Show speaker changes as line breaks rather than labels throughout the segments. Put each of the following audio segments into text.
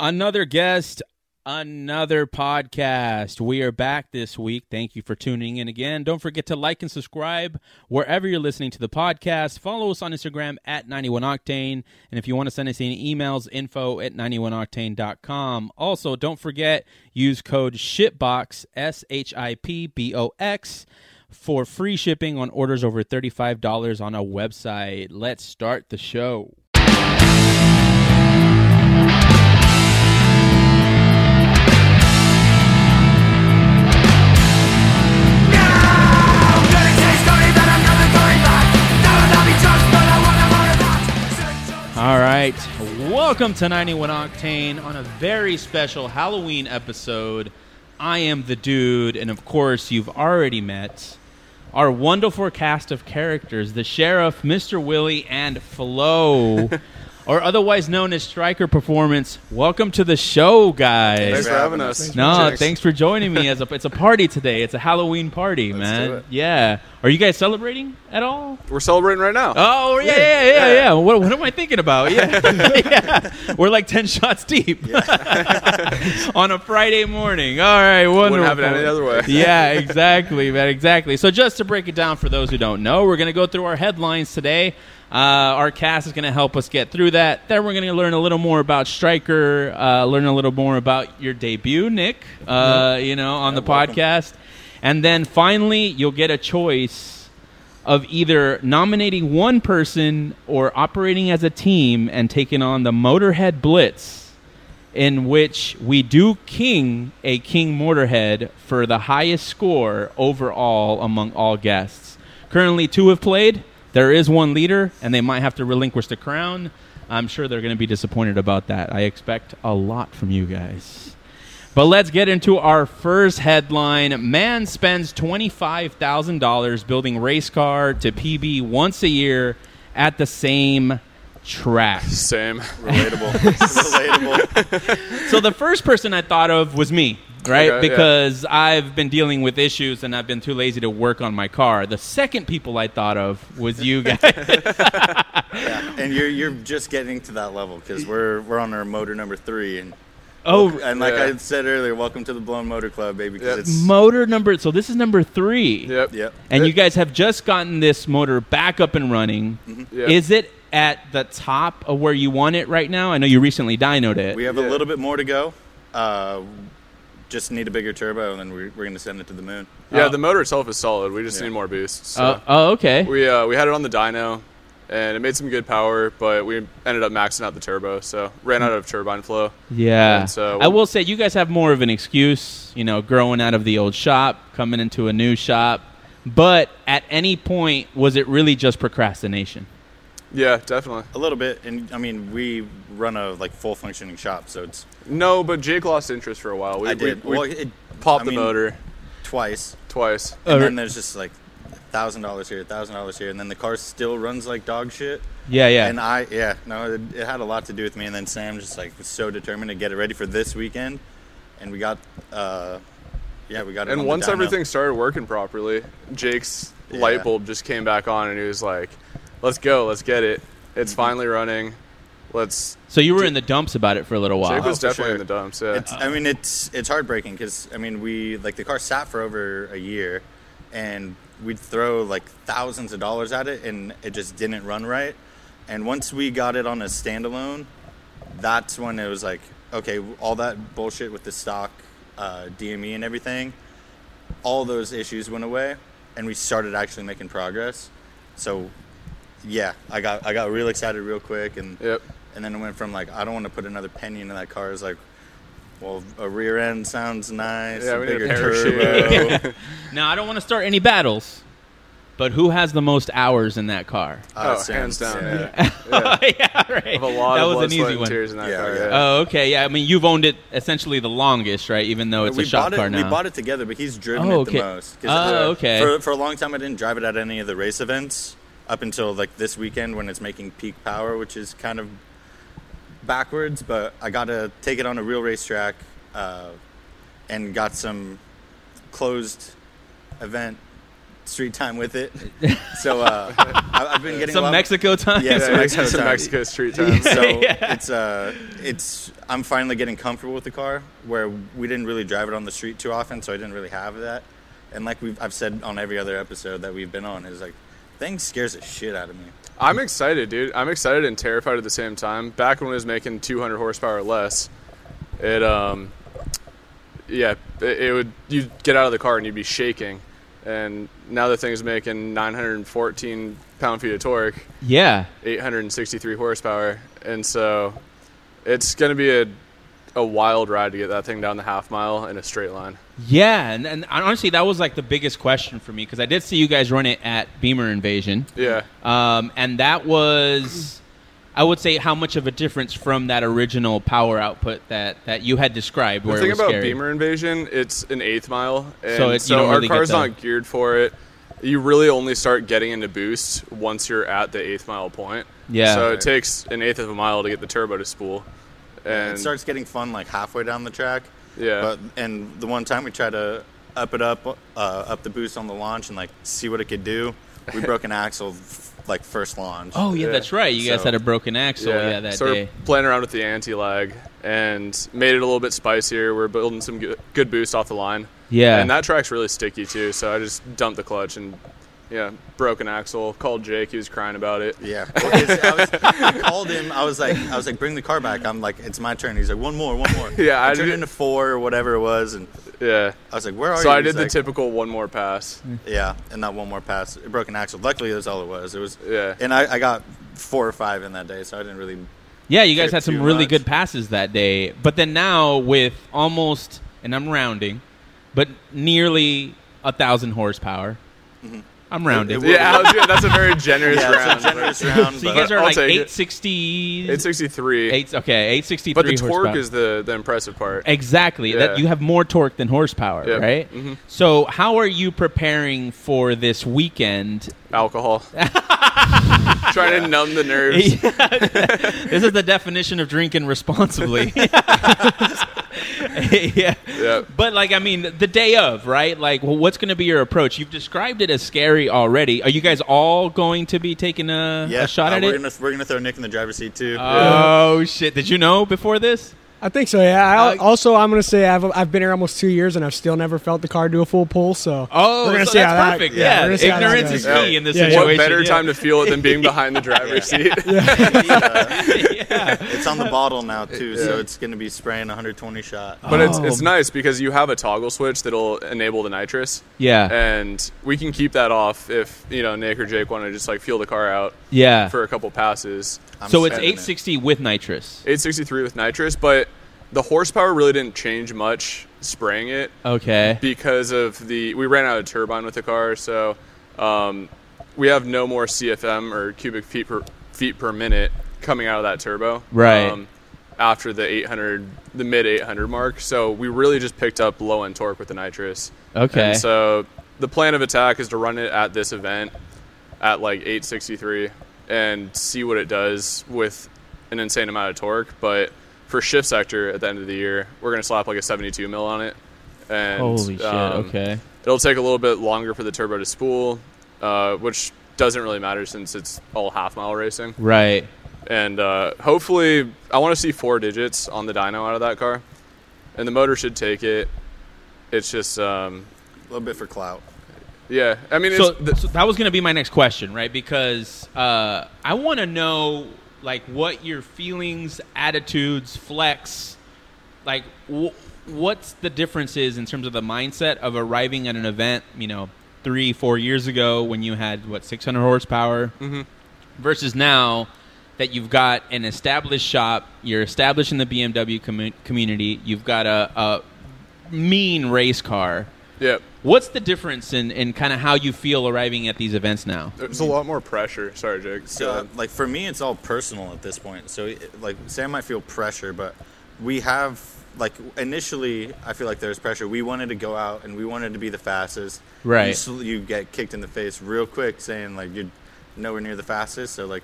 Another guest, another podcast. We are back this week. Thank you for tuning in again. Don't forget to like and subscribe wherever you're listening to the podcast. Follow us on Instagram at 91octane. And if you want to send us any emails, info at 91octane.com. Also, don't forget, use code SHIPBOX, S H I P B O X, for free shipping on orders over $35 on our website. Let's start the show. All right. Welcome to 91 Octane on a very special Halloween episode. I am the dude, and of course, you've already met our wonderful cast of characters the sheriff, Mr. Willie, and Flo, or otherwise known as Striker Performance. Welcome to the show, guys.
Thanks for having us.
No, thanks for joining me. As a, it's a party today. It's a Halloween party, man.
do it.
Yeah. Are you guys celebrating at all?
We're celebrating right now.
Oh yeah, yeah, yeah, yeah. What, what am I thinking about? Yeah, Yeah. we're like ten shots deep on a Friday morning. All right, wonderful.
Wouldn't have it any other way.
yeah, exactly, man, exactly. So just to break it down for those who don't know, we're going to go through our headlines today. Uh, our cast is going to help us get through that. Then we're going to learn a little more about Stryker, uh, learn a little more about your debut, Nick. Uh, you know, on the podcast, and then finally you'll get a choice of either nominating one person or operating as a team and taking on the Motorhead Blitz, in which we do king a King Motorhead for the highest score overall among all guests. Currently, two have played. There is one leader, and they might have to relinquish the crown. I'm sure they're going to be disappointed about that. I expect a lot from you guys. But let's get into our first headline. Man spends $25,000 building race car to PB once a year at the same track.
Same. Relatable. Relatable.
so the first person I thought of was me, right?
Okay, yeah.
because I've been dealing with issues and I've been too lazy to work on my car. The second people I thought of was you guys.
And you're you're just getting to that level because we're we're on our motor number three and
oh,
and like
Yeah.
I said earlier, welcome to the Blown Motor Club, baby.
Yep.
Because it's
motor number. So this is number three.
Yep.
yep.
And you guys have just gotten this motor back up and running.
Yeah.
Is it at the top of where you want it right now? I know you recently dynoed it.
We have
Yeah.
a little bit more to go. Uh, just need a bigger turbo, and then we're, we're gonna send it to the moon.
Yeah,
Oh.
the motor itself is solid. We just
Yeah.
need more boosts. So.
Uh, oh, okay.
we uh, we had it on the dyno, and it made some good power, but we ended up maxing out the turbo, so ran out of turbine flow.
Yeah.
And
uh,
so-
I will say you guys have more of an excuse, you know, growing out of the old shop, coming into a new shop. But at any point, was it really just procrastination?
Yeah, definitely.
A little bit, and I mean we run a like full functioning shop, so it's
No, but Jake lost interest for a while. We,
I did
we, we
well, it,
popped
I
the
mean, uh,
motor
twice,
twice.
and
Alright.
then there's just like thousand dollars here, thousand dollars here, and then the car still runs like dog shit.
Yeah, yeah.
And I, yeah, no, it, it had a lot to do with me. And then Sam just like was so determined to get it ready for this weekend, and we got, uh, yeah, we got it.
And
on the
once
dyno.
everything started working properly, Jake's
Yeah.
light bulb just came back on, and he was like, "Let's go, let's get it. It's finally running. Let's."
so you were in the dumps about it for a little while.
Jake was
for
definitely
sure.
in the dumps. Yeah.
it's, I mean, it's it's heartbreaking because I mean, we like the car sat for over a year, and we'd throw like thousands of dollars at it, and it just didn't run right. And once we got it on a standalone, that's when it was like, okay, all that bullshit with the stock, uh, DME, and everything, all those issues went away, and we started actually making progress. So, yeah, I got I got real excited real quick, and
Yep.
and then it went from like I don't want to put another penny into that car. It's like, well, a rear end sounds nice.
Yeah,
a
we need a
bigger
parachute.
turbo. Uh,
now, I don't want to start any battles, but who has the most hours in that car?
Uh,
oh, hands
sounds-
down.
yeah.
Yeah. yeah.
yeah, right.
Of a lot
that
of
was
blood,
an
sweat,
easy
and
one.
tears in that
Yeah,
car.
yeah.
Yeah.
Oh, okay. Yeah, I mean, you've owned it essentially the longest, right? Even though it's
we
a shop
bought it.
car
We
now.
bought it together, but he's driven
Oh,
it
okay.
the most. 'Cause,
Oh,
uh,
okay.
For, for a long time, I didn't drive it at any of the race events up until like this weekend when it's making peak power, which is kind of backwards. But I got to take it on a real racetrack, uh, and got some closed event street time with it. So uh, I, I've been getting a
Some
lot
Mexico time.
Yeah,
Yeah,
some
it's
Mexico
some
time.
Mexico street time.
So
Yeah.
it's uh, it's I'm finally getting comfortable with the car where we didn't really drive it on the street too often, so I didn't really have that. And like we've I've said on every other episode that we've been on is like, thing scares the shit out of me.
I'm excited, dude. I'm excited and terrified at the same time. Back when it was making 200 horsepower or less, it um, yeah, it, it would. You'd get out of the car and you'd be shaking. And now the thing's making 914 pound-feet of torque,
Yeah.
863 horsepower, and so it's gonna be a a wild ride to get that thing down the half mile in a straight line.
Mm-hmm. Yeah, and, and honestly, that was like the biggest question for me because I did see you guys run it at Beamer Invasion,
Yeah.
um, and that was, I would say, how much of a difference from that original power output that that you had described.
The
where
thing
it was
about
scary.
Beamer Invasion, it's an eighth mile, and
So
so,
it- you don't
our
really get
car's
the-
not geared for it. You really only start getting into boost once you're at the eighth mile point.
Yeah.
So it takes an eighth of a mile to get the turbo to spool, and
it starts getting fun like halfway down the track.
Yeah.
But and the one time we tried to up it up, uh, up the boost on the launch and like see what it could do, we broke an axle f- like first launch.
Oh yeah,
Yeah.
that's right. You guys
So-
had a broken axle. Yeah, that
so
day.
we're playing around with the anti-lag and made it a little bit spicier. We're building some good, good boost off the line.
Yeah.
And that track's really sticky too. So I just dumped the clutch and yeah, broke an axle. Called Jake. He was crying about it.
Yeah, Well, it's- I, was, I called him. I was like, I was like, bring the car back. I'm like, it's my turn. He's like, one more, one more.
Yeah,
I,
I
turned
did-
into four or whatever it was, and
Yeah.
I was like, where are
So I
you?
did
He's
the
like,
typical one more pass.
Yeah, and that one more pass, it broke an axle. Luckily, that's all it was. It was.
Yeah.
And I, I got four or five in that day, so I didn't really.
Yeah, you guys
Took
had some
too
really
much.
good passes that day. But then now with almost, and I'm rounding, but nearly a thousand horsepower. I'm rounding.
It- it
Mm-hmm. Yeah, I was- yeah, that's a very generous
Yeah,
round.
it's a generous round.
so you
but-
guys are
I'll
like
take it.
860.
863.
Eight, okay, 863
but the torque
horsepower.
is the, the impressive part.
Exactly. That
Yeah.
you have more torque than horsepower,
Yeah. Mm-hmm.
right? So, how are you preparing for this weekend?
Alcohol. Trying to numb the nerves.
this is the definition of drinking responsibly. yeah.
Yeah.
But like I mean the day of, right? Like well, what's going to be your approach? You've described it as scary already. Are you guys all going to be taking a,
Yeah,
a shot
uh,
at
we're
it?
Gonna, we're gonna throw Nick in the driver's seat too.
Oh shit. Did you know before this?
I think so. Yeah. I,
Uh,
also, I'm gonna say I've I've been here almost two years and I've still never felt the car do a full pull. So
Oh,
we're gonna
so
see
that's
how that-
perfect.
we're
Yeah,
gonna see how that
ignorance
goes.
is
Yeah.
key in this
Yeah, yeah.
situation.
What better
yeah.
time to feel it than being behind the driver's seat?
He, uh,
yeah.
it's on the bottle now too, so it's gonna be spraying 120 shot.
But it's,
Oh.
it's nice because you have a toggle switch that'll enable the nitrous.
Yeah.
And we can keep that off if, you know, Nick or Jake want to just like feel the car out
Yeah.
for a couple passes.
I'm
so it's
spending it.
860 with nitrous.
863 with nitrous, but the horsepower really didn't change much spraying it.
Okay.
because of the we ran out of turbine with the car, so um, we have no more CFM or cubic feet per feet per minute coming out of that turbo. um,
Right.
after the 800, the mid 800 mark, so we really just picked up low end torque with the nitrous.
Okay.
And so the plan of attack is to run it at this event at like 863 and see what it does with an insane amount of torque. But for shift sector at the end of the year, we're gonna slap like a 72 mil on it. And
Holy shit.
um,
okay.
It'll take a little bit longer for the turbo to spool, uh, which doesn't really matter since it's all half mile racing.
Right.
And uh, hopefully, I want to see four digits on the dyno out of that car, and the motor should take it. It's just, um,
a little bit for clout.
yeah. I mean,
so,
it's, the,
so that was going to be my next question, right? Because uh, I want to know like what your feelings, attitudes, flex, like wh- what's the difference is in terms of the mindset of arriving at an event, you know, three, four years ago when you had what 600 horsepower
Mm-hmm.
versus now that you've got an established shop, you're established in the BMW commu- community, you've got a, a mean race car.
yeah.
What's the difference in, in kind of how you feel arriving at these events now?
There's a lot more pressure. Sorry, Jake.
So, like for me, it's all personal at this point. So, it- like Sam might feel pressure, but we have like initially, I feel like there's pressure. We wanted to go out and we wanted to be the fastest.
Right.
You, sl- you get kicked in the face real quick, saying like you're nowhere near the fastest. So like,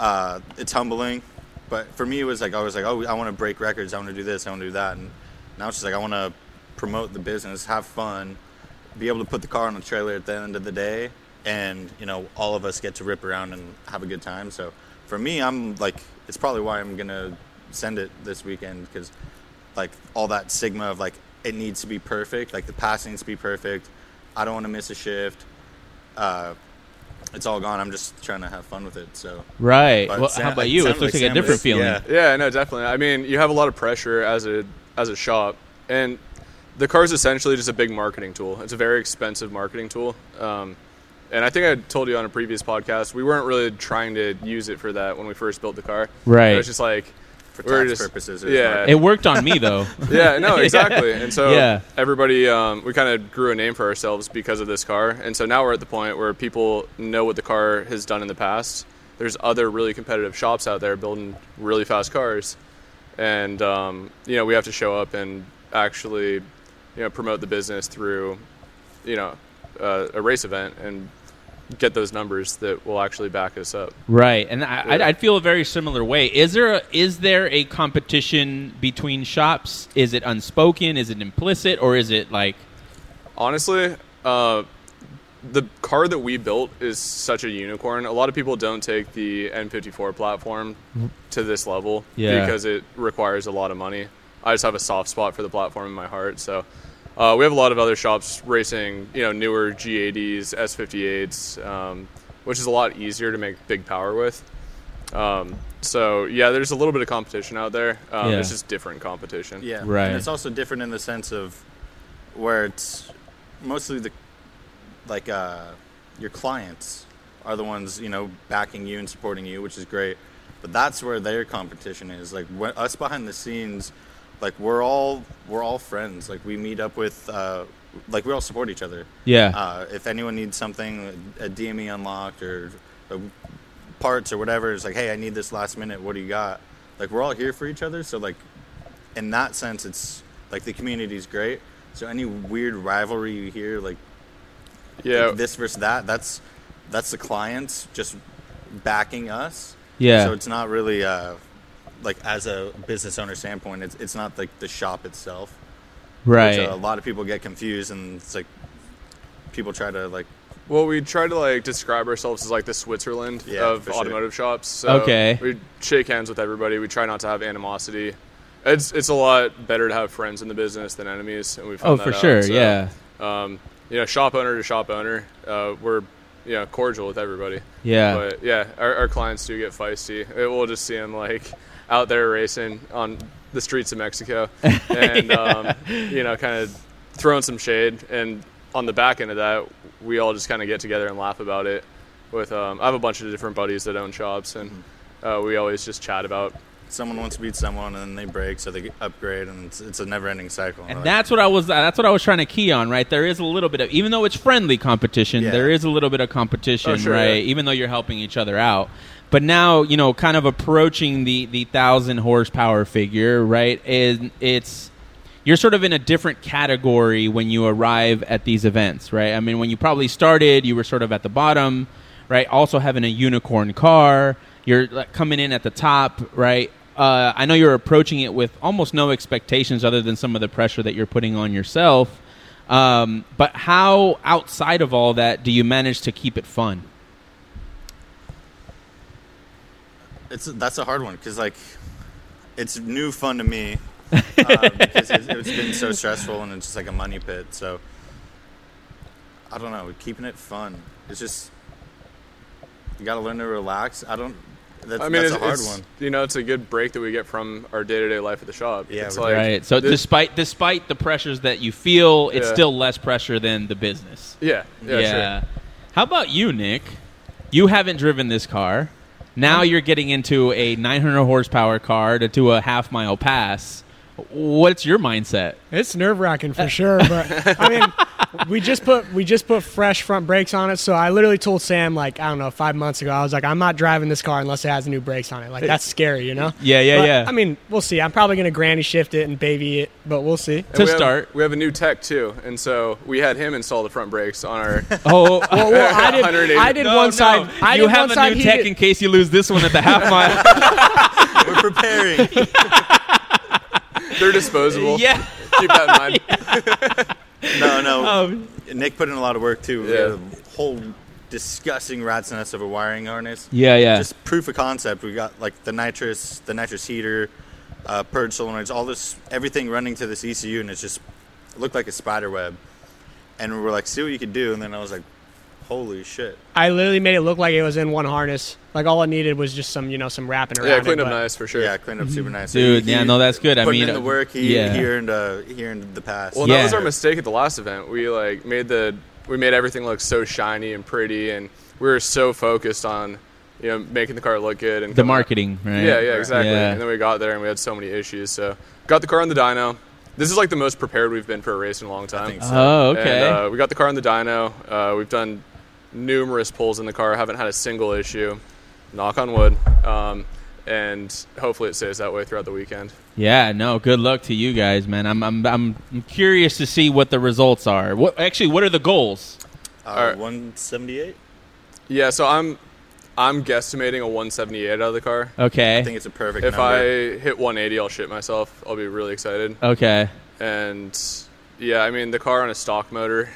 uh, it's humbling. But for me, it was like I was like, oh, I want to break records. I want to do this. I want to do that. And now it's just like I want to promote the business, have fun, be able to put the car on a trailer at the end of the day, and you know all of us get to rip around and have a good time. So for me, I'm like it's probably why I'm gonna send it this weekend because like all that stigma of like it needs to be perfect, like the pass needs to be perfect. I don't want to miss a shift. Uh, it's all gone. I'm just trying to have fun with it. So
Right.
But
Well,
Sam-
how about
it
you? It
sounded
looks like,
like
a
Sam
different
was-
feeling.
yeah.
Yeah, no, definitely. I mean, you have a lot of pressure as a as a shop, and the car's essentially just a big marketing tool. It's a very expensive marketing tool, um, and I think I had told you on a previous podcast we weren't really trying to use it for that when we first built the car.
Right.
It was just like
for
we were
tax
just-
purposes, it's
Yeah,
marketing.
It worked on me though.
yeah, no, exactly. And so
Yeah.
everybody, um, we kind of grew a name for ourselves because of this car. And so now we're at the point where people know what the car has done in the past. There's other really competitive shops out there building really fast cars, and um, you know we have to show up and actually, you know, promote the business through, you know, uh, a race event and get those numbers that will actually back us up.
Right, and I, I'd,
Yeah.
I'd feel a very similar way. Is there a, is there a competition between shops? Is it unspoken? Is it implicit, or is it like
Honestly, uh, the car that we built is such a unicorn. A lot of people don't take the N54 platform to this level
Mm-hmm. Yeah.
because it requires a lot of money. I just have a soft spot for the platform in my heart. So uh, we have a lot of other shops racing, you know, newer G80s, S58s, um, which is a lot easier to make big power with. Um, so yeah, there's a little bit of competition out there. Um,
Yeah.
It's just different competition.
Yeah.
Right.
And it's also different in the sense of where it's mostly the like uh, your clients are the ones you know backing you and supporting you, which is great. But that's where their competition is. Like wh- us behind the scenes, like we're all we're all friends. Like we meet up with, uh, like we all support each other.
Yeah.
Uh, if anyone needs something, a DME unlocked or a parts or whatever, it's like, hey, I need this last minute. What do you got? Like we're all here for each other. So like in that sense, it's like the community's great. So any weird rivalry you hear, like,
Yeah.
like this versus that, that's that's the clients just backing us.
Yeah.
So it's not really uh, like as a business owner standpoint, it's it's not like the shop itself.
right?
Which, uh, a lot of people get confused, and it's like people try to like
Well, we try to like describe ourselves as like the Switzerland
Yeah,
of
for sure.
automotive shops. So
Okay.
We shake hands with everybody. We try not to have animosity. It's it's a lot better to have friends in the business than enemies, and we
oh,
found that
for
out.
sure.
So,
yeah.
Um, you know, shop owner to shop owner, uh, we're you know cordial with everybody.
Yeah.
But yeah, our, our clients do get feisty. It, we'll just see them like out there racing on the streets of Mexico, and um, you know, kind of throwing some shade. And on the back end of that, we all just kind of get together and laugh about it. With um, I have a bunch of different buddies that own shops, and uh, we always just chat about.
someone wants to beat someone, and then they break, so they upgrade, and it's, it's a never-ending cycle.
And
Like,
that's what I was. That's what I was trying to key on, right? There is a little bit of, even though it's friendly competition,
Yeah.
there is a little bit of competition,
Oh, sure,
right?
yeah.
Even though you're helping each other out, but now you know, kind of approaching the the thousand horsepower figure, right? And it's you're sort of in a different category when you arrive at these events, right? I mean, when you probably started, you were sort of at the bottom, right? Also having a unicorn car, you're like, coming in at the top, right? Uh, I know you're approaching it with almost no expectations other than some of the pressure that you're putting on yourself. Um, but how outside of all that do you manage to keep it fun?
it's that's a hard one because like it's new fun to me uh, because it's, it's been so stressful and it's just like a money pit. So I don't know, keeping it fun. It's just you got to learn to relax. I don't. That's,
I mean,
that's
it's,
a hard
it's-
one.
You know, it's a good break that we get from our day to day life at the shop.
Yeah,
it's
we-
like
right. So
this-
despite despite the pressures that you feel, it's
Yeah.
still less pressure than the business.
yeah, yeah, sure.
How about you, Nick? You haven't driven this car. Now you're getting into a 900 horsepower car to do a half mile pass. What's your mindset?
It's nerve wracking for sure, but I mean, we just put we just put fresh front brakes on it. So I literally told Sam like I don't know five months ago. I was like, I'm not driving this car unless it has new brakes on it. Like that's scary, you know?
Yeah, yeah,
But,
yeah.
I mean, we'll see. I'm probably gonna granny shift it and baby it, but we'll see.
To
we have-
start.
we have a new tech too, and so we had him install the front brakes on our.
Oh,
Well, I did.
180.
I did
No,
one
no.
side. I
you
did
have
one
a
side,
new
he
tech
did-
in case you lose this one at the half mile.
We're preparing.
They're disposable.
yeah.
Keep that in mind.
No, no.
Um,
Nick put in a lot of work too. We had
Yeah.
a whole disgusting rat's nest of a wiring harness.
Yeah, yeah.
Just proof of concept. We got like the nitrous, the nitrous heater, uh, purge solenoids, all this, everything running to this ECU, and it's just it looked like a spider web. And we were like, see what you could do. And then I was like, holy shit.
I literally made it look like it was in one harness. Like all I needed was just some, you know, some wrapping around.
Yeah,
it,
cleaned up
but-
nice for sure.
Yeah, cleaned up super nice. So
Mm-hmm. Dude,
he-
yeah, no, that's good. I
putting
mean,
in the
uh,
work. He,
yeah.
Here and uh, here and the past.
Well, that was
Yeah.
our mistake at the last event. We like made the we made everything look so shiny and pretty, and we were so focused on you know making the car look good and
the
coming out-
marketing, right?
Yeah, yeah, exactly.
Yeah.
And then we got there and we had so many issues. So got the car on the dyno. This is like the most prepared we've been for a race in a long time.
think so.
oh, okay.
And, uh, we got the car on the dyno. Uh, we've done numerous pulls in the car. Haven't had a single issue. Knock on wood. Um, and hopefully it stays that way throughout the weekend.
yeah, no. Good luck to you guys, man. I'm, I'm, I'm I'm curious to see what the results are. What actually? What are the goals?
uh,
alright.
178.
Yeah. So I'm I'm guesstimating a 178 out of the car.
Okay.
I think it's a perfect
If I
number.
hit 180, I'll shit myself. I'll be really excited.
okay.
And yeah, I mean, the car on a stock motor.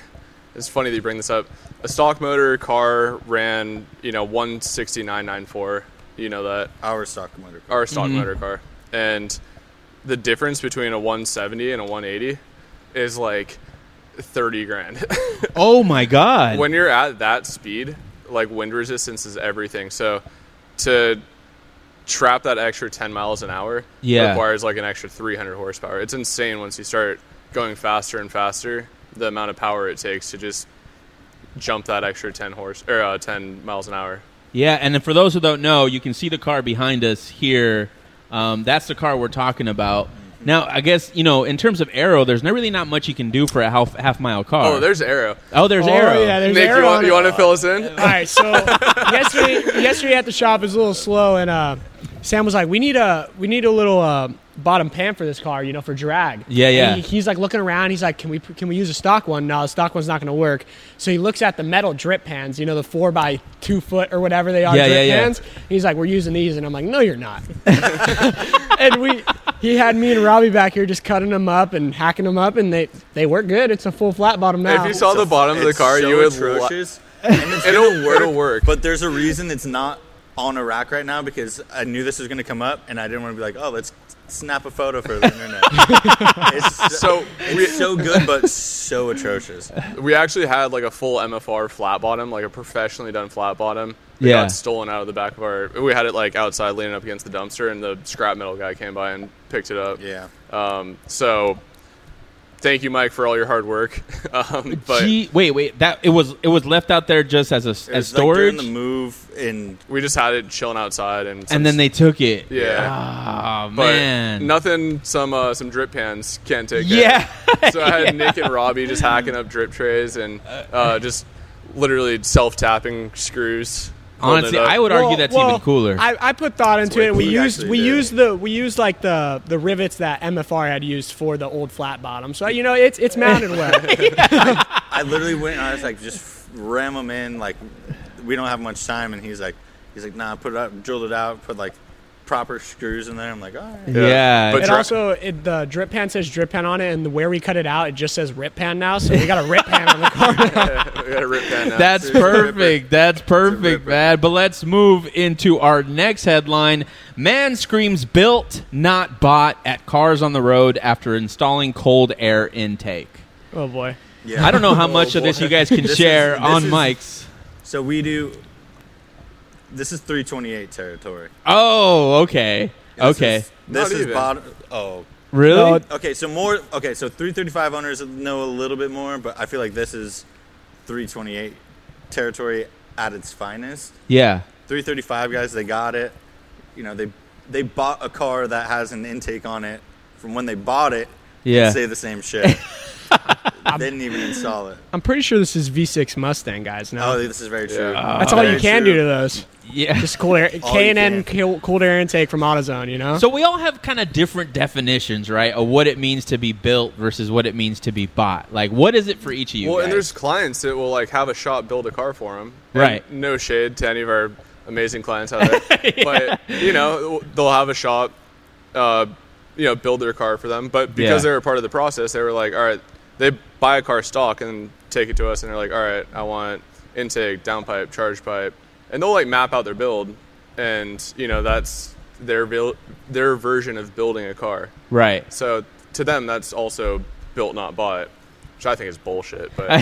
It's funny that you bring this up. A stock motor car ran, you know, 169.94. You know that.
our stock motor.
Our stock motor car. And the difference between a 170 and a 180 is like 30 grand.
Oh my God.
when you're at that speed, like wind resistance is everything. So to trap that extra 10 miles an hour
Yeah.
requires like an extra 300 horsepower. It's insane once you start going faster and faster, the amount of power it takes to just jump that extra 10 horse or uh, 10 miles an hour.
Yeah, and then for those who don't know, you can see the car behind us here. Um, that's the car we're talking about. Now, I guess you know, in terms of arrow, there's not really not much you can do for a half half mile car.
Oh, there's arrow.
oh, there's
Oh,
arrow.
yeah, there's
Nick,
arrow
you
on
want,
it.
you want to fill us in?
All right, so yesterday, yesterday at the shop it was a little slow, and uh, Sam was like, "We need a, we need a little uh, bottom pan for this car, you know, for drag."
Yeah, yeah.
And he- he's like looking around. He's like, "Can we, can we use a stock one?" No, the stock one's not going to work. So he looks at the metal drip pans, you know, the four by two foot or whatever they are
Yeah,
drip
yeah, yeah.
pans. He's like, "We're using these," and I'm like, "No, you're not." and we, he had me and Robbie back here just cutting them up and hacking them up, and they, they work good. It's a full flat bottom now.
If you saw the bottom of the
It's
car,
so
you would lo-
atrocious. and it's
It'll work. It'll work.
But there's a reason it's not on a rack right now because I knew this was going to come up, and I didn't want to be like, "Oh, let's snap a photo for the internet." it's so,
so we,
it's so good, but so atrocious.
we actually had like a full MFR flat bottom, like a professionally done flat bottom. It
Yeah.
got stolen out of the back of our. We had it like outside, leaning up against the dumpster, and the scrap metal guy came by and picked it up.
Yeah,
Um, so, thank you, Mike, for all your hard work. um, but
Gee- wait, wait. That it was it was left out there just as a as
it was like during
storage,
the move in.
we just had it chilling outside, and some
and then they took it.
yeah.
Oh
But
man.
nothing. Some uh, some drip pans can't take.
Yeah.
It. So I had Nick and Robbie just hacking up drip trays and uh, just literally self tapping screws. holding
Honestly,
it up.
I would argue
Well-
that's
well,
even cooler.
I, I put thought into
way
it. We
cooler.
used
Actually,
we
yeah.
used the we used like the the rivets that MFR had used for the old flat bottom. So you know it's it's mounted well.
I literally went and I was like, "Just ram them in." Like, we don't have much time, and he's like, "He's like, nah, put it up, drilled it out, put like proper screws in there." I'm like, "All right."
yeah.
But
It
Dri-
also it, the drip pan says drip pan on it, and the, where we cut it out, it just says rip pan now. So we got a rip pan on the car.
we got a rip pan now.
That's perfect. That's perfect, man. But let's move into our next headline. Man screams built, not bought at cars on the road after installing cold air intake.
Oh boy.
Yeah.
I don't know how much of this you guys can
Oh, This is-
share
this
on
is-
mics.
So we do. This is 328 territory.
Oh, okay.
This
Okay.
is- This
Not
is
even.
bottom. Oh.
Really?
Okay, so more. Okay, so 335 owners know a little bit more, but I feel like this is 328 territory at its finest.
Yeah.
335 guys, they got it. You know, they they bought a car that has an intake on it from when they bought it.
Yeah.
Say the same shit. they didn't even install it.
I'm pretty sure this is V6 Mustang, guys.
Oh,
No,
this is very true.
Yeah.
that's all
Very
you can
true.
do to those.
Yeah.
Just cool air,
Oh, All you
K and N cold air intake from AutoZone. You know.
So we all have kind of different definitions, right, of what it means to be built versus what it means to be bought. Like, what is it for each of you?
Well,
guys?
and there's clients that will like have a shop build a car for them.
Right.
No shade to any of our amazing clients out there, but you know they'll have a shop, uh, you know, build their car for them. But because
Yeah.
they were a part of the process, they were like, all right, they buy a car stock and take it to us, and they're like, all right, I want intake, downpipe, charge pipe, and they'll like map out their build, and you know that's their build, their version of building a car.
Right.
So to them, that's also built not bought, which I think is bullshit. But
All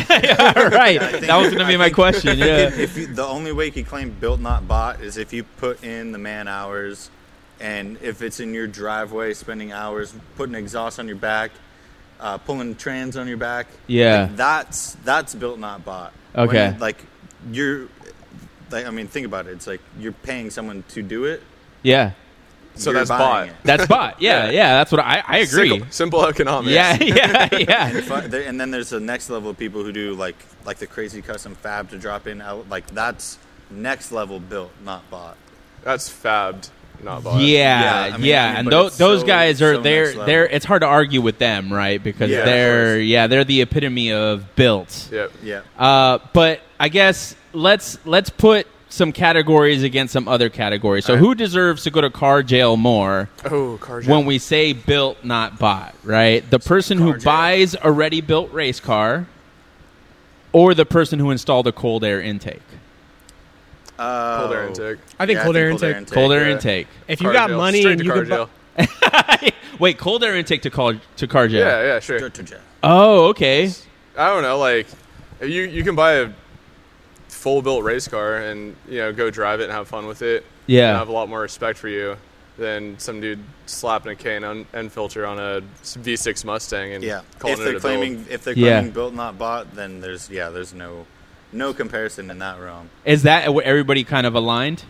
right. That was going to be
I
my
think-
question. Yeah.
if you, the only way you could claim built not bought is if you put in the man hours, and if it's in your driveway, spending hours putting exhaust on your back, uh, pulling trans on your back.
Yeah.
Like, that's that's built not bought.
Okay.
When, like you're, like I mean, think about it. It's like you're paying someone to do it.
Yeah.
so
you're
that's bought.
buying it.
That's bot. Yeah, yeah.
Yeah.
that's what I, I agree.
Simple, simple economics.
Yeah, yeah,
And,
yeah.
if I- there- and then there's the next level of people who do like like the crazy custom fab to drop in out like that's next level built not bought.
That's fabbed, not bought.
Yeah,
Yeah,
yeah,
I mean, I mean,
and
but
tho-
it's
those
so-
guys are
so
they're
next level.
they're. It's hard to argue with them, right? Because
Yeah, of
they're
course.
yeah they're the epitome of built.
Yep.
Yeah.
Uh, but I guess let's let's put some categories against some other categories. So
All right.
who deserves to go to car jail more?
Oh, car jail.
When we say built, not bought, right? The person who
Car jail.
buys a ready built race car, or the person who installed a cold air intake,
Uh,
cold air intake.
I think
yeah,
cold air intake.
cold air
yeah.
intake.
If you
Car
got
jail.
money
Straight
and
to
you
car
could, bu-
jail.
Wait, cold air intake to call to car jail.
Yeah, yeah, sure.
Go to jail.
Oh, okay.
I don't know, like you you can buy a full built race car and you know go drive it and have fun with it.
Yeah.
and I have a lot more respect for you than some dude slapping a K and end filter on a V6 Mustang and
Yeah.
calling
if
it a
they're
build.
claiming if they're
Yeah.
claiming built not bought, then there's yeah, there's no no comparison in that realm.
Is that where everybody kind of aligned?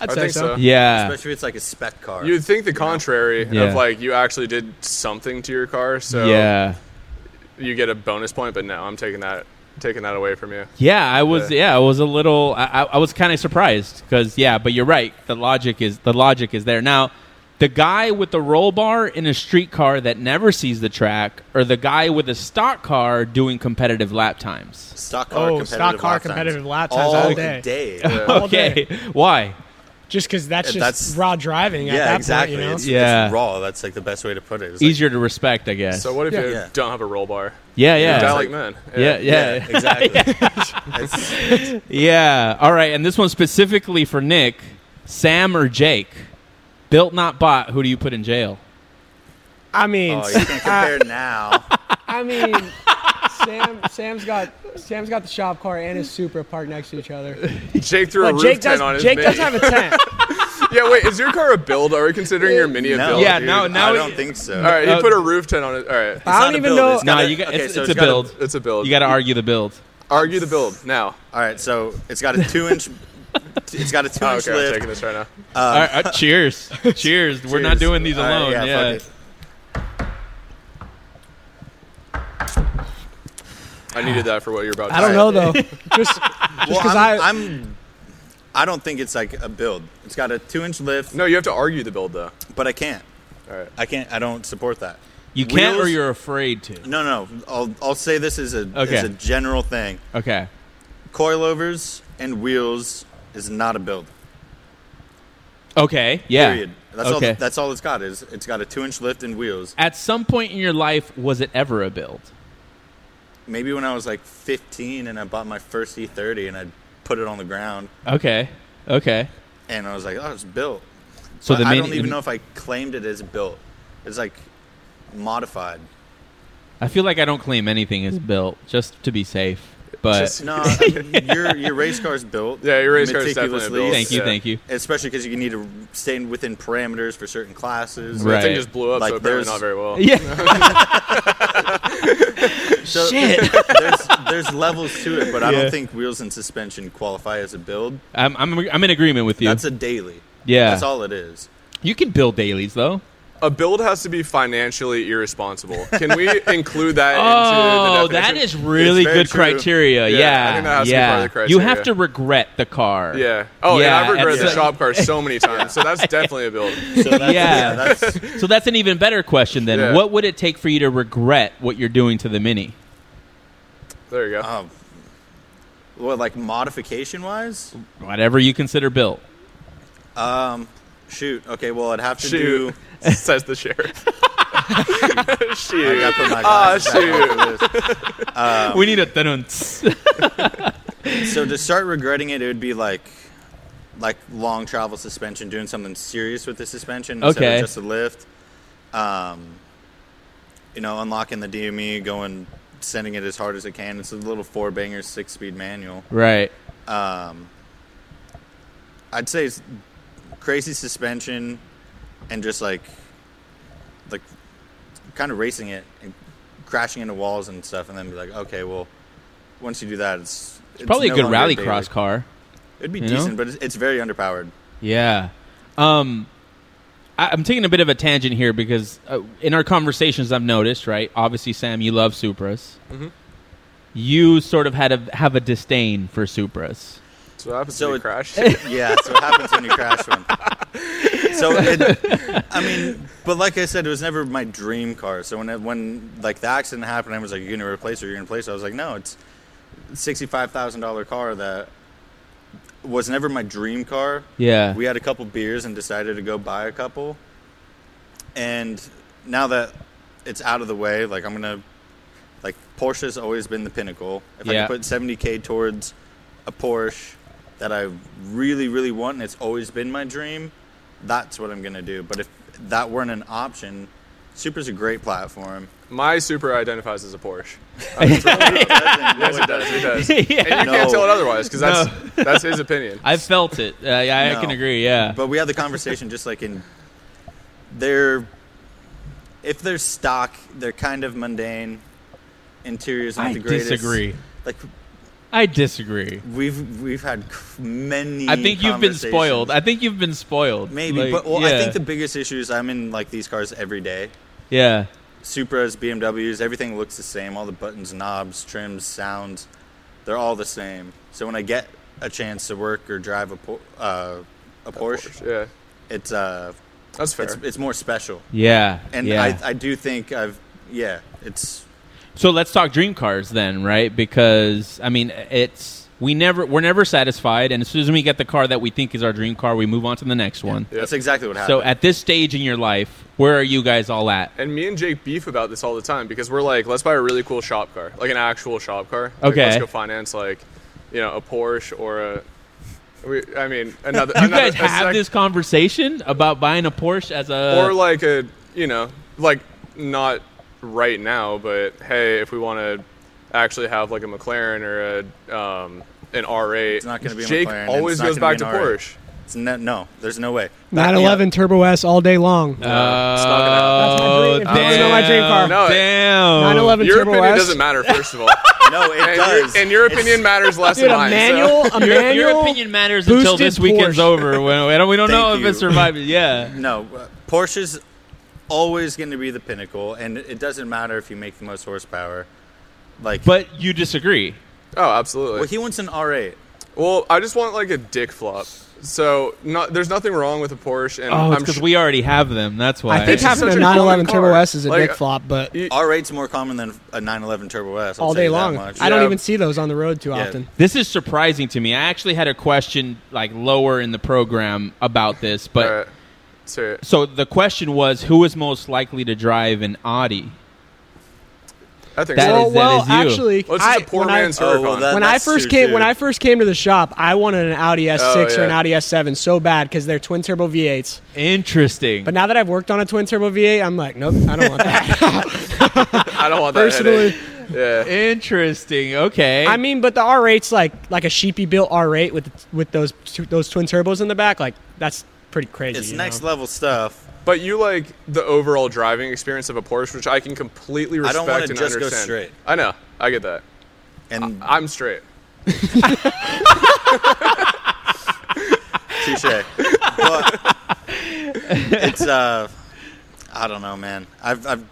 I'd
I
say
think
so.
so.
Yeah.
Especially if it's like a spec car.
You'd think the contrary
Yeah.
of like you actually did something to your car, so
yeah.
you get a bonus point. But no, I'm taking that taking that away from you.
Yeah, I was.
Yeah.
Yeah, I was a little. I, I I was kind of surprised because yeah, but you're right. The logic is the logic is there now. The guy with the roll bar in a street car that never sees the track, or the guy with a stock car doing competitive lap times.
stock car
Oh,
competitive
stock car
lap times.
competitive lap times all day. All
Okay,
day.
why?
just because that's just
That's-
raw driving. at
Yeah,
that
exactly.
Point, you know?
it's, it's
Yeah.
raw. That's like the best way to put it. It's like-
Easier to respect, I guess.
So what if
Yeah.
you
Yeah.
don't have a roll bar?
yeah,
You
yeah,
die like men.
yeah,
yeah,
yeah.
exactly. It's-
Yeah. All right. And this one specifically for Nick, Sam or Jake. Built not bought. Who do you put in jail?
I mean,
oh, you can't compare now.
I mean, Sam. Sam's got Sam's got the shop car and his Supra parked next to each other.
Jake threw a
But
roof
Jake
tent on
does.
his
Jake
mini.
does have a tent.
Yeah, wait, is your car a build? Are we considering your mini a
No.
build?
Yeah,
dude?
no, no. Now
I don't
it-
think so.
All right, you
Uh,
put a roof tent on it. All right.
I don't
not a
even
build,
know-
it's
No,
gotta-
you got,
okay,
it's,
so
it's a
gotta-
build.
It's a build.
you got to argue the build.
Argue the build now.
all right, so it's got a two-inch. it's got a
Oh,
two-inch
okay, I'm
lift.
taking this right now.
All right, uh, cheers. cheers. We're not
Cheers.
doing these
All right,
alone.
yeah,
yeah.
fuck it.
I needed that for what you're about to
I don't
say.
know though. Just just
Well,
because
I'm,
I.
I'm- I don't think it's like a build. It's got a two-inch lift,
No, you have to argue the build, though.
but I can't.
All right.
I can't. I don't support that.
You can't, or
Wheels-
you're afraid to.
No, no. I'll I'll say this is a
Okay.
is a general thing.
Okay.
Coilovers and wheels is not a build.
Okay. Yeah.
Period. That's
okay.
all. That's all it's got is it's got a two-inch lift and wheels.
At some point in your life, was it ever a build?
Maybe when I was like 15 and I bought my first E30 and I put it on the ground
Okay. Okay.
and I was like, oh, it's built.
So
But
the
I
main,
don't even know if I claimed it as built. It's like modified.
I feel like I don't claim anything is built just to be safe. But
Just-
No, I mean, your your race car's built.
Uh, Yeah, your race car is definitely
meticulously,
built.
thank you,
yeah.
thank you.
Especially because you need to stay within parameters for certain classes.
Right.
That thing just blew up,
Like,
so apparently not
there's-
very well.
Yeah.
So-
Shit.
there's there's levels to it, but I
Yeah.
don't think wheels and suspension qualify as a build.
I'm, I'm, I'm in agreement with you.
That's a daily.
Yeah.
That's all it is.
you can build dailies though.
A build has to be financially irresponsible. Can we include that
Oh,
into
that
the definition?
is really
It's very
good
true.
criteria. Yeah,
Yeah,
yeah.
I think that has to be part of the
You
criteria.
have to regret the car.
Yeah. Oh, yeah. I've regretted
and
the
so-
shop car so many times, so that's definitely a build.
So that's,
Yeah.
that's
So that's an even better question then.
Yeah.
What would it take for you to regret what you're doing to the Mini?
There you go.
um, well, like modification wise.
Whatever you consider built.
Um, shoot. Okay. Well, I'd have to
Shoot,
do.
says the sheriff. Shoot.
I put my
Ah,
glasses back on for
we need a tenants.
this. So to start regretting it, it would be like like long travel suspension, doing something serious with the suspension instead
Okay.
of just a lift. Um, you know, unlocking the DME, going sending it as hard as it can. It's a little four banger six speed manual.
right.
Um, I'd say it's crazy suspension and just like like kind of racing it and crashing into walls and stuff, and then be like, okay, well, once you do that, it's, it's
Probably
no
a good
longer
rally
daily.
cross car.
It'd be
you know?
decent, but it's, it's very underpowered.
Yeah. Um, I, I'm taking a bit of a tangent here because uh, in our conversations, I've noticed, right? Obviously, Sam, you love Supras.
Mm-hmm.
You sort of had a have a disdain for Supras.
That's what happens
So
when you
it-
crash.
yeah, that's what happens when you crash one. So, it, I mean, but like I said, it was never my dream car. So when it, when like the accident happened, I was like, "You're gonna replace it. You're gonna replace it." I was like, "No, it's sixty five thousand dollar car that was never my dream car."
Yeah.
We had a couple beers and decided to go buy a couple. And now that it's out of the way, like I'm gonna like Porsche's always been the pinnacle. If
Yeah.
I could put 70k towards a Porsche that I really really want and it's always been my dream, that's what I'm going to do. But if that weren't an option, Super's a great platform.
My super identifies as a Porsche.
yes,
It does. It does.
yeah.
And you can't
No.
tell it otherwise because that's that's his opinion.
I felt it. Uh, yeah, I
No.
can agree. Yeah.
But we had the conversation just like in their if they're stock, they're kind of mundane. Interiors not
I
the greatest.
disagree.
Like
I disagree.
we've we've had c- many.
I think you've been
conversations.
spoiled. I think you've been spoiled.
Maybe,
Like,
but well,
yeah.
I think the biggest issue is I'm in like these cars every day.
yeah,
Supras, BMWs, everything looks the same. All the buttons, knobs, trims, sounds, they're all the same. So when I get a chance to work or drive a Por- uh, a Porsche,
Yeah,
it's uh
that's fair.
it's it's more special.
yeah,
And
yeah.
I I do think I've yeah it's
So let's talk dream cars then, right? Because I mean, it's we never we're never satisfied, and as soon as we get the car that we think is our dream car, we move on to the next one.
Yep.
that's exactly what happened.
So at this stage in your life, where are you guys all at?
and me and Jake beef about this all the time because we're like, let's buy a really cool shop car, like an actual shop car. Like,
Okay.
let's go finance like, you know, a Porsche or a. We, I mean, another.
You
another-
guys
a
have
sec-
this conversation about buying a Porsche as a
or like a you know like not right now but hey if we want to actually have like a mclaren or a um an r8
It's not gonna be a
jake
McLaren, and
always
it's not
goes
gonna
back
be
to
an R8.
porsche
It's no, no, there's no way.
Nine
Yeah.
eleven Turbo S all day long.
Oh,
it's not gonna happen.
That's my dream-
damn,
if that was my dream car.
No,
Oh,
it-
damn.
911
your
Turbo
opinion
S.
doesn't matter first of all
No, it
and,
does.
Your, and your
It's-
opinion matters less
Dude,
than
a
mine
manual,
so.
a
Your-
manual.
Your opinion matters until
boosted
this weekend's
Porsche.
over. When we don't, we don't know
Thank
if it
you.
survived. Yeah,
No, uh, Porsche's always going to be the pinnacle, and it doesn't matter if you make the most horsepower. Like,
but you disagree.
oh absolutely
well, he wants an R8.
well i just want like a dick flop so not, there's nothing wrong with a porsche and
Oh,
i'm
because
sh-
we already have them. That's why.
I think
It's
having
such
a
a common
911 Turbo
car.
S is a
Like,
dick flop, but
you-
R8's more common than a 911 Turbo S. I'll
all
tell
day
you that
long.
much.
I don't
Yeah.
even see those on the road too
Yeah.
often.
This is surprising to me. I actually had a question like lower in the program about this, but
All right. Let's hear it.
so the question was who is most likely to drive an Audi?
i think
That
so.
well,
is-
well,
you.
actually,
Well, it's
I,
just a poor
when
man's
I,
Oh, well,
Huracan.
that-
when I
that's
first
too
came when
soon.
I first came to the shop, I wanted an Audi S6
Oh,
or an
yeah.
Audi S7 so bad because they're twin turbo V8s.
Interesting.
But now that I've worked on a twin turbo V8, I'm like, nope, I don't want that.
i don't want that
personally-
headache. yeah
Interesting. Okay.
I mean, but the R8's like like a sheepy built R8 with with those those twin turbos in the back. Like that's pretty crazy.
It's
you
next
know?
level stuff.
But you like the overall driving experience of a Porsche, which I can completely
I
respect
don't wanna
and
just go
understand.
straight.
I know. I get that.
And
I'm straight.
touche. but it's uh, I don't know, man. I've, I've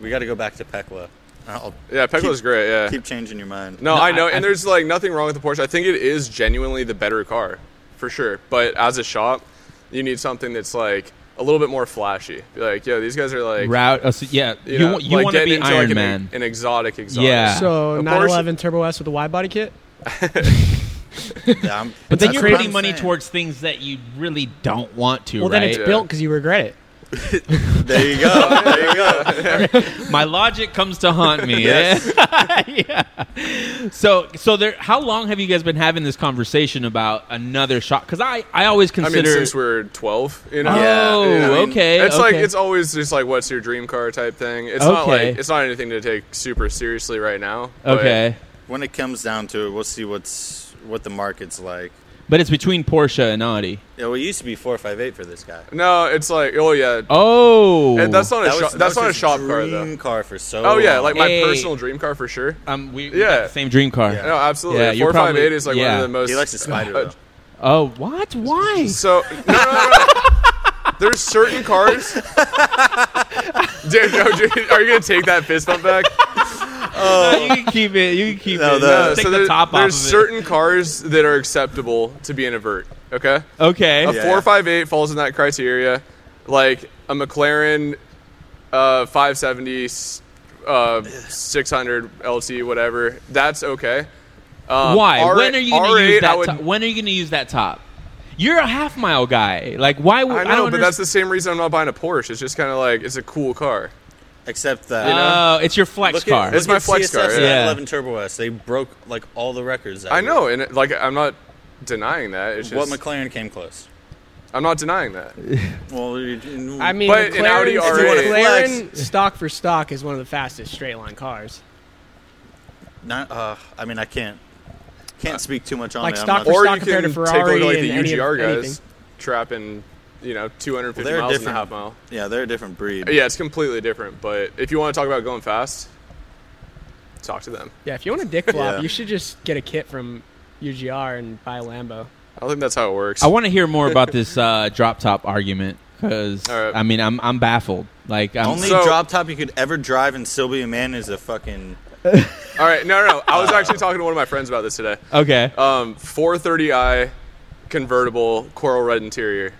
we got to go back to Pekla. I'll
Yeah, Pekla's
keep-
great. Yeah.
Keep changing your mind.
no,
No,
I know.
I-
and
I-
there's like nothing wrong with the Porsche. I think it is genuinely the better car for sure. But as a shop, you need something that's like a little bit more flashy. Be like, yo, these guys are like,
route. oh, so- yeah. You,
you, know,
want- you
like
want to
getting
be
into,
Iron
like, an- e-
Man.
An, exotic exotic.
Yeah.
So
A Porsche-
911 Turbo S with a wide body kit.
Yeah, I'm-
but then
that's
you're
what
putting
I'm
money
saying.
towards things that you really don't want to,
Well,
right?
then it's built because you regret it.
There you go. there you go.
My logic comes to haunt me. yeah. So, so there. How long have you guys been having this conversation about another shot? Because I, I always
I mean,
consider.
since we're 12, you know?
Yeah. Oh,
You know what I mean?
okay,
It's like,
okay.
it's always just like, what's your dream car type thing. It's not
Okay.
like, it's not anything to take super seriously right now. but
okay,
When it comes down to it, we'll see what's what the market's like.
but it's between Porsche and Audi.
Yeah, well, it used to be four five eight for this guy.
No, it's like, oh, yeah.
Oh,
And that's not a,
That was-
shop-
that
that's
was
not a
his
shop car,
dream
though.
car for so.
Oh, yeah.
long.
Like, my
Hey.
personal dream car for sure.
Um, we, we
Yeah.
got the same dream car.
Yeah.
No, absolutely.
Yeah, you're
Four five eight
probably-
is like
yeah.
one of the most.
he likes the spider.
Uh,
though.
Oh, what? Why?
So no, no, no, no. There's certain cars. dude, no, dude, are you gonna take that fist bump back?
you can keep it. You can keep
No,
it.
the-
Just take
so
the
there-
top off
there's
of it.
certain cars that are acceptable to be in a vert. Okay,
okay.
a
Yeah.
four five eight falls in that criteria, like a McLaren, uh, five seventy, uh, six hundred LT, whatever. That's okay. Um,
Why?
R-
when are you going to
R8,
use
I
that?
would-
top? When are you going to use that top? You're a half mile guy. Like, why would
I know,
don't
but
understand-
that's the same reason I'm not buying a Porsche. It's just kind of like it's a cool car.
Except that
Oh, it's your flex
look at-
car.
It's
look
my
at
flex car,
CSF's
yeah. Yeah.
11 Turbo S. They broke like all the records. that
I
year.
know, and it- like I'm not denying that. It's
What
just
McLaren came close?
I'm not denying that.
Well, you-
I mean,
But an
McLaren,
Audi
the
R8.
McLaren stock for stock is one of the fastest straight line cars.
not. Uh, I mean, I can't can't speak too much on
Like
it. I'm
stock
not-
for
Or
stock
you can
compared
take a
to
look at
Ferrari
like the
and any of-
UGR guys
anything.
trapping, you know, 250
They're
miles and
different.
a half mile.
Yeah, they're a different breed.
Yeah, it's completely different. But if you want to talk about going fast, talk to them.
Yeah, if you want a dick flop,
Yeah.
you should just get a kit from UGR and buy a Lambo.
I think that's how it works.
I want to hear more about this uh, drop top argument because
All right.
I mean I'm I'm baffled. Like I'm
Only
So-
drop top you could ever drive in Sylvia Man is a fucking.
All right, no, no, I was actually talking to one of my friends about this today.
okay.
Um, 430i convertible coral red interior.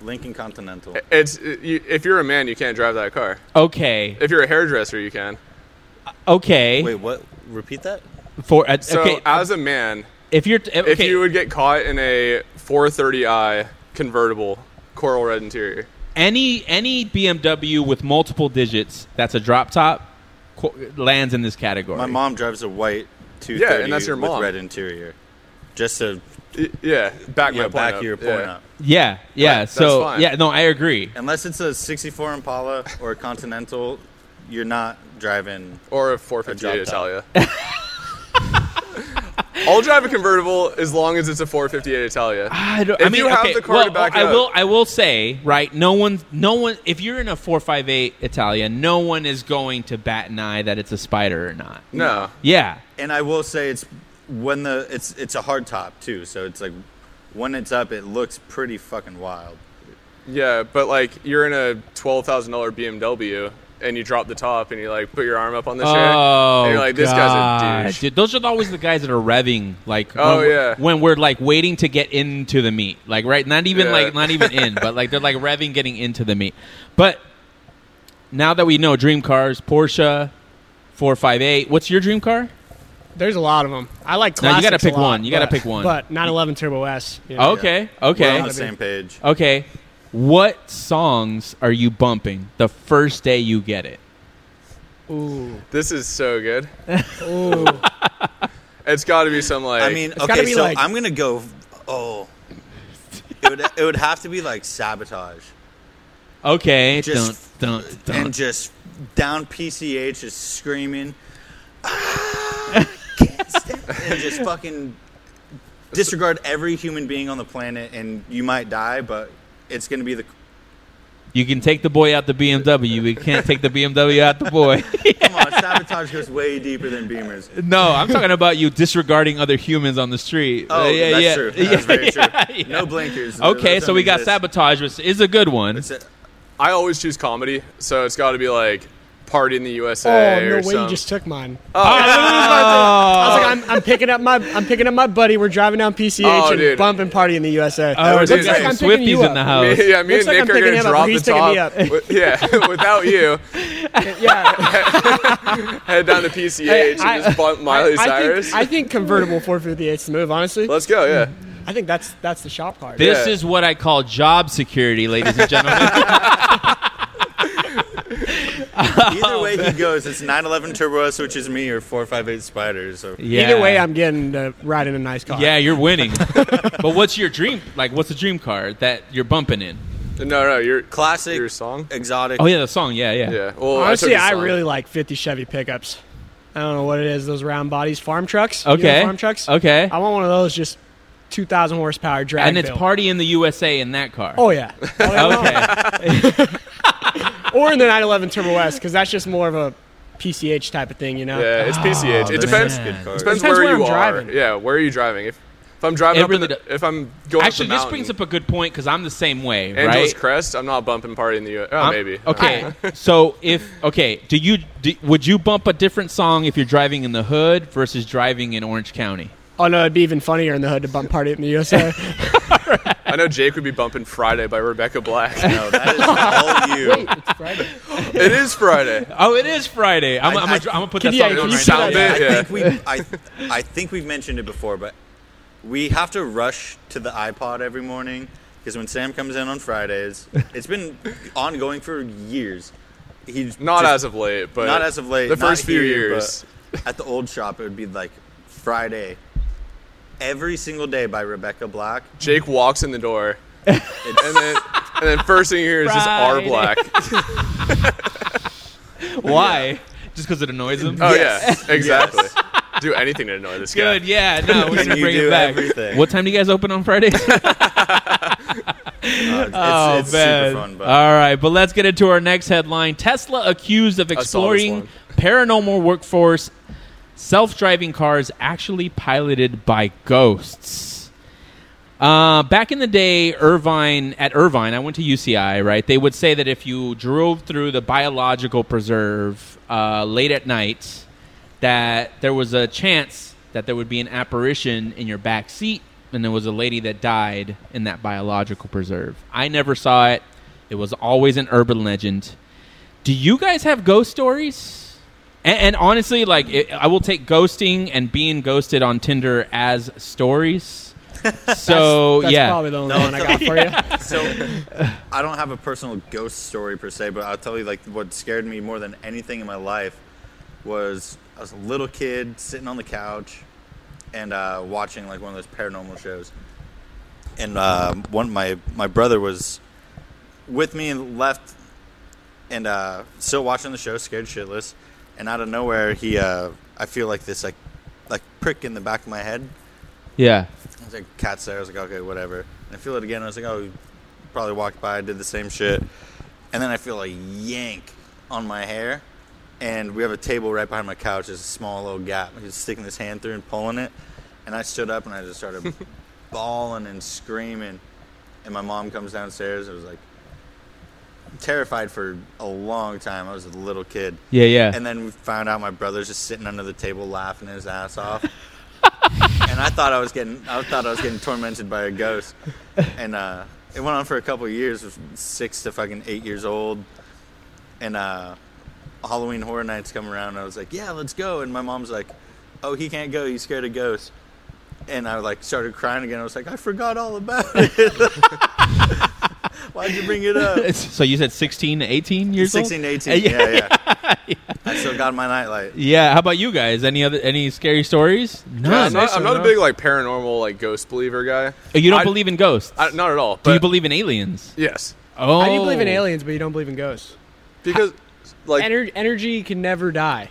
Lincoln Continental.
It's you, if you're a man, you can't drive that car.
okay.
If you're a hairdresser, you can.
Okay.
Wait, what? Repeat that?
For uh,
So
okay.
as a man,
if you're t- okay.
if you would get caught in a 430i convertible coral red interior
any any BMW with multiple digits that's a drop top qu- lands in this category.
My mom drives a white 230
Yeah, and that's your
with
mom.
red interior. Just to
Y- yeah back
you
my
know,
point
back
up.
your point
yeah.
up.
Yeah. Yeah.
Right, that's
so
fine.
yeah. No, I agree.
Unless it's a 64 Impala or a Continental, you're not driving.
or a
A
458
drop
italia i'll drive a convertible as long as it's a 458 italia
I, don't,
If
I mean,
you have
okay,
the car
well,
to back it
I
up.
will. I will say, right? No one, no one. If you're in a four five eight Italia, no one is going to bat an eye that it's a spider or not.
no
Yeah,
And I will say it's when the it's it's a hard top too, so it's like when it's up, it looks pretty fucking wild.
yeah but like you're in a $12000 bmw and you drop the top and you like put your arm up on the chair
Oh,
and you're like this
God.
guy's a douche
Dude, those are always the guys that are revving, like
Oh,
when,
yeah.
when we're like waiting to get into the meat, like right, not even
Yeah.
like not even in, but like they're like revving getting into the meat. But now that we know dream cars, Porsche, four five eight. What's your dream car?
There's a lot of them. I like
No,
classics.
you gotta pick
a lot,
one. You gotta
but-
pick one.
But not 11 Turbo S. you know.
Okay, okay,
We're on the same page.
okay. What songs are you bumping the first day you get it?
Ooh.
this is so good
Ooh.
it's got to be some like
I mean,
gotta
okay,
be
so
like-
I'm gonna go. Oh, it would it would have to be like sabotage
Okay,
Just-
dun, dun, dun.
and just down PCH just screaming. Ah, can't stand it," and just fucking disregard every human being on the planet, and you might die, but it's gonna be the
You can take the boy out the BMW. We can't take the BMW out the boy.
come on. sabotage goes way deeper than Beamers.
no, I'm talking about you disregarding other humans on the street.
Oh,
Uh, yeah,
that's
yeah.
true.
Yeah,
That's very true.
yeah.
No blinkers.
Okay,
Those
so we
don't
got
exist.
sabotage, which is a good one.
It's a-
I always choose comedy, so it's got to be like Party in the
Oh
USA
no
or
way!
something.
You just took mine. Oh,
Oh,
I was like, I'm, I'm picking up my, I'm picking up my buddy. We're driving down PCH
Oh,
and
dude.
bumping party in the USA.
oh,
was
there's
like
some
I'm
picking you
Swifties in the
up.
house.
Me- yeah, me
Looks
and Nick
like I'm
are
picking
gonna
him up,
drop
but he's
the
picking
top.
me up.
With- yeah, without you,
yeah.
head down to PCH
Hey,
and
I-
just bump
I,
Miley
I
Cyrus.
think, I think convertible 458 is the move. Honestly,
Let's go, yeah.
I I think that's that's the shop card.
This
Yeah.
is what I call job security, ladies and gentlemen.
Either
Oh,
way he goes, it's 911 Turbo S, which is me, or 458 Spiders. Or,
yeah.
Either way, I'm getting to ride in a nice car.
Yeah, you're winning. but what's your dream? Like, what's the dream car that you're bumping in?
No, no, you're
Classic,
Your song?
exotic.
Oh yeah, the song. Yeah, yeah.
Yeah. Well,
Honestly,
took the
I,
song.
really like 50 Chevy pickups. I don't know what it is. Those round bodies, farm trucks. You know,
Okay.
farm trucks.
Okay.
I want one of those, just 2,000 horsepower drag.
and it's
built.
party in the USA in that car.
Oh yeah. All day long.
okay.
or in the 911 Turbo S, because that's just more of a PCH type of thing, you know.
Yeah, it's PCH.
Oh,
it
that's
depends.
a good
It
card.
depends
Depends where
where you
I'm
are.
driving.
Yeah, where are you driving? If if I'm driving
It
up, in
really
the-
do-
if I'm going
Actually,
up
this
the
brings up a good point because I'm the same way,
Angeles
right?
Crest. I'm not bumping party in the U. Oh,
I'm-
maybe.
Okay. so if okay, do you do, would you bump a different song if you're driving in the hood versus driving in Orange County?
Oh no, it'd be even funnier in the hood to bump party in the USA.
I know Jake would be bumping Friday by Rebecca Black.
No, that is all you.
it is Friday.
Oh, it is Friday. I'm,
I-
I, am i
I-
am gonna put
Can
that
you-
song
yeah,
on
can you
right
put
now.
that-
Yeah.
I think we, I, I think we've mentioned it before, but we have to rush to the iPod every morning because when Sam comes in on Fridays, it's been ongoing for years. He's
Not
just-
as of late, but
not as of late.
The
not
first few
here,
years.
but at the old shop, it would be like Friday, every single day by Rebecca Black.
Jake walks in the door, and then and then first thing you hear is just R
Friday.
Black.
Why? Just because it annoys them.
Oh
Yes.
yeah, exactly. Do anything to annoy this guy.
Good. Yeah. No, we're gonna
You
bring
do
it back.
everything.
What time do you guys open on Fridays?
Uh, it's
Oh,
it's
man.
super fun, but
All right, but let's get into our next headline. Tesla accused of
saw this
exploiting
one.
paranormal workforce, self driving cars actually piloted by ghosts. Uh, back in the day, Irvine at Irvine, I went to UCI. Right, they would say that if you drove through the biological preserve uh, late at night, that there was a chance that there would be an apparition in your back seat, and there was a lady that died in that biological preserve. I never saw it. It was always an urban legend. Do you guys have ghost stories? And, and honestly, like it, I will take ghosting and being ghosted on Tinder as stories. So
that's
Oh, yeah,
probably the only
No,
one I got for you.
so I don't have a personal ghost story per se, but I'll tell you like what scared me more than anything in my life was I was a little kid sitting on the couch and uh, watching like one of those paranormal shows, and uh, one my my brother was with me and left and uh, still watching the show, scared shitless. And out of nowhere, he uh, I feel like this like like prick in the back of my head
yeah.
I was like, cat's there. I was like, okay, whatever. And I feel it again. I was like, oh, probably walked by, did the same shit. And then I feel a yank on my hair. And we have a table right behind my couch. There's a small little gap. He's sticking his hand through and pulling it. And I stood up and I just started bawling and screaming. And my mom comes downstairs. I was like, terrified for a long time. I was a little kid.
Yeah, yeah.
And then we found out my brother's just sitting under the table laughing his ass off. and I thought I was getting I thought I was getting tormented by a ghost. And uh, it went on for a couple of years, was six to fucking eight years old. And uh, Halloween horror nights come around. And I was like, yeah, let's go. And my mom's like, oh, he can't go. He's scared of ghosts. And I like started crying again. I was like, I forgot all about it. Why'd you bring it up?
So you said sixteen to eighteen years
16
old. Uh,
to 18. Yeah, yeah. I still got my nightlight.
Yeah. How about you guys? Any other any scary stories?
Yeah, I'm
None.
not, I'm not a big like paranormal like ghost believer guy.
Oh, you don't
I-
believe in ghosts.
I, not at all. But
Do you believe in aliens?
Yes,
Oh,
How do you believe in aliens, but you don't believe in ghosts?
because like
Ener- energy can never die.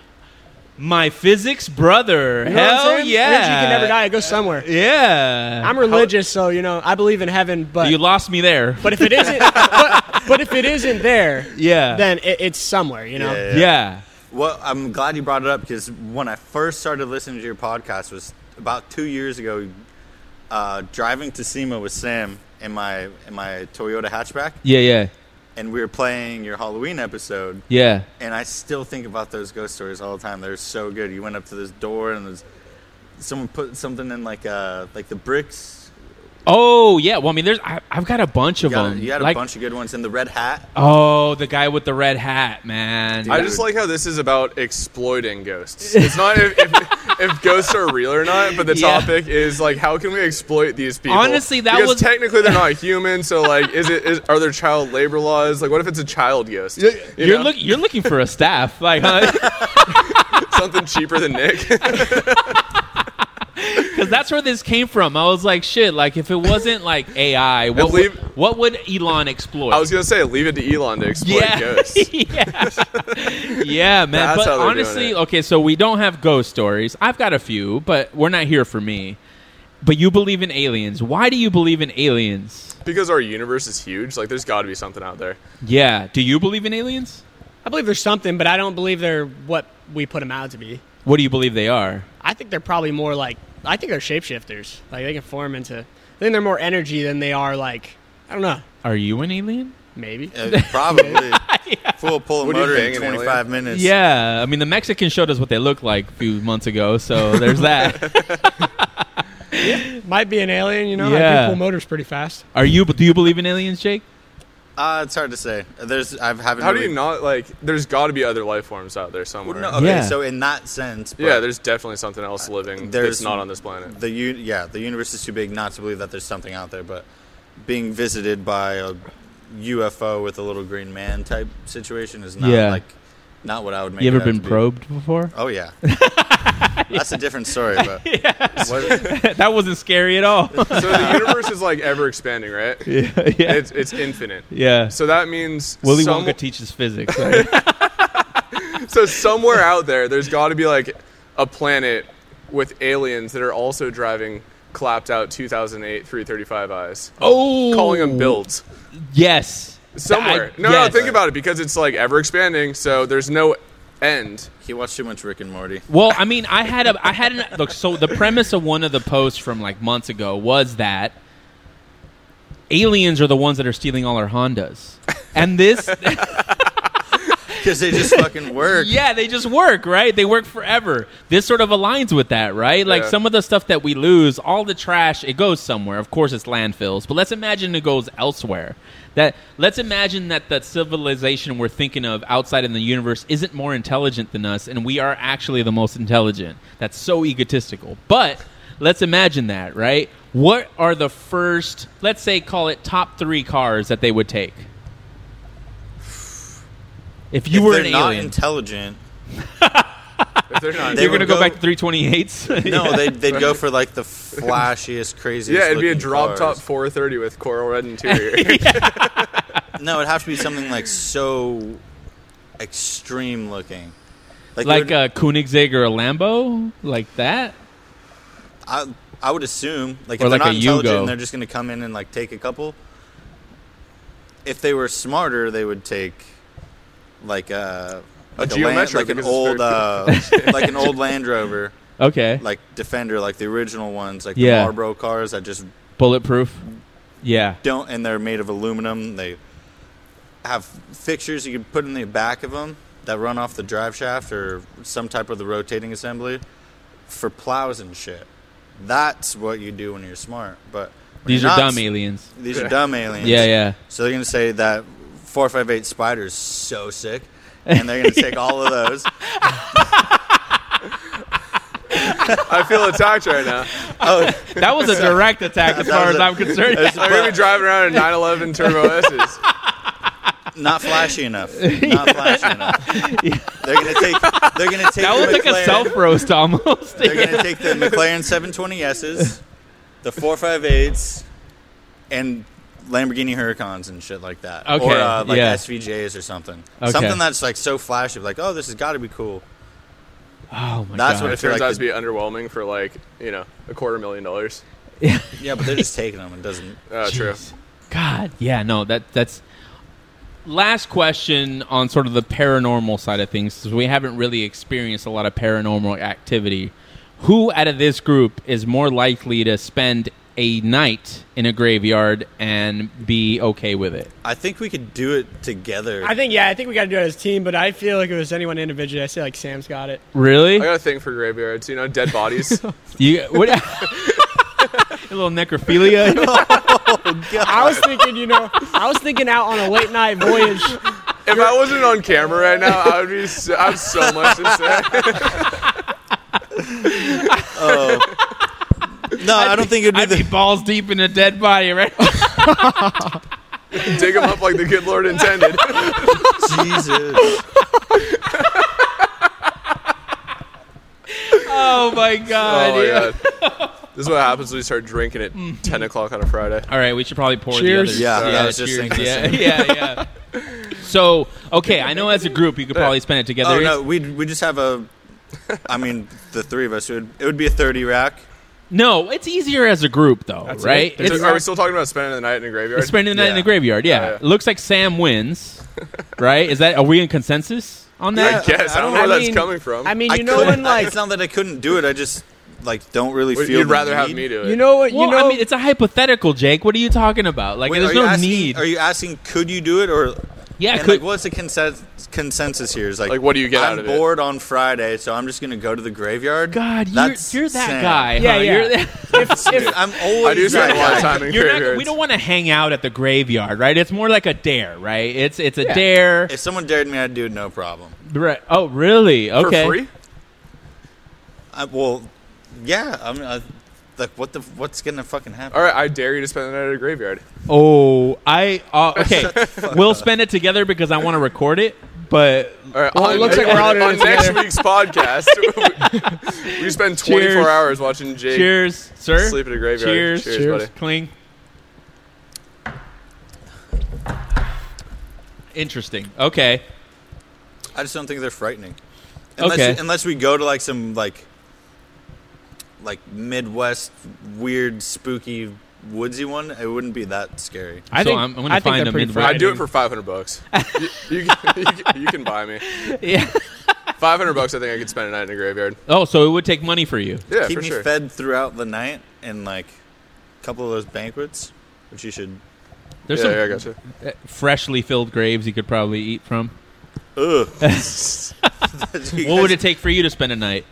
My physics brother.
You know what I'm
Hell
saying?
yeah.
Energy can never die. It goes somewhere.
Yeah.
I'm religious, so you know I believe in heaven, but
you lost me there.
but if it isn't, but, but if it isn't there,
yeah.
then it, it's somewhere. You know.
yeah.
Well, I'm glad you brought it up because when I first started listening to your podcast was about two years ago. Uh, driving to SEMA with Sam in my in my Toyota hatchback,
Yeah. Yeah.
and we were playing your Halloween episode.
Yeah.
And I still think about those ghost stories all the time. They're so good. You went up to this door and there's someone put something in like uh like the bricks.
Oh yeah. Well, I mean, there's I, I've got a bunch of
You got,
them.
you had a
Like-
bunch of good ones in the red hat.
Oh, the guy with the red hat, man.
I
Dude.
just like how this is about exploiting ghosts. It's not if, if, if ghosts are real or not, but the
Yeah.
topic is like how can we exploit these people?
Honestly, that
because
was-
technically they're not human. So like, is it is are there child labor laws? Like, what if it's a child ghost? You
You're
know?
look. You're looking for a staff, like, huh?
something cheaper than Nick.
Because that's where this came from. I was like, shit. Like, if it wasn't like AI, what
leave-
would, what would Elon exploit?
I was gonna say leave it to Elon to exploit ghosts.
yeah. yeah, man.
That's
but
how they're doing
honestly,
it.
okay, so we don't have ghost stories. I've got a few, but we're not here for me. But you believe in aliens. Why do you believe in aliens?
Because our universe is huge. Like, there's got to be something out there.
Yeah. Do you believe in aliens?
I believe there's something, but I don't believe they're what we put them out to be.
What do you believe they are?
I think they're probably more like I think they're shapeshifters. Like they can form into. I think they're more energy than they are like I don't know.
Are you an alien?
Maybe
Uh, probably. Full pull a
What do you
motor in
think, an
25 minutes.
Yeah. I mean, the Mexican showed us what they look like a few months ago, so there's that.
might be an alien. You know, I
Yeah.
can pull motors pretty fast.
Are you? Do you believe in aliens, Jake?
Uh, it's hard to say. There's I haven't.
How do
really,
you not like? There's got to be other life forms out there somewhere.
No, okay,
Yeah.
so in that sense, but
yeah, there's definitely something else living
there's-
that's not on this planet.
the u- yeah the universe is too big not to believe that there's something out there. But being visited by a UFO with a little green man type situation is not
Yeah.
like not what I would make.
You ever
it out
been
to be.
probed before?
Oh yeah. That's a different story, but what-
that wasn't scary at all.
So the universe is like ever expanding, right?
yeah. Yeah.
It's it's infinite.
yeah.
So that means
Willy
some-
Wonka teaches physics. Right?
so somewhere out there, there's got to be like a planet with aliens that are also driving clapped out 2008 335 eyes.
oh,
Calling them builds
Yes.
somewhere.
I-
no,
yes.
no, think about it because it's like ever expanding. So there's no end.
he watched too much Rick and Morty.
Well, I mean, I had a, I had an look. So the premise of one of the posts from like months ago was that aliens are the ones that are stealing all our Hondas, and this,
Because they just fucking work.
yeah, they just work, right? They work forever. This sort of aligns with that, right? Like
Yeah.
some of the stuff that we lose, all the trash, it goes somewhere. Of course, it's landfills, but let's imagine it goes elsewhere. That let's imagine that the civilization we're thinking of outside in the universe isn't more intelligent than us, and we are actually the most intelligent. That's so egotistical, but let's imagine that, right? What are the first, let's say, call it top three cars that they would take? If you
If
were
they're
an
not
alien,
intelligent.
If they're not,
They
you're gonna
would
go,
go-
back to 328s.
No, they'd, they'd go for like the flashiest, craziest.
yeah, it'd be a
looking
drop top
cars.
430 with coral red interior.
No, it'd have to be something like so extreme looking. Like, they
like uh,
would-
a Koenigsegg or a Lambo, like that.
I, I would assume like
Or
if they're
like
not
a
intelligent,
Yugo.
they're just gonna come in and like take a couple. If they were smarter, they would take like a like a,
Geo
land-
Metro,
like an
because it's
old
very-
uh, like an old Land Rover,
Okay,
like Defender, like the original ones, like
Yeah.
the Marlboro cars that just
bulletproof. Yeah,
don't, and they're made of aluminum. They have fixtures you can put in the back of them that run off the drive shaft or some type of the rotating assembly for plows and shit. That's what you do when you're smart. But when
these
you're
are
not
dumb
s-
aliens.
These are dumb aliens.
Yeah, yeah.
So they're gonna say that four five eight spider is so sick, and they're gonna take all of those.
I feel attacked right now.
Oh,
That was a direct attack, as
That
far
was
as
a-
I'm concerned.
that's
I'm gonna be driving around in 911 Turbo S's.
not flashy enough. Not flashy enough. They're gonna take. They're gonna take.
That was
the
like a
McLaren-
self roast almost.
They're
Yeah.
going to take the McLaren 720Ss, the 458s, and Lamborghini Huracans and shit like that.
Okay,
Or uh, like
yeah.
SVJs or something.
Okay.
Something that's like so flashy, like, oh, this has got to be cool.
Oh my
That's
god.
what
It
I feel
turns
like
out
the-
to be underwhelming for like you know a quarter million dollars.
Yeah, but they're just taking them and doesn't.
Uh, true.
Jeez. God, yeah, no, that that's. Last question on sort of the paranormal side of things, because we haven't really experienced a lot of paranormal activity. Who out of this group is more likely to spend a night in a graveyard and be okay with it?
I think we could do it together.
I think yeah, I think we got to do it as a team. But I feel like if it was anyone individually, I say like Sam's got it.
Really?
I got a thing for graveyards, you know, dead bodies.
You what? a little necrophilia.
I was thinking, you know, I was thinking out on a late night voyage.
if I wasn't on camera right now, I would be. So, I'm so much upset.
No, I don't think it'd be
I'd
the.
be balls deep in a dead body, right?
Dig them up like the good Lord intended.
Jesus.
oh my god!
oh my
yeah.
god. This is what happens when you start drinking at 10 o'clock on a Friday.
All right, we should probably pour
Cheers.
the others.
Yeah, I was just
cheers.
thinking
yeah,
the
yeah, yeah. So, okay, I know as a group you could probably spend it together.
Oh no, we we just have a. I mean, the three of us. It would, it would be a thirty rack.
No, it's easier as a group though,
That's
right?
it.
It's,
So are we still talking about spending the night in a graveyard?
spending the night in the
Yeah.
graveyard. Yeah.
Yeah, yeah.
looks like Sam wins, right? Is that are we in consensus on
I
that?
guess. I don't know
I
where that's
mean-
coming from.
I mean,
I
you know
couldn't-
when
I-
like
it's not that I couldn't do it. I just like don't really
Would-
feel.
You'd
the
rather have
need.
me do it.
you know what you
Well,
know
I mean, it's a hypothetical, Jake. What are you talking about? Like,
Wait,
there's
are you
no
asking,
need.
Are you asking? Could you do it or?
yeah,
and
could,
like, what's the consensus consensus here? Is like,
Like, what do you get
I'm
out of it?
bored on Friday, so I'm just gonna go to the graveyard.
God, you're,
That's
you're that
Sam.
guy.
Yeah,
huh?
yeah.
You're that-
If I'm always.
I do spend
that
a lot of
guy.
time in
You're not-
graveyards.
we don't want to hang out at the graveyard, right? It's more like a dare, right? It's it's a dare.
If someone dared me, I'd do it, no problem.
Right. Oh, really?
For
Okay.
free?
I, well, yeah. I mean, I, like, what the? What's gonna fucking happen?
All right, I dare you to spend the night at a graveyard.
Oh, I uh, okay. we'll spend it together because I want to record it, but
All right,
Well, it looks like we're all doing
on
it
next
together.
week's podcast. we- we spend 24
Cheers.
hours watching Jake
cheers, sir.
sleep at a graveyard.
Cheers,
Cheers,
Cheers.
buddy.
cling. Interesting. Okay.
I just don't think they're frightening. Unless,
Okay.
Unless we go to like some like like Midwest weird spooky woodsy one, it wouldn't be that scary.
I
think-
I'm, I'm gonna
I think
find
they're
a
pretty
midway.
I'd do
Friday.
it for 500 bucks. you, you, can- you can- you can buy me.
Yeah.
500 bucks, I think I could spend a night in a graveyard.
Oh, so it would take money for you.
Yeah,
Keep
for
me
sure.
fed throughout the night and like a couple of those banquets, which you should.
There's
yeah,
some
yeah, I gotcha.
freshly filled graves you could probably eat from.
Ugh.
What would it take for you to spend a night?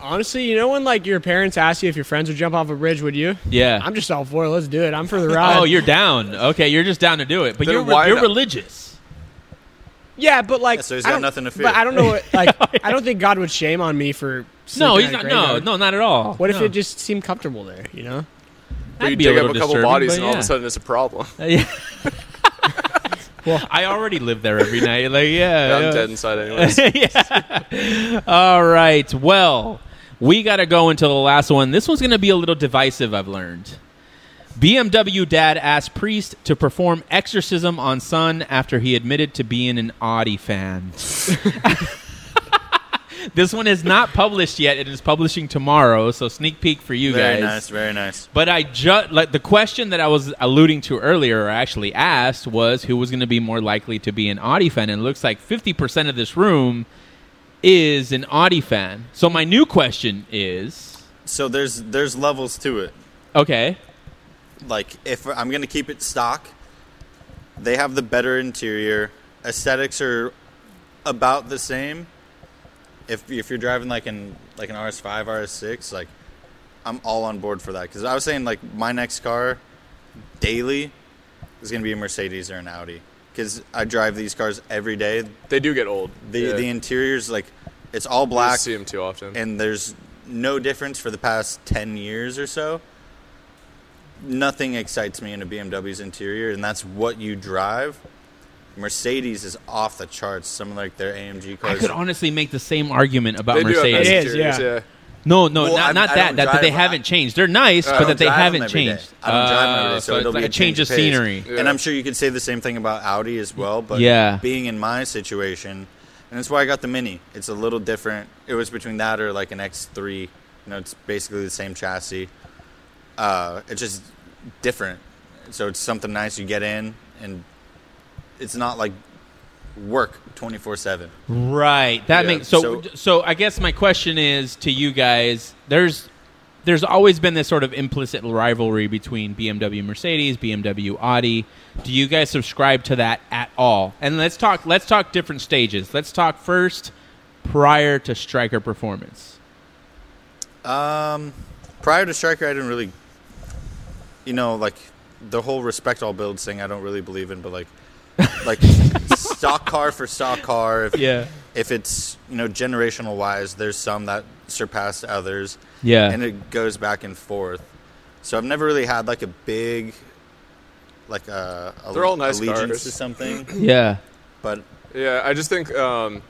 honestly, you know when like your parents ask you if your friends would jump off a bridge, would you?
Yeah.
I'm just all for it. Let's do it. I'm for the ride.
oh, you're down. Okay, you're just down to do it, but
Then
you're
why
you're
not?
religious.
yeah, but like
Yeah, so he's
I
got
don't-
nothing to fear.
But I don't know. What, like I don't think God would shame on me for.
No,
sleeping
he's
at
not.
a
No,
graveyard.
no, not at all.
What if
No.
it just seemed comfortable there? You know.
But you
be a
dig up
little
a couple
disturbing,
bodies,
but
and all of
yeah.
a sudden it's a problem.
Uh, well, I already live there every night. Like, yeah,
I'm
yeah.
dead inside, anyways.
Yeah. All right. Well, we got to go into the last one. This one's going to be a little divisive, I've learned. BMW dad asked priest to perform exorcism on son after he admitted to being an Audi fan. this one is not published yet. It is publishing tomorrow, so sneak peek for you
Very
guys.
nice. Very nice.
But I just like the question that I was alluding to earlier, or actually asked, was who was going to be more likely to be an Audi fan, and it looks like fifty percent of this room is an Audi fan. So my new question is,
So there's there's levels to it.
okay,
like if I'm gonna keep it stock, they have the better interior. Aesthetics are about the same. If if you're driving like an like an RS5, RS6, like I'm all on board for that because I was saying like my next car daily is gonna be a Mercedes or an Audi because I drive these cars every day.
they do get old.
The
yeah.
the interiors like it's all
I
black
see them too often.
and there's no difference for the past 10 years or so. Nothing excites me in a BMW's interior, and that's what you drive. Mercedes is off the charts. Some of like their AMG
I
cars.
could honestly make the same argument about
they do have nice
Mercedes.
It is,
interiors,
yeah.
No, no,
Well,
not,
I'm-
not
I
that,
don't
that. That they
drive-
haven't changed. They're nice,
I
but
don't
that they
drive them
haven't
every day.
changed.
I don't drive them every
Uh,
day, so,
it's
it'll
like
be
a change of
pace.
scenery.
And I'm sure you could say the same thing about Audi as well. But
Yeah.
being in my situation, and that's why I got the Mini. It's a little different. It was between that or like an X3. You know, it's basically the same chassis. Uh, it's just different. So it's something nice you get in, and it's not like work 24 seven.
Right. That
Yeah.
makes so,
So-
so I guess my question is to you guys, there's there's always been this sort of implicit rivalry between BMW Mercedes, BMW Audi. Do you guys subscribe to that at all? And let's talk let's talk different stages. Let's talk first prior to striker performance.
Um, prior to Striker, I didn't really, you know, like the whole respect all builds thing. I don't really believe in, but like, like stock car for stock car. If,
Yeah.
if it's you know generational wise, there's some that surpass others,
Yeah.
and it goes back and forth. So I've never really had like a big, like a, a
They're all nice
allegiance
cars.
to something,
yeah.
but
Yeah, I just think um,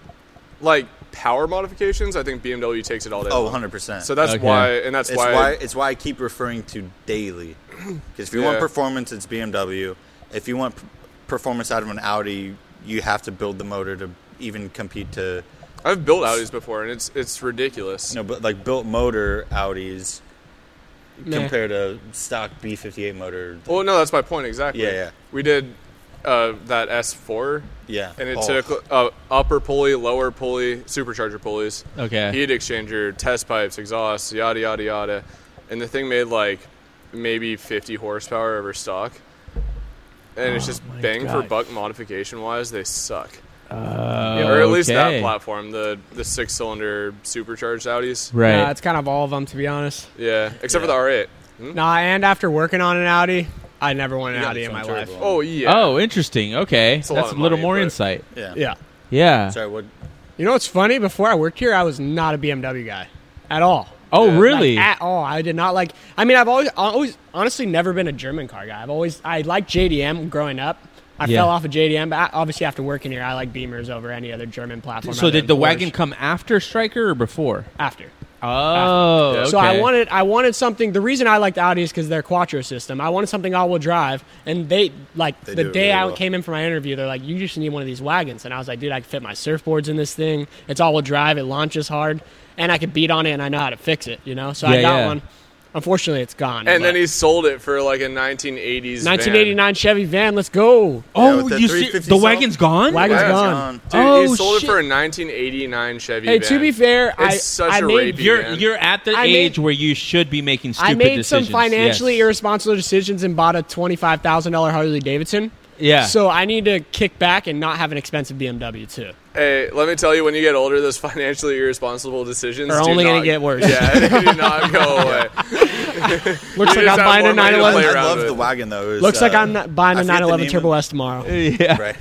like power modifications. I think BMW takes it all day.
oh,
long.
100 percent.
So that's
Okay.
why, and that's
it's
why,
why, it's why I keep referring to daily. Because if you want
Yeah.
performance, it's BMW. If you want p- performance out of an Audi, you have to build the motor to even compete to
I've built Audis before, and it's it's ridiculous.
you know, but like built motor Audis
Meh.
compared to stock B58 motor.
Well, no, that's my point exactly.
Yeah, yeah.
We did uh, that S4,
Yeah,
and it
Oh.
took uh, upper pulley, lower pulley, supercharger pulleys,
Okay.
heat exchanger, test pipes, exhaust, yada yada yada, and the thing made like maybe 50 horsepower over stock, and it's just
my
bang for
God.
buck modification wise, they suck.
Uh,
or at least that
okay.
platform, the the six cylinder supercharged Audis.
Right.
Nah, it's kind of all of them, to be honest.
Yeah, except for the R8. Hmm?
Nah, and after working on an Audi, I never want an
Yeah,
Audi
it's
in my life.
unturbo.
Oh yeah.
Oh, interesting. Okay.
a lot
That's a
of
little
money,
more
but-
insight.
Yeah.
Yeah.
Yeah.
Sorry, what?
You know what's funny? Before I worked here, I was not a BMW guy at all.
Oh,
Yeah.
really?
Like, at all. I did not like. I mean, I've always, I always, honestly, never been a German car guy. I've always, I liked JDM growing up. I
Yeah.
fell off of JDM, but I, obviously after working here, I like Beamers over any other German platform.
so
other
did the
than Porsche.
wagon come after Striker or before?
after?
Oh,
Yeah.
okay.
So I wanted, I wanted something. The reason I liked Audi is because their Quattro system. I wanted something all-wheel drive, and they like
They
the
do it
day
really
I
well.
came in for my interview, they're like, "You just need one of these wagons," and I was like, "Dude, I can fit my surfboards in this thing. It's all-wheel drive. It launches hard, and I could beat on it, and I know how to fix it. You know." So I
Yeah,
got
yeah.
one. Unfortunately, it's gone.
And then
but-
he sold it for like a 1980s. van.
1989 Chevy van. Let's go.
Yeah,
Oh,
with the
you see,
350
the
cell?
wagon's gone.
Wagon-
Yeah,
It's
it's
gone.
Dude,
Oh,
he sold
shit.
it for a 1989 Chevy.
Hey,
van.
to be fair, I
It's such
I
a
made
rapey-
You're
man.
you're at the
I made-
age where you should be making stupid
I made
decisions.
some financially
yes.
irresponsible decisions and bought a twenty five thousand dollar Harley Davidson.
Yeah.
So I need to kick back and not have an expensive BMW too.
Hey, let me tell you, when you get older, those financially irresponsible decisions
They're
do
only gonna
not-
get worse.
Yeah, they do not go away.
Looks
You
like I'm
just have
buying a
more money to
911.
play
I
around
love
with
the
it.
wagon though. It was,
Looks like
uh,
I'm not buying
I
a
forget the
911
name
Turbo
of-
S tomorrow.
yeah.
Right.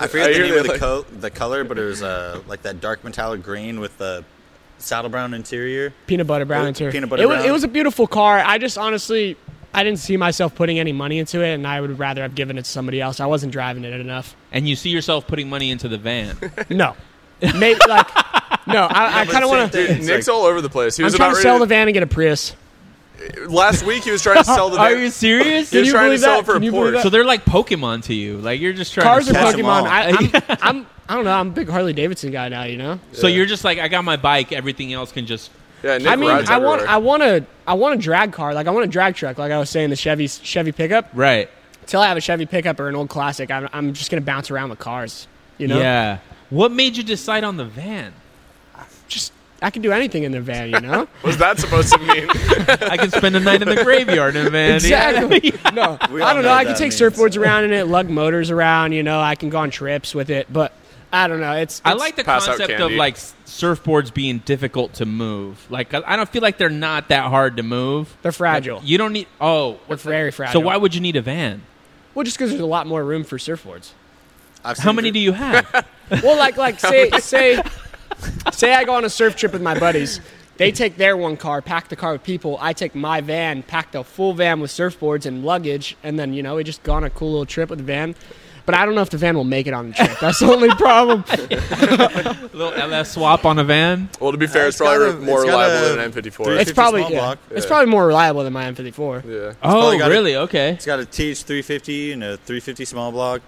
I forget the
hear
name of
you,
the,
like-
co- the color, but it was uh, like that dark metallic green with the saddle brown interior.
Peanut butter brown
Uh,
interior.
peanut butter
it, Was,
brown.
it was a beautiful car. I just honestly, I didn't see myself putting any money into it, and I would rather have given it to somebody else. I wasn't driving it enough.
And you see yourself putting money into the van.
No, maybe like no. I, I kind of want to.
Dude, it's
Nick's
like-
all over the place. He
I'm
was
trying
about
to sell the
ready
van and get a Prius.
to- Last week, he was trying to sell the van.
Are you serious?
He was
you
trying to
believe
sell
that?
it for a
Can you believe
Porsche.
so they're like Pokemon to you. Like you're just trying.
Cars
to
are
sell-
Catch 'em all.
Pokemon. I, I'm, I'm, I don't know. I'm a big Harley Davidson guy now. You know.
So you're just like I got my bike. Everything else can just.
Yeah, Nick
I mean,
rides
I want,
everywhere.
I want a, I want a drag car. Like I want a drag truck. Like I was saying, the Chevy, Chevy pickup.
Right.
Till I have a Chevy pickup or an old classic, I'm, I'm just gonna bounce around with cars. You know.
Yeah. What made you decide on the van?
Just I can do anything in the van. You know.
was that supposed to mean?
I can spend a night in the graveyard in a van.
Exactly. No,
We all
I don't
know
know. I
what
can
that
take
means.
surfboards around in it, lug motors around. You know, I can go on trips with it. But I don't know. It's,
I
it's-
like the
pass out
concept of
candy.
like s- surfboards being difficult to move. Like I I don't feel like they're not that hard to move.
They're fragile.
You don't need. Oh,
They're very
so
fragile.
why would you need a van?
Well, just because there's a lot more room for surfboards.
I've
How
seen
many
it-
do you have?
Well, like like say say say I go on a surf trip with my buddies. They take their one car, pack the car with people. I take my van, pack the full van with surfboards and luggage, and then you know we just go on a cool little trip with the van. But I don't know if the van will make it on the trip. That's the only problem.
a little LS swap on a van.
Well, to be fair, it's
it's got
probably
a-
more
it's got
reliable
a-
than an M54.
It's
350
probably
small
yeah.
block.
it's
Yeah.
probably more reliable than my M54.
yeah.
Oh,
probably got a-
really? Okay.
It's got a TH 350 and a 350 small block.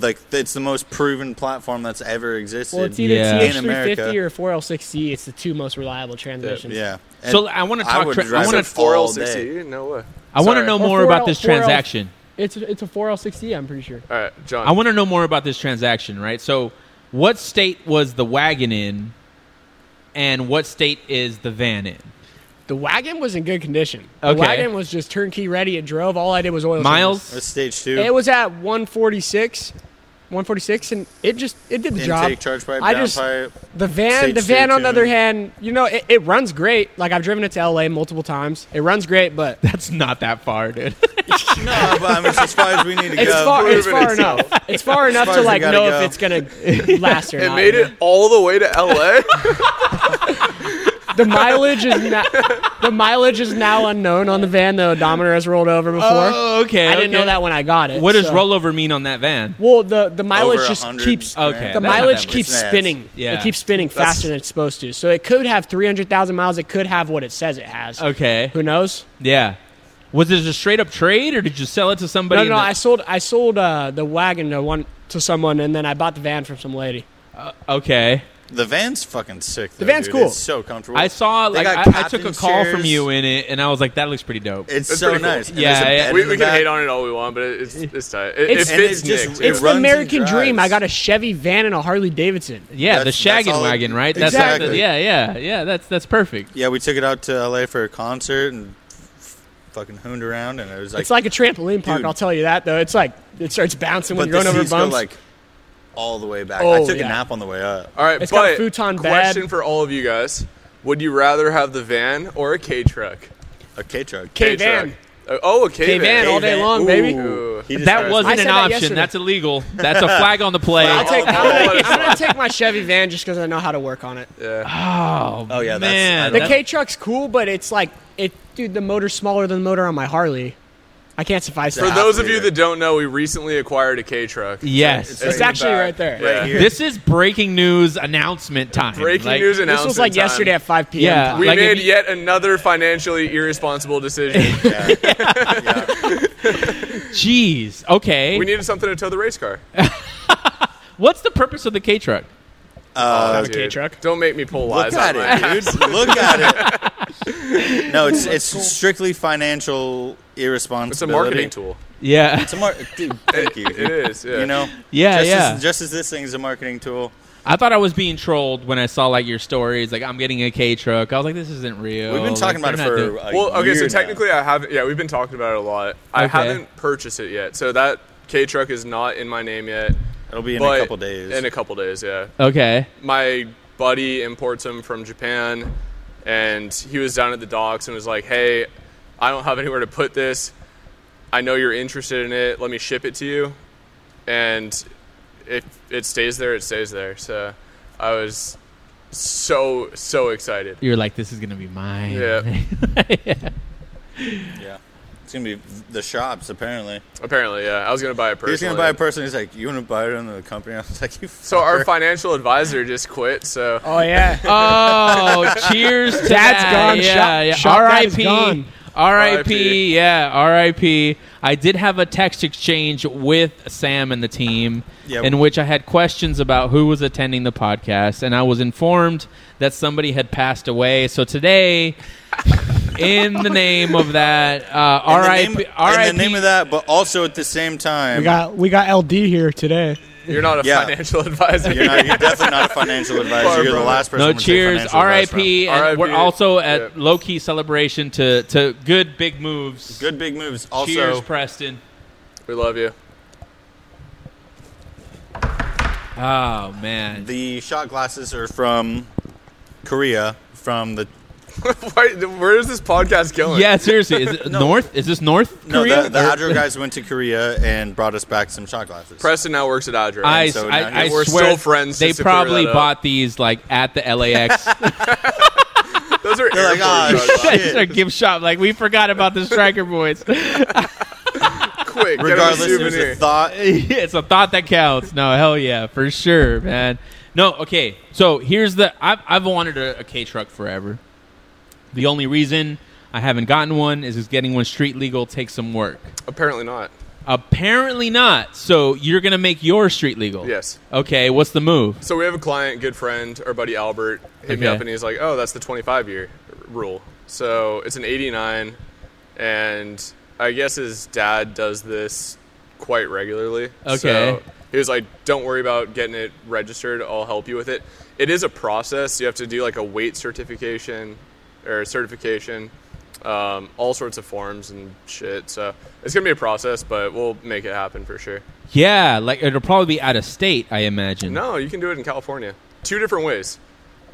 Like it's the most proven platform that's ever existed.
Well, it's either
Yeah.
In
TH350
America.
or 4L6C. It's the two most reliable transmissions.
yeah. And
So I want to
I
talk.
would
Tra- I
drive
want
Said
to.
it.
four L
all day.
sixty. No way.
I want to
Sorry.
know
Or
more
4L
about this
4L
transaction.
It's it's a 4L6C. I'm pretty sure.
All right, John.
I want to know more about this transaction. Right. So, what state was the wagon in, and what state is the van in?
The wagon was in good condition.
Okay.
The wagon was just turnkey ready. It drove. All I did was oil. changes.
Miles?
It's stage two.
It was at 146, 146, and it just it did the job.
Intake, charge pipe,
I
down
just-
pipe.
The van,
Stage
the van.
two
On the other
tuning.
hand, you know it, it runs great. Like I've driven it to LA multiple times. It runs great, but
That's not that far, dude.
no, but I mean, it's as far as we need to
It's
go.
far, it's
proven
far enough. It's far enough
far
to
as you
like
gotta
know
go.
if it's gonna last or
It
not.
made
you know?
it all the way to LA.
The mileage is now the mileage is now unknown on the van. The odometer has rolled over before.
Oh, okay.
I didn't know that when I got it.
What does
so-
rollover mean on that van?
Well, the the mileage
Over
just
100
keeps
grand.
Okay.
the
That's not
mileage
that
keeps
much.
spinning.
Yeah.
It keeps spinning
That's-
faster than it's supposed to. So it could have 300,000 miles. It could have what it says it has.
Okay.
Who knows?
Yeah. Was this a straight up trade, or did you sell it to
no,
somebody?
no,
in
no. I
the-
sold I sold uh, the wagon to one to someone, and then I bought the van from some lady.
okay.
The van's fucking sick. Though,
van's
dude.
cool.
It's so comfortable.
I saw
They
like
got
I, I took a
captain's
call from
chairs.
you in it, and I was like, that looks pretty dope.
It's,
It's
so
pretty cool.
nice. And
Yeah,
there's a
yeah.
bed
we
in the
we can
back.
hate on it all we want, but it, it's it's tight. It, it
It's-
And
fits
it's just-
Nick. too.
It's
It
the
runs and
American
drives.
dream. I got a Chevy van and a Harley Davidson.
yeah, the
That's- that's
shaggin'
all-
wagon, right? That's
Exactly.
yeah, yeah, yeah. That's that's perfect.
Yeah, we took it out to LA for a concert and f- fucking hooned around, and it was like.
It's like a trampoline park.
Dude.
I'll tell you that though. It's like it starts bouncing
but
when
the
you're going over
seats go
bumps.
like all the way back. I
Oh,
took
yeah.
a nap on the way up.
all right,
It's got
but
a futon bed.
question for all of you guys: Would you rather have the van or a K truck?
A K truck.
K van.
truck. Oh, a K,
K van all day
K-van.
long,
Ooh.
baby.
Ooh.
He just
That
started-
I
wasn't
said
an
that
option.
yesterday.
That's illegal. That's a flag on the play.
I'll take,
Oh,
I'm, gonna,
that's
I'm gonna take my Chevy van just because I know how to work on it.
Yeah.
oh,
Oh, yeah, that's-
man.
The
That-
K truck's cool, but it's like it, dude. The motor's smaller than the motor on my Harley. I can't suffice
For
For
that.
those of you
Operator.
that don't know, we recently acquired a K truck.
yes.
it's
in the
actually
back.
right there.
Yeah.
Right here.
This is breaking news announcement time.
Breaking
Like,
news announcement.
This was like
time.
yesterday at 5 p.m.
Yeah.
time.
We
Like, if
made
you-
yet another financially irresponsible decision.
Yeah. yeah.
Jeez. Okay.
we needed something to tow the race car.
What's the purpose of the K truck?
Uh,
K truck.
Don't make me pull
Look
lies
at
out of my
it, dude. Look at it. No, it's it's strictly financial irresponsibility.
It's a marketing tool.
Yeah.
It's a mar- dude, thank you.
It is. Yeah.
You know,
Yeah,
just
yeah.
As, just as this thing is a marketing tool,
I thought I was being trolled when I saw like your stories. Like I'm getting a K truck. I was like, this isn't real.
we've been talking
Oh, Like,
about it
they're not
for
doing-
a
Well, okay,
year
so
now.
technically I haven't yeah, we've been talking about it a lot. I
Okay.
haven't purchased it yet. So that K truck is not in my name yet.
it'll be in
but
a couple days.
In a couple days, yeah.
okay.
my buddy imports them from Japan, and he was down at the docks and was like, "Hey, I don't have anywhere to put this. I know you're interested in it. Let me ship it to you." And it it stays there. It stays there. So I was so so excited.
You're like, this is gonna be mine.
Yeah.
yeah, it's gonna be the shops. Apparently,
Apparently, yeah. I was gonna buy a
he's
personally.
gonna buy a person. He's like, "You wanna buy it under the company?" I was like, "You."
so our
fucker."
financial advisor just quit. So
Oh yeah.
Oh, cheers! To
Dad's
that.
gone.
Yeah,
Shop-
yeah.
shop dad is
R.I.P.
gone.
R.I.P. Yeah, R.I.P. I did have a text exchange with Sam and the team,
Yeah.
in which I had questions about who was attending the podcast, and I was informed that somebody had passed away. So today, in the name of that, uh,
In the
R.I.P.
name- In the name of that, but also at the same time,
We got we got LD here today.
you're not a
Yeah.
financial advisor.
you're, not, you're definitely not a financial advisor. You're the
Barbara.
last person.
No
I'm gonna take
cheers,
financial advice from.
R.I.P. And
R.I.P..
we're also at
Yeah.
low key celebration to to good big moves.
Good big moves. Also,
Cheers, Preston.
We love you.
Oh man.
The shot glasses are from Korea, from the
Why, where is this podcast going?
yeah, seriously. Is it north? Is this North
no,
Korea?
the, the Hadro guys went to Korea and brought us back some shot glasses.
Preston now works at Adra.
I,
so
I,
now
I
we're
swear
still friends
They
just to clear
probably
that up.
bought these like at the LAX.
Those are
They're like,
airport
"Ah,
drugs."
it's our gift shop. Like we forgot about the Striker Boys.
quick.
Regardless,
get him
it
a
was
souvenir.
a thought.
it's a thought that counts. No, hell yeah, for sure, man. No, okay. So here's the I've I've wanted a, a K truck forever. The only reason I haven't gotten one is, is getting one street legal takes some work.
Apparently not.
Apparently not. So you're gonna make your street legal.
Yes.
Okay. What's the move?
So we have a client, good friend, our buddy Albert, hit me
Okay.
up and he's like, "Oh, that's the 25 year rule." So it's an 89, and I guess his dad does this quite regularly.
Okay.
So he was like, "Don't worry about getting it registered. I'll help you with it." It is a process. You have to do like a weight certification or certification, um, all sorts of forms and shit. So it's gonna be a process, but we'll make it happen for sure.
Yeah, like it'll probably be out of state, I imagine.
No, you can do it in California. Two different ways.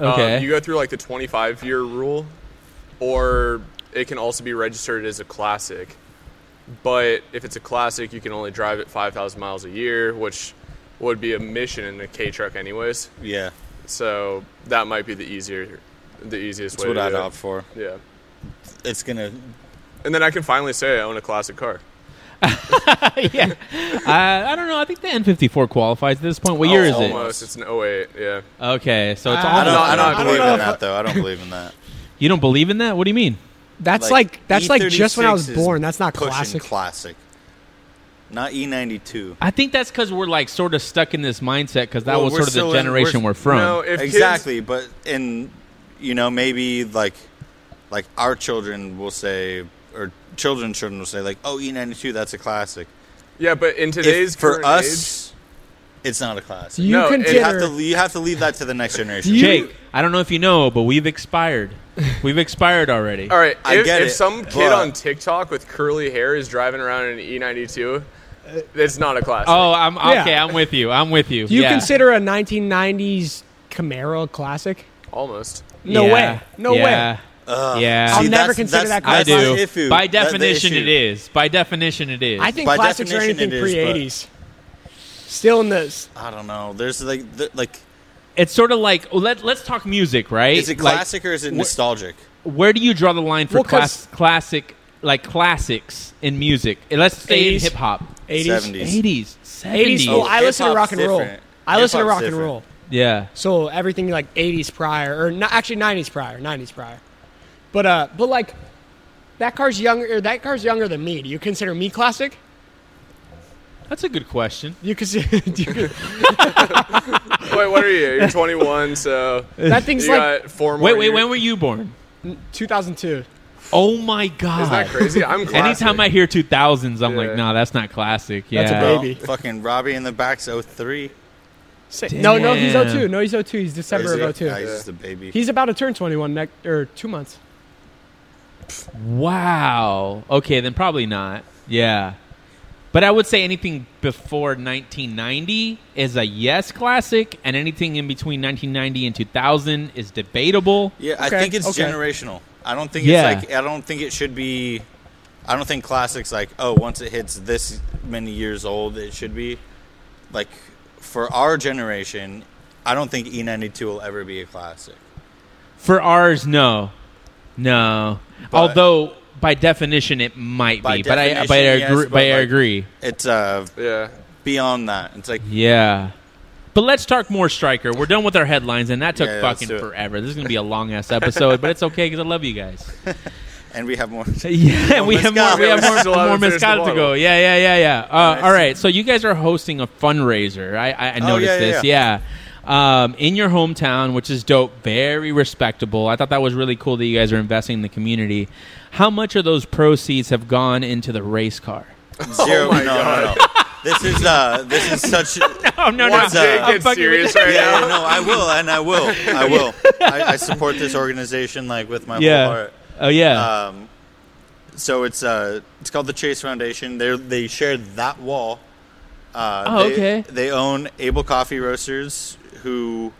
Okay.
Um, you go through like the 25 year rule, or it can also be registered as a classic. But if it's a classic, you can only drive it 5,000 miles a year, which would be a mission in a K truck, anyways.
Yeah,
So that might be the easier, the easiest
that's
way.
what
to
I'd
do it.
opt for.
Yeah,
It's gonna.
and then I can finally say I own a classic car.
yeah. Uh, I don't know. I think the N54 qualifies at this point. What
Oh,
year is it?
Almost. It's an 08. Yeah.
Okay, so it's
Uh,
all.
I don't.
No,
I
I
don't,
don't
believe in
know if I-
that though. I don't believe in that.
You don't believe in that? What do you mean?
That's like, that's like just when I was
E36 E is
born. That's not
pushing
classic.
Classic. Not E E92.
I think that's because we're like sort of stuck in this mindset because that
Well,
was
we're
sort of the
still in-
generation
we're-
we're, from.
No, if kids-
exactly, but in you know maybe like like our children will say or children's children will say like oh E92 that's a classic.
yeah, but in
If
today's
for
current age-
us, it's not a classic.
Do you
No, it-
consider
You have to you have to leave that to the next generation.
Jake, I don't know if you know, but we've expired. We've expired already.
All right,
I
if,
get
if
it,
some kid
but-
on TikTok with curly hair is driving around in an E92, it's not a classic.
Oh, I'm
Yeah.
okay. I'm with you. I'm with you.
Do you
yeah.
consider a 1990s Camaro a classic?
Almost.
No
Yeah.
way. No
Yeah.
way.
Ugh.
Yeah.
I'll
See,
never
that's-
consider that
that's-
I
classic.
do.
the issue.
By
That's the
definition,
issue.
it is. By definition, it is.
I think
By
classics are
definition,
anything
it is,
pre
but-
80s. Still in this.
I don't know. There's like the, like
it's sort of like well, let Let's talk music, right?
is it
Like,
classic or is it
wh-
nostalgic?
where do you draw the line for
Well,
class,
'cause-
classic, like classics in music? And Let's say
80s.
hip hop,
80s.
70s.
80s,
80s.
70s.
Well, I listen to
Oh, hip-hop's
rock and roll.
different.
I listen to
Hip-hop's
rock and
different.
roll.
Yeah.
So everything like 80s prior, or not, actually 90s prior, 90s prior. But uh, but like that car's younger. That car's younger than me. Do you consider me classic?
That's a good question.
You consider do you,
Wait, what are you? You're 21, so
that thing's
you
like
got four more.
Wait, wait,
years.
when were you born?
2002.
Oh my god.
Isn't that crazy? I'm classic.
Anytime I hear 2000s, I'm like,
Yeah.
no, that's not classic. Yeah.
That's a
Well,
Baby.
fucking Robbie in the back's 03.
Say- No, no, he's
Damn.
02. No, he's 02. He's December
Is he?
of 02.
Nah, Ah, he's just a baby.
He's about to turn 21 next or two months.
Wow. Okay, then probably not. Yeah. But I would say anything before 1990 is a yes classic, and anything in between 1990 and 2000 is debatable.
Yeah, I
Okay,
think it's
okay.
generational. I don't think
Yeah.
it's like I don't think it should be. I don't think classics like oh once it hits this many years old it should be like for our generation. I don't think E92 will ever be a classic.
For ours, no, no. Although by definition it might
By
be, but I, but I
definition, yes,
agree.
but,
but I
like-
agree.
It's uh
Yeah.
beyond that. It's like
Yeah. But let's talk more striker. We're done with our headlines, and that took
Yeah, yeah, let's
fucking
do it.
forever. This is gonna be a long ass episode, but it's okay because I love you guys.
and we have more.
Oh Yeah, we have more.
mezcal.
We have
We
more,
still haven't
more
finished the
mezcal to go.
bottle.
Yeah, yeah, yeah, yeah. Uh,
Nice.
All right, so you guys are hosting a fundraiser. I, I, I
Oh,
noticed
yeah, yeah,
this. Yeah. Um, in your hometown, which is dope, very respectable. I thought that was really cool that you guys are investing in the community. How much of those proceeds have gone into the race car?
Zero. no, no, no. This is uh this is such.
Oh no,
What's
no,
up?
Jake
I'm
gets
fucking with
serious
you.
right
Yeah,
now.
no, I will, and I will, I will. I, I support this organization like with my
Yeah.
whole heart.
Oh yeah.
Um, so it's uh, it's called the Chase Foundation. They they share that wall. Uh,
Oh,
they,
okay.
They own Able Coffee Roasters, who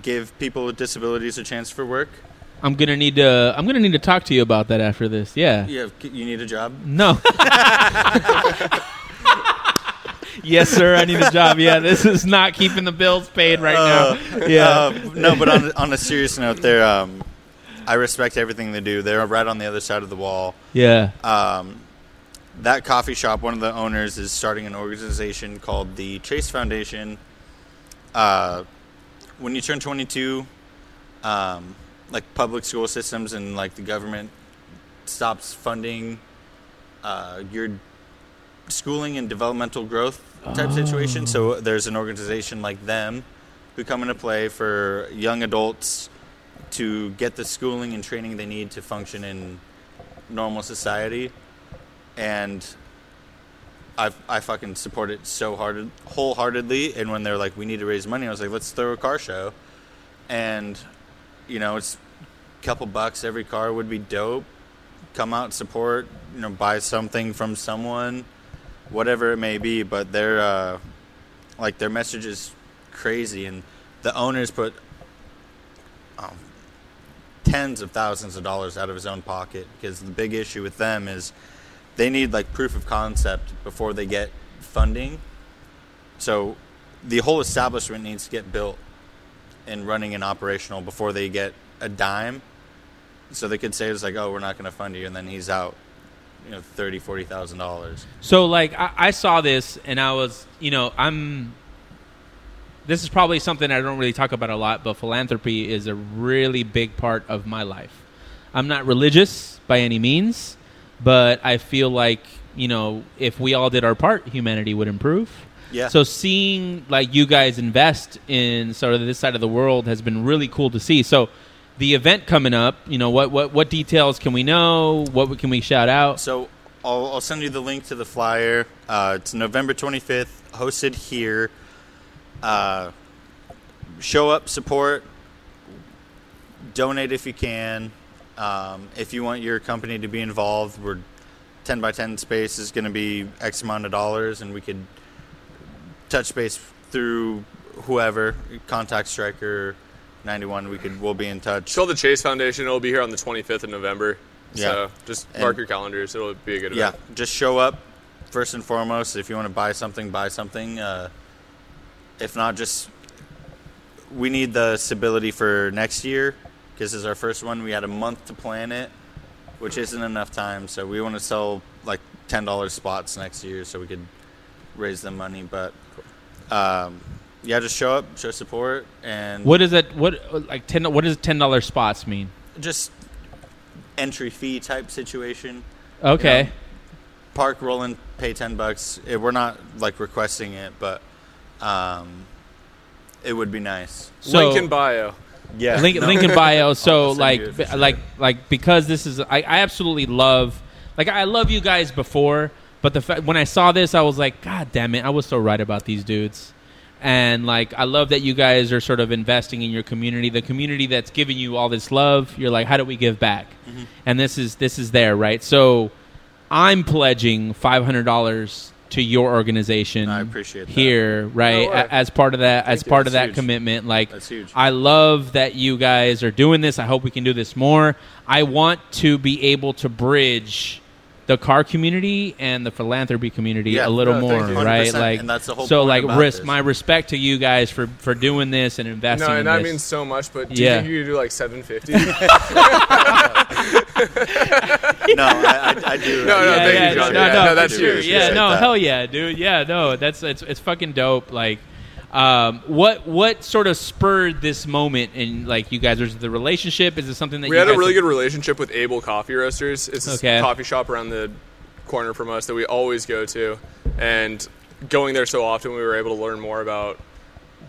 give people with disabilities a chance for work.
I'm gonna need to. I'm gonna need to talk to you about that after this. Yeah.
You have, you need a job.
No. yes, sir. I need a job. Yeah, this is not keeping the bills paid right now. Yeah.
Uh, no, but on on a serious note, they're um, I respect everything they do. They're right on the other side of the wall.
yeah.
um, that coffee shop, one of the owners is starting an organization called the Chase Foundation. Uh, when you turn 22, um, like public school systems and like the government stops funding uh, your schooling and developmental growth type situation. So there's an organization like them who come into play for young adults to get the schooling and training they need to function in normal society, and I I fucking support it so hard wholeheartedly. And when they're like, we need to raise money, I was like, let's throw a car show, and you know, it's a couple bucks every car would be dope. Come out, support, you know, buy something from someone, whatever it may be. But their uh, like their message is crazy, and the owners put. Um, tens of thousands of dollars out of his own pocket because the big issue with them is they need like proof of concept before they get funding. So the whole establishment needs to get built and running and operational before they get a dime. So they could say it's like, oh, we're not going to fund you, and then he's out, you know, thirty, forty thousand dollars.
So like I, I saw this and I was you know I'm this is probably something I don't really talk about a lot, but philanthropy is a really big part of my life. I'm not religious by any means, but I feel like you know if we all did our part, humanity would improve.
Yeah.
So seeing like you guys invest in sort of this side of the world has been really cool to see. So the event coming up, you know, what what what details can we know? What can we shout out?
So I'll, I'll send you the link to the flyer. Uh, it's November 25th, hosted here. Uh, show up, support, donate if you can. Um, if you want your company to be involved, we're 10 by 10 space is going to be X amount of dollars, and we could touch base through whoever, contact Striker 91. We could we'll be in touch.
It's called the Chase Foundation. It'll be here on the 25th of November.
Yeah.
So just mark
And-
your calendars. It'll be a good
yeah
event.
just show up first and foremost if you want to buy something buy something uh, if not just we need the stability for next year because this is our first one we had a month to plan it which isn't enough time so we want to sell like $10 spots next year so we could raise the money but um, yeah just show up show support and
What is it? What like ten? What does ten dollars spots mean?
just entry fee type situation
Okay.
Yeah. park rolling pay 10 bucks it, we're not like requesting it but um it would be nice
So
Link in bio.
yeah
link, link in bio. So
I'll send you
like
it for sure.
like like because this is I, I absolutely love like I love you guys before, but the fact when I saw this I was like God damn it I was so right about these dudes, and like I love that you guys are sort of investing in your community, the community that's giving you all this love. You're like how do we give back,
Mm-hmm.
and this is this is there right. So I'm pledging five hundred dollars to your organization.
I appreciate that.
here right
No way.
a- as part of that as
you.
part of
That's
that
huge.
commitment like
That's huge.
I love that you guys are doing this. I hope we can do this more. I want to be able to bridge the car community and the philanthropy community
Yeah,
a little
no, thank
more,
you.
right?
100%,
Like
and that's the whole
so,
point
like
about
res-
this.
my respect to you guys for for doing this and investing.
No,
in
and that
this.
means so much. But do
Yeah.
you think you could do like 750?
no I, I, I do
No, no,
yeah,
thank
yeah,
you,
no,
John.
No,
Yeah,
no,
no,
for
that's
sure.
huge.
Yeah,
Appreciate
no,
that.
hell yeah, dude. Yeah, no, that's it's it's fucking dope. Like, um, what what sort of spurred this moment in like you guys? Was it the relationship? Is it something that
we
you
had a
guys-
really good relationship with Abel Coffee Roasters. It's this
Okay.
coffee shop around the corner from us that we always go to, and going there so often, we were able to learn more about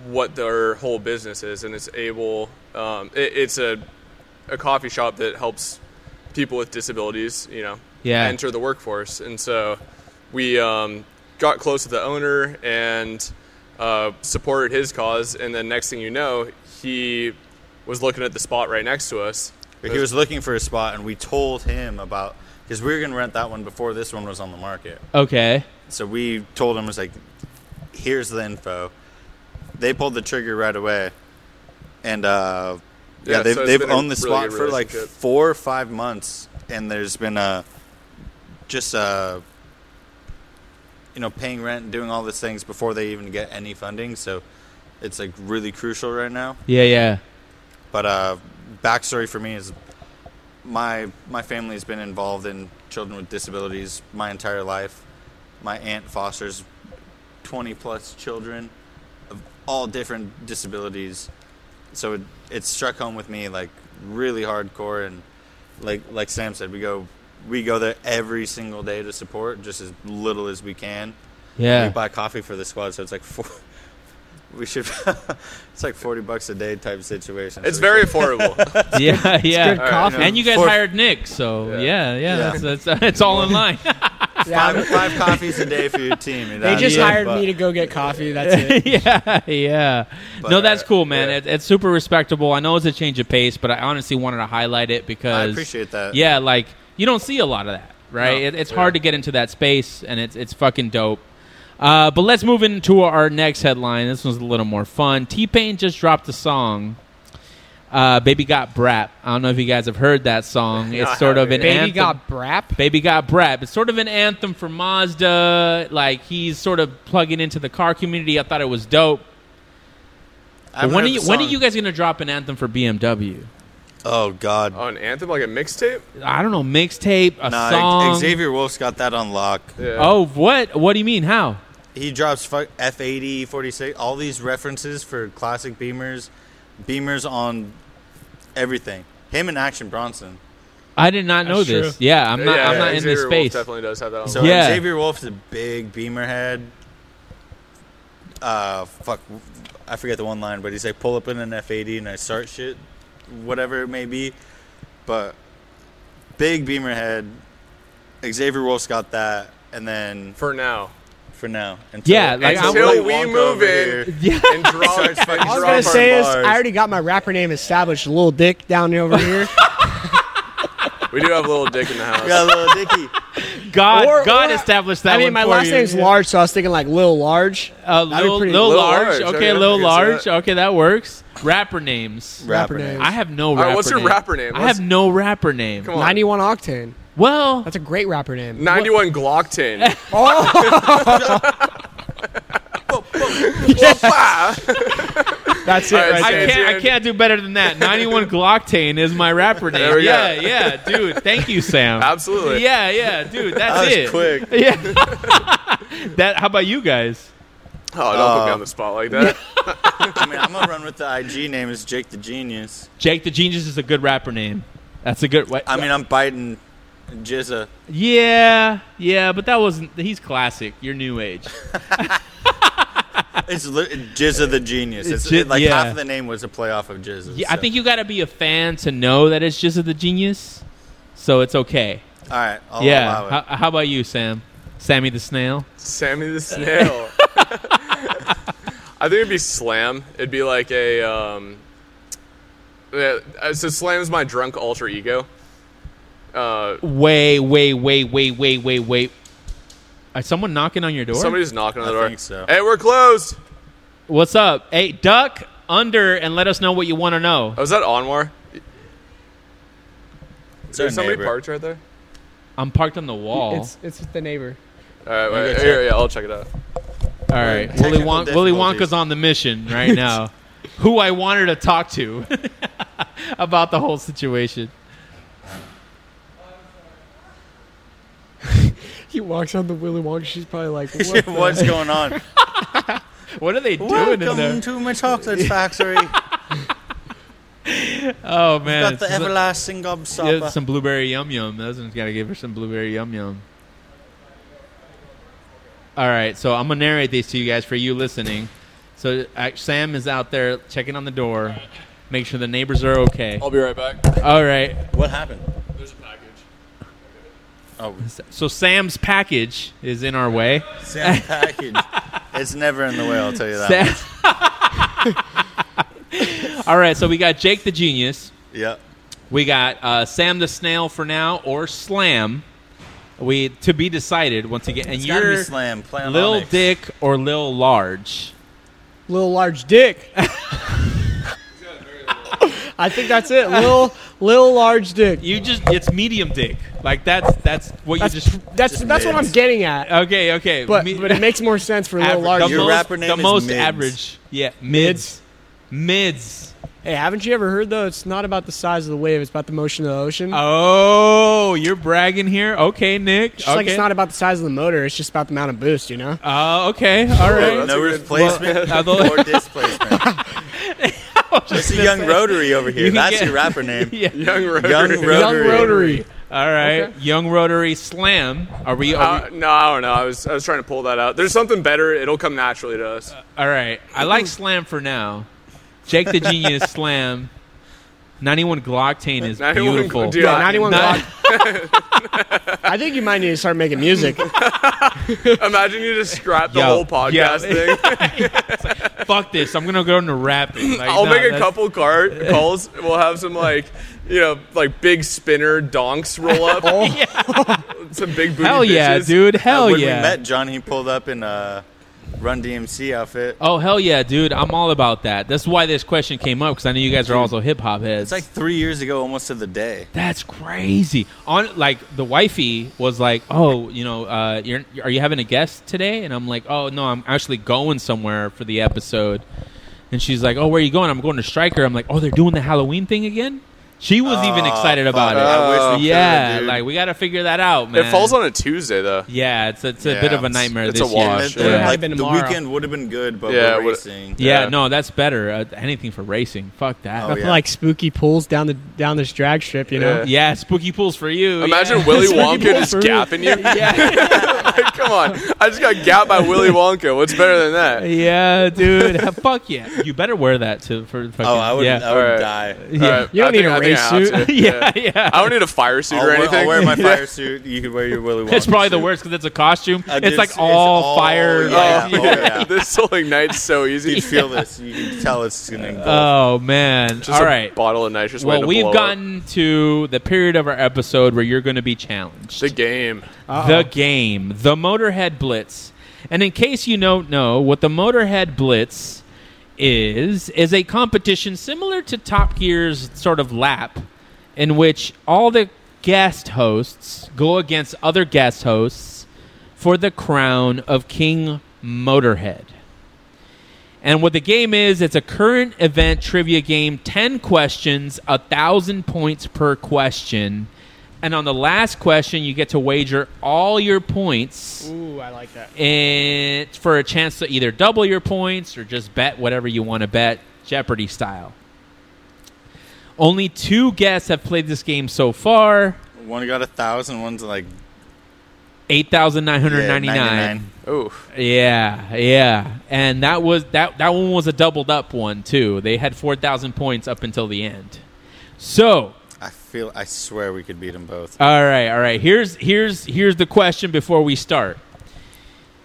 what their whole business is. And it's Abel. Um, it, it's a a coffee shop that helps people with disabilities, you know,
Yeah.
enter the workforce. And so we um, got close to the owner and uh, supported his cause. And then next thing you know, he was looking at the spot right next to us.
But he was looking for a spot and we told him about because we were gonna rent that one before this one was on the market
Okay.
so we told him was like here's the info they pulled the trigger right away and uh yeah,
Yeah,
they've,
so it's
they've
been a
owned the
really
spot
good
for like
relationship.
four or five months and there's been a just uh you know paying rent and doing all these things before they even get any funding so it's like really crucial right now
Yeah, yeah.
but uh, backstory for me is my my family has been involved in children with disabilities my entire life. My aunt fosters twenty plus children of all different disabilities, so it, it struck home with me like really hardcore. And like like Sam said, we go we go there every single day to support just as little as we can.
Yeah.
We buy coffee for the squad, so it's like four. We should. it's like forty bucks a day type situation.
It's
So we
very affordable.
yeah, yeah.
Good coffee.
And you guys
For-
hired Nick, so yeah, yeah,
Yeah.
That's, that's, that's all in line.
five, five coffees a day for your team. You know?
They just
Yeah,
hired
but-
me to go get coffee. That's it.
yeah, yeah.
But,
no, that's cool, man.
yeah.
It, it's super respectable. I know it's a change of pace, but I honestly wanted to highlight it
I
because
appreciate that.
Yeah, like you don't see a lot of that, right?
No.
it, it's hard to get into that space, and it's it's fucking dope. Uh, but let's move into our next headline. This one's a little more fun. T Pain just dropped a song uh, Baby Got Brap. I don't know if you guys have heard that song. It's sort of an
Baby
anthem.
got brap.
Baby Got Brap. It's sort of an anthem for Mazda. Like he's sort of plugging into the car community. I thought it was dope.
I
But
haven't
when are
heard
you
the
when are
song.
you guys gonna drop an anthem for BMW?
Oh God,
On Anthem, like a mixtape?
I don't know, mixtape, a
nah,
song.
Xavier Wolf's got that on lock.
Yeah.
Oh, what? What do you mean? How?
He drops F eighty forty six, all these references for classic Beamers, Beamers on everything. Him and Action Bronson.
I did not know
That's true.
this. Yeah, I'm not.
Yeah,
I'm not in
Xavier
this
Wolf
space.
definitely does have that on.
So
Yeah.
Xavier Wolf's a big Beamer head. Uh, fuck, I forget the one line, but he's like, pull up in an F eighty and I start shit, whatever it may be. But big Beamer head. Xavier Wolf's got that, and then
for now.
for now, until,
Yeah, like, I'm-
Until
like,
we
Wonka
move
over
in.
here.
Yeah.
And draw, and draw
I was
Drop
gonna
our
say is
bars.
I already got my rapper name established, Lil Dick down over here.
We do have a little dick in the house.
We got a little dicky.
God,
Or-
God
or-
established that.
I mean,
one
my
for
last
you.
name's Large, so I was thinking like Lil Large.
Uh,
That'd be
Lil,
pretty-
Lil
Lil
large.
Large,
Okay,
okay, I
Lil
can see
large.
that.
Okay, that works. Rapper names.
Rapper
Rapper
name.
name.
I have no
right,
rapper
what's your
name.
rapper name?
I
What's-
have no rapper name.
Come on.
Ninety-one Octane.
Well,
That's a great rapper name.
91 Glockton.
Oh.
That's it.
All right,
Right
I
Sam.
there.
can't. I can't do better than that. 91 Gloctane is my rapper name.
There we go.
yeah, yeah, dude. Thank you, Sam.
Absolutely.
Yeah, yeah, dude. That's
That was
it.
quick.
Yeah. that. How about you guys?
Oh, don't put me
Uh,
on the spot like that.
I mean, I'm gonna run with the IG name is Jake the Genius.
Jake the Genius is a good rapper name. That's a good. What,
I mean, I'm biting Jizza.
yeah, yeah, but that wasn't. He's classic. You're new age.
It's li- Jizza the Genius. It's
Ji-
it, like
yeah.
half of the name was a playoff of Jizza.
Yeah, I think you got to be a fan to know that it's just the genius. So it's okay.
All right, I'll
yeah.
allow it.
How, how about you, Sam? Sammy the Snail.
Sammy the Snail. I think it'd be Slam. It'd be like a. Um, yeah, uh, so Slam is my drunk alter ego. Uh,
Way, way, way, way, way, way, way. Is someone knocking on your door?
somebody's knocking on the
I
door.
think so.
Hey, we're closed.
What's up? Hey, duck under and let us know what you want to know.
Uh,
Oh, is that Anwar?
It's our
Is somebody
neighbor.
parked right there?
I'm parked on the wall.
It's it's the neighbor.
All right, wait,
go
here, yeah, I'll check it out.
All right,
Technical
Willy, Wonk- Willy
difficulties.
Wonka's on the mission right now. Who I wanted to talk to about the whole situation.
He walks on the Willy Wonka. She's probably like, what?
What's going on?
What are they doing in there?
Welcome to my chocolate factory.
Oh man,
Got the
it's-
everlasting
Yeah,
gobstopper.
some blueberry yum yum. That's what gotta give her some blueberry yum yum. All right, so I'm gonna narrate these to you guys for you listening. So uh, Sam is out there checking on the door, make sure the neighbors are okay.
I'll be right back.
All right,
What happened?
There's a package.
Oh,
so Sam's package is in our way.
Sam package. It's never in the way. I'll tell you that.
Sam- All right, so we got Jake the Genius.
Yep.
We got uh, Sam the Snail for now, or Slam. We to be decided once again. And
It's gotta be
you're
slam. Plan
Lil
Onyx.
Dick or Lil Large.
Lil Large Dick. I think that's it. Lil Lil Large Dick.
You just it's medium dick. Like that's that's what
That's
you just
that's
just
that's what I'm
mids.
getting at. uh,
Okay, okay.
But
Me-
but it makes more sense for Lil
aver-
Large.
the
Your
most,
rapper name
the
is
most
Mids.
average. Yeah, mids. Mids.
Hey, haven't you ever heard though? It's not about the size of the wave; it's about the motion of the ocean.
Oh, you're bragging here. Okay, Nick.
Just
okay.
like it's not about the size of the motor; it's just about the amount of boost. You know.
Oh, okay. All
Alright.
right.
that's a
No
good-
replacement
Well, although-
or displacement. It's a young rotary over here.
You can
That's
get-
your rapper name.
Yeah.
Young Roger.
Young
Young
Rotary.
rotary.
All right. Young Rotary Slam. Are we? Are
Uh, no, I don't know. I was I was trying to pull that out. There's something better. It'll come naturally to us.
we all right. I like Slam for now. Jake the Genius Slam. 91 Gloctane is
91
beautiful.
dude,
Yeah,
I-
91
Not-
Glock. I think you might need to start making music.
Imagine you just scrap the
Yo,
whole podcast
yo.
thing.
Fuck this. I'm gonna go into rapping. Like,
I'll
nah,
make a
that's-
couple car- calls. We'll have some like, you know, like big spinner donks roll up. Some big booty
Hell yeah,
bitches.
dude. Hell
when
Oh, yeah.
we met John, he pulled up in a Run DMC outfit.
Oh hell yeah, dude! I'm all about that. That's why this question came up because I know you guys are also hip hop heads.
It's like three years ago, almost to the day.
That's crazy. On like the wifey was like, "Oh, you know, uh, you're are you having a guest today?" And I'm like, "Oh no, I'm actually going somewhere for the episode." And she's like, "Oh, where are you going?" I'm going to Striker. I'm like, "Oh, they're doing the Halloween thing again." She was even
Oh,
excited about
fuck,
it.
I wish we could've,
yeah,
dude.
like we got to figure that out, man.
It falls on a Tuesday though.
Yeah, it's it's a
Yeah,
bit of a
it's-
nightmare
it's
this
a
year.
wash.
And it-
Yeah.
like,
Been
the
tomorrow.
weekend would have been good, but
Yeah,
we're
would-
racing.
Yeah,
Yeah.
no, that's better. Uh, anything for racing. Fuck that.
Oh, yeah.
Like spooky pools down the down this drag strip, you know.
Yeah.
Yeah, spooky pools for you.
Imagine
yeah.
Willy
That's what
Wonka
people
just
prove.
gapping you.
yeah.
like, come on, I just got gapped by Willy Wonka. What's better than that?
Yeah, dude. Fuck yeah. You better wear that too for fucking.
Oh, I would,
Yeah.
I would
Alright.
die.
Yeah.
All right,
You don't
I
need
think- I think
a
I
race
have to.
yeah, yeah.
I don't need a fire suit
I'll
or
wear,
anything.
I'll wear my fire suit. You could wear your Willy Wonka.
It's probably the
suit.
worst because it's a costume.
Uh,
it's like
it's- it's
all
all-
fire.
yeah.
like-
Oh,
Oh,
yeah.
yeah.
this soling night's so easy.
You feel this. You can tell it's going to
Oh,
involve.
man.
Just
all
a
right.
bottle of nitrous. waiting
Well,
to
we've
blow up.
gotten to the period of our episode where you're going to be challenged.
the game.
the game, the Motorhead Blitz. And in case you don't know, what the Motorhead Blitz is is a competition similar to Top Gear's sort of lap in which all the guest hosts go against other guest hosts for the crown of King Motorhead. And what the game is, it's a current event trivia game, 10 questions, a 1,000 points per question. And on the last question, you get to wager all your points
Ooh, I like that.
and for a chance to either double your points or just bet whatever you want to bet, Jeopardy style. Only two guests have played this game so far
One got a thousand. One's like yeah,
8,999.
99.
Ooh,
Yeah, yeah, and that was that. That one was a doubled up one too. They had four thousand points up until the end. So,
I feel. I swear we could beat them both.
all right, all right. Here's here's here's the question before we start.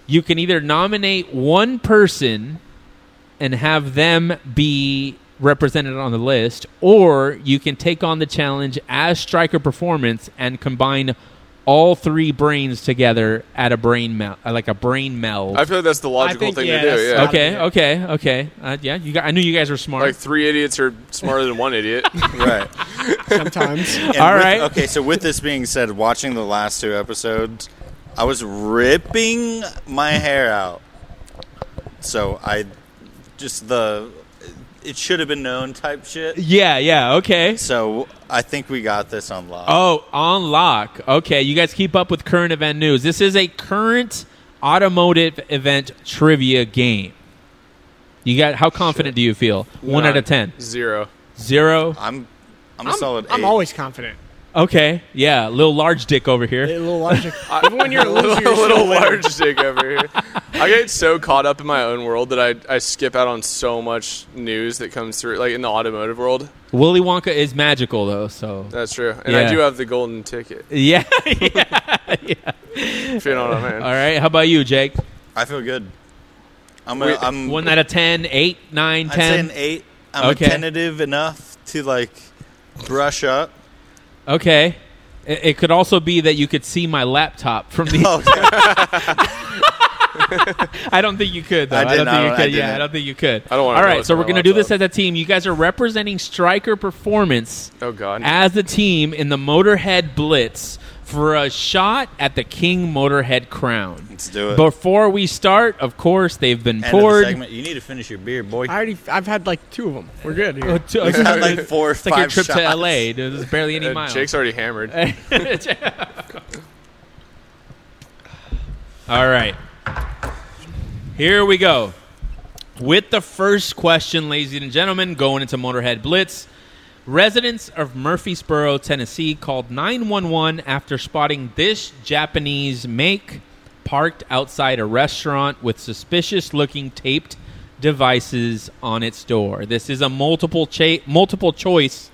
You can either nominate one person and have them be represented on the list, or you can take on the challenge as striker performance and combine all three brains together at a brain mel- uh, like a brain meld.
I feel like that's the logical
think-
thing
yeah,
to do.
that's-
Yeah.
Okay,
Yeah.
okay, okay. Uh, yeah, you got, I knew you guys were smart.
Like three idiots are smarter than one idiot.
right.
Sometimes.
And
All
with-
right.
Okay, so with this being said, watching the last two episodes, I was ripping my hair out. So I just the it should have been known type shit.
yeah, yeah, okay.
So I think we got this on lock.
Oh, on lock. Okay, you guys keep up with current event news. This is a current automotive event trivia game. You got how confident do you feel? One out of ten.
Zero.
Zero.
I'm I'm a solid eight.
I'm always confident.
Okay. Yeah, little large dick over
A
here.
little logic.
Even when you're a little,
loser, you're
little
still winning.
large dick over here. I get so caught up in my own world that I, I skip out on so much news that comes through, like in the automotive world.
Willy Wonka is magical though, so
That's true. And
Yeah.
I do have the golden ticket,
yeah.
if you know what I mean.
All right. How about you, Jake?
I feel good. I'm
We-
a, I'm
One out of ten, eight, nine,
Um, I'd say an
ten.
eight. I'm
Okay.
tentative enough to like brush up.
Okay. It, it could also be that you could see my laptop from the.
Oh, yeah.
I don't think you could. Though.
I
I, don't think you could.
didn't. I don't- I
yeah, I
didn't.
don't think you could.
I don't wanna
All
know
right,
what's
so
on
we're
my
gonna do this as
laptop.
a team. You guys are representing Striker Performance
Oh, God.
as the team in the Motorhead Blitz for a shot at the King Motorhead crown.
Let's do it.
Before we start, of course, they've been
End of the
poured.
segment. You need to finish your beer, boy.
I already. I've had like two of them. We're good. Here.
Oh, t-
We've had like four or
it's like your
five
trip
shots.
to LA. dude. There's barely any
Uh,
miles.
Jake's already hammered.
All right. Here we go. With the first question, ladies and gentlemen, going into Motorhead Blitz. Residents of Murfreesboro, Tennessee called 911 after spotting this Japanese make parked outside a restaurant with suspicious looking taped devices on its door. This is a multiple, cha- multiple choice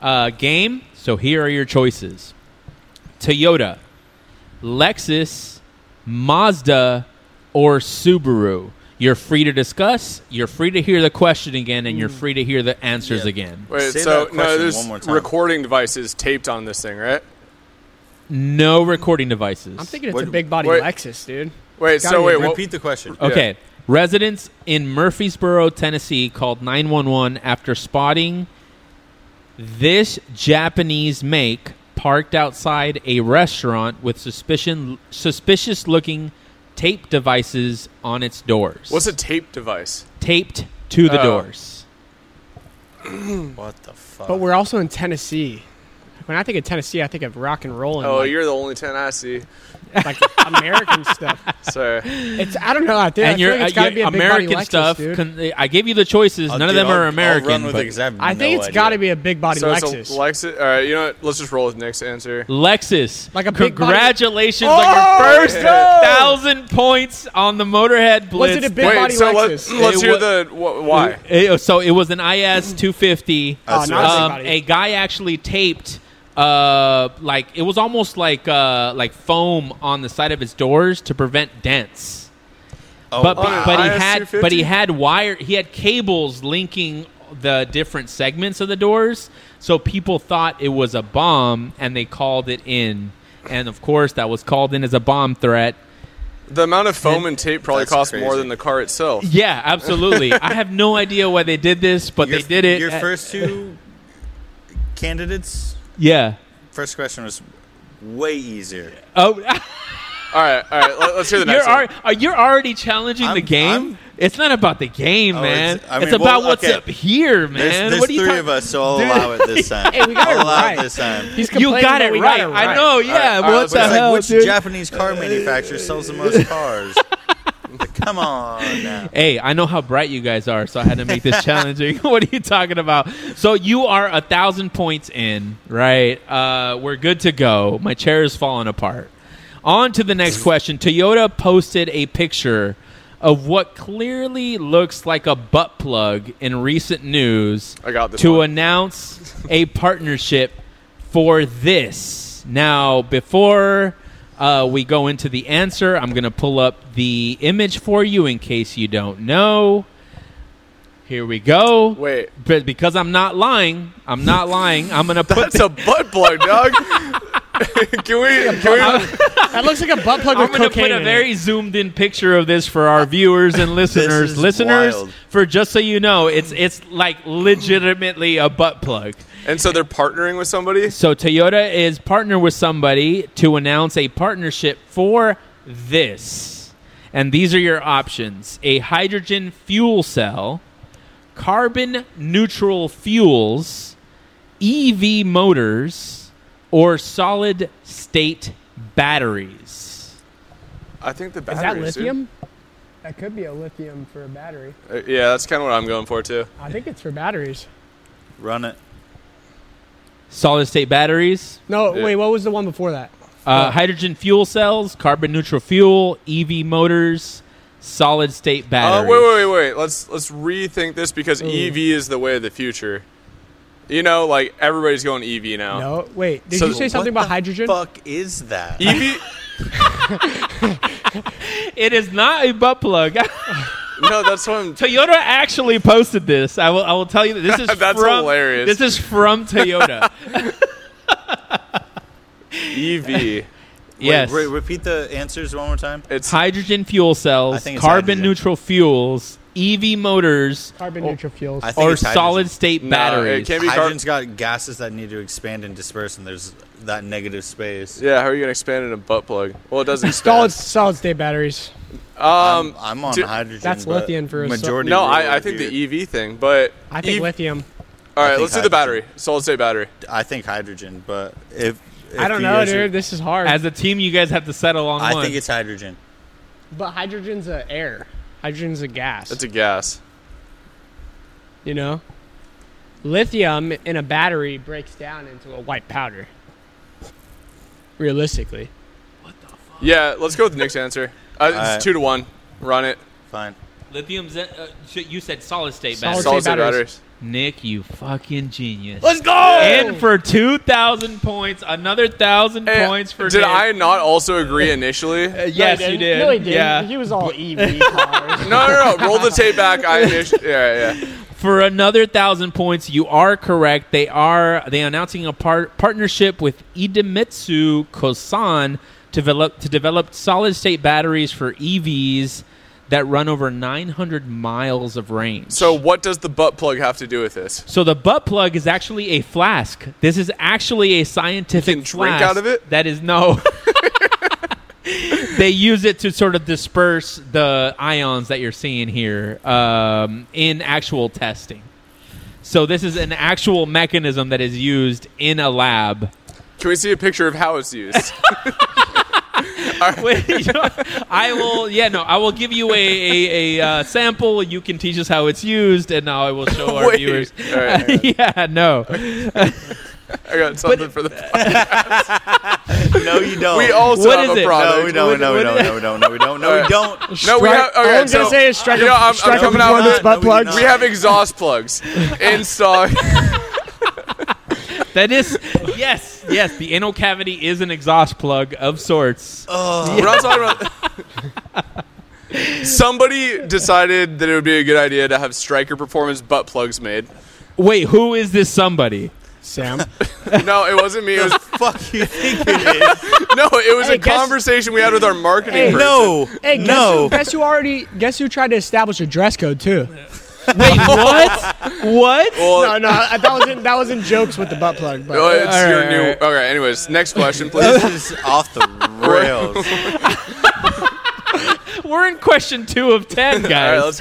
uh, game, so here are your choices Toyota, Lexus, Mazda, or Subaru. You're free to discuss. You're free to hear the question again, and you're free to hear the answers
Yeah.
again.
Wait,
Say
so
that
no,
question
there's
one more time.
recording devices taped on this thing, right?
No recording devices.
I'm thinking it's
Wait,
a big body
wait.
Lexus, dude.
Wait, so wait, what,
Repeat the question.
Okay. Residents in Murfreesboro, Tennessee called 911 after spotting this Japanese make parked outside a restaurant with suspicion suspicious looking tape devices on its doors.
what's a tape device?
taped to the
Oh.
doors?
What the fuck?
But we're also in Tennessee. Like, When I think of Tennessee, I think of rock and roll and
Oh,
like,
you're the only ten I see.
like, American stuff.
Sorry,
It's I don't know. I think, I
and
feel
your,
like it's
uh,
got to
your
be a big
American
body Lexus,
stuff.
dude.
con- I gave you the choices.
I'll-
None of
dude,
them are
I'll-
American.
I'll run with it
but
'cause I, have
I think
no
it's got to
idea.
be a big body
so
Lexus.
it's a Lexus. All right, you know what? Let's just roll with Nick's answer.
Lexus,
Like a big body- Oh!
congratulations
Oh,
on your first thousand points on the Motorhead Blitz.
Was it a big
wait,
body
so let,
Lexus?
let's
It
hear
wa-
the wh- why.
It- so it was an
Mm.
IS 250.
Oh,
That's
not
what-
a
Um,
big body.
a guy actually taped, uh, like it was almost like uh, like foam on the side of his doors to prevent dents.
Oh,
but
wow.
but he
IS
had
250?
but he had wire he had cables linking the different segments of the doors so people thought it was a bomb and they called it in and of course that was called in as a bomb threat
The amount of foam and tape probably
That's
costs more
crazy.
than the car itself.
yeah absolutely i have no idea why they did this but
Your-
they did it Uh,
Your first two candidates.
yeah
First question was way easier.
oh
All right, all right. Let, us hear the
you're,
next
al-
one.
are, you're already challenging the
I'm-
game
I'm-
it's not about the game
Oh,
man it's,
it's- I mean, well,
about what's
okay.
up here man
There's, there's
what are
three
you talking
of us, so I'll allow it this time.
Hey, we got
I'll
it
allow
right.
it this time.
He's
you
complaining,
got
but
it,
we
right.
got it
I know, yeah.
All right,
what
let's-
the
it's
It's like
hell,
which
dude?
Japanese car manufacturer sells the most cars? Like, come on now.
Hey, I know how bright you guys are, so I had to make this challenging. what are you talking about? So you are a thousand points in, right? Uh, we're good to go. My chair is falling apart. On to the next question. Toyota posted a picture of what clearly looks like a butt plug in recent news
I got this
to
one.
announce a partnership for this. Now, before uh, we go into the answer, I'm going to pull up the image for you in case you don't know. Here we go.
Wait.
But because I'm not lying, I'm not lying. I'm going to put
That's a butt plug, dog. can we? Can we?
That looks like a butt plug
I'm
with
going to
cocaine.
put a
in it.
very zoomed in picture of this for our viewers and listeners.
is
listeners,
wild.
for just so you know, it's it's like legitimately a butt plug.
And so they're partnering with somebody.
So Toyota is partnered with somebody to announce a partnership for this. And these are your options: a hydrogen fuel cell, carbon neutral fuels, EV motors, or solid state batteries.
I think the
Is that
batteries. dude.
lithium? That could be a lithium for a battery.
Uh, Yeah, that's kind of what I'm going for too.
I think it's for batteries.
Run it.
Solid state batteries,
No,
Yeah.
wait. What was the one before that?
Oh.
uh, hydrogen fuel cells, carbon neutral fuel, EV motors, solid state
Uh,
batteries.
wait, wait, wait, wait. Let's let's rethink this because EV is the way of the future. You know, like everybody's going EV now.
No, wait. Did
So
you say something about
What the
hydrogen?
Fuck is that?
EV.
It is not a butt plug.
no, that's what I'm.
Toyota actually posted this. I will. I will tell you that this is
That's
from,
hilarious.
This is from Toyota.
E EV.
yes.
Wait, re- repeat the answers one more time.
It's
Hydrogen fuel
I
cells,
think it's
carbon
hydrogen.
neutral fuels, EV motors,
Carbon neutral fuels.
I think
or
it's hydrogen.
solid state
Nah,
batteries.
it can't be car-
Hydrogen's got gases that need to expand and disperse, and there's that negative space.
Yeah, how are you gonna expand in a butt plug? Well, it doesn't
solid
expand.
solid state batteries.
Um,
I'm on
dude-
hydrogen.
That's
but
lithium for a sol-
majority.
no,
rule
I, I
with E
think
you.
the EV thing, but E
I think
EV
lithium.
all
I
right,
think
let's do the battery.
hydrogen.
Solid state battery.
I think hydrogen, but if, if
I don't
you
know,
guys are-
dude. This is hard.
As a team, you guys have to settle on
I
one.
think it's hydrogen.
but hydrogen's a air. Hydrogen's a gas.
That's a gas.
you know, lithium in a battery breaks down into a white powder. Realistically,
Yeah, let's go with Nick's answer. Uh,
All right.
It's two to one. Run it.
Fine.
lithium's. in- Uh, sh- you said solid state
Solid
batteries.
Solid state
batteries.
batteries.
Nick, you fucking genius.
let's go.
In for two thousand points. Another thousand
Hey,
points for.
did
Nick.
I not also agree initially?
Uh, yes, you did.
No, he E did.
Yeah.
He was all EV cars.
No, no, no. Roll the tape back. I initi- yeah, yeah.
For another thousand points, you are correct. They are they are announcing a par- partnership with Idemitsu Kosan to develop to develop solid state batteries for EVs that run over 900 miles of range.
So what does the butt plug have to do with this?
So the butt plug is actually a flask. This is actually a scientific
You can drink
flask
out of it?
That is no. they use it to sort of disperse the ions that you're seeing here um, in actual testing. So this is an actual mechanism that is used in a lab.
Can we see a picture of how it's used?
Wait, you know, I will. Yeah, no, I will give you a, a, a uh, sample. You can teach us how it's used, and now I will show our
Wait.
viewers.
All right, all
yeah, no.
I got something for the.
No, you don't.
We also
What
have
is
a
it?
product.
No, we don't. No, we don't. No, we don't. No, we don't. No, we don't.
No, we have. Okay,
I was gonna
so,
say is strike
you know,
up-
I'm,
strike
I'm
up
coming
before
out with it.
this butt
No, we did
plugs.
We have exhaust plugs in stock.
That is yes, yes. The anal cavity is an exhaust plug of sorts.
We're not talking about. Somebody decided that it would be a good idea to have striker performance butt plugs made.
Wait, who is this somebody?
Sam.
No, it wasn't me. It was
Fuck you think it is?
no. It was
Hey,
a
guess-
conversation we had with our marketing.
Hey,
person.
No.
Hey, guess,
no.
who, guess who already? Guess who tried to establish a dress code too?
Wait, what? what?
Well,
Uh, No, no, I- that wasn't that wasn't jokes with the butt plug. But
no, Oh, it's
All right,
your
all
new.
right.
Okay. Anyways, next question, please.
This is off the rails.
We're in question two of ten, guys.
All right, let's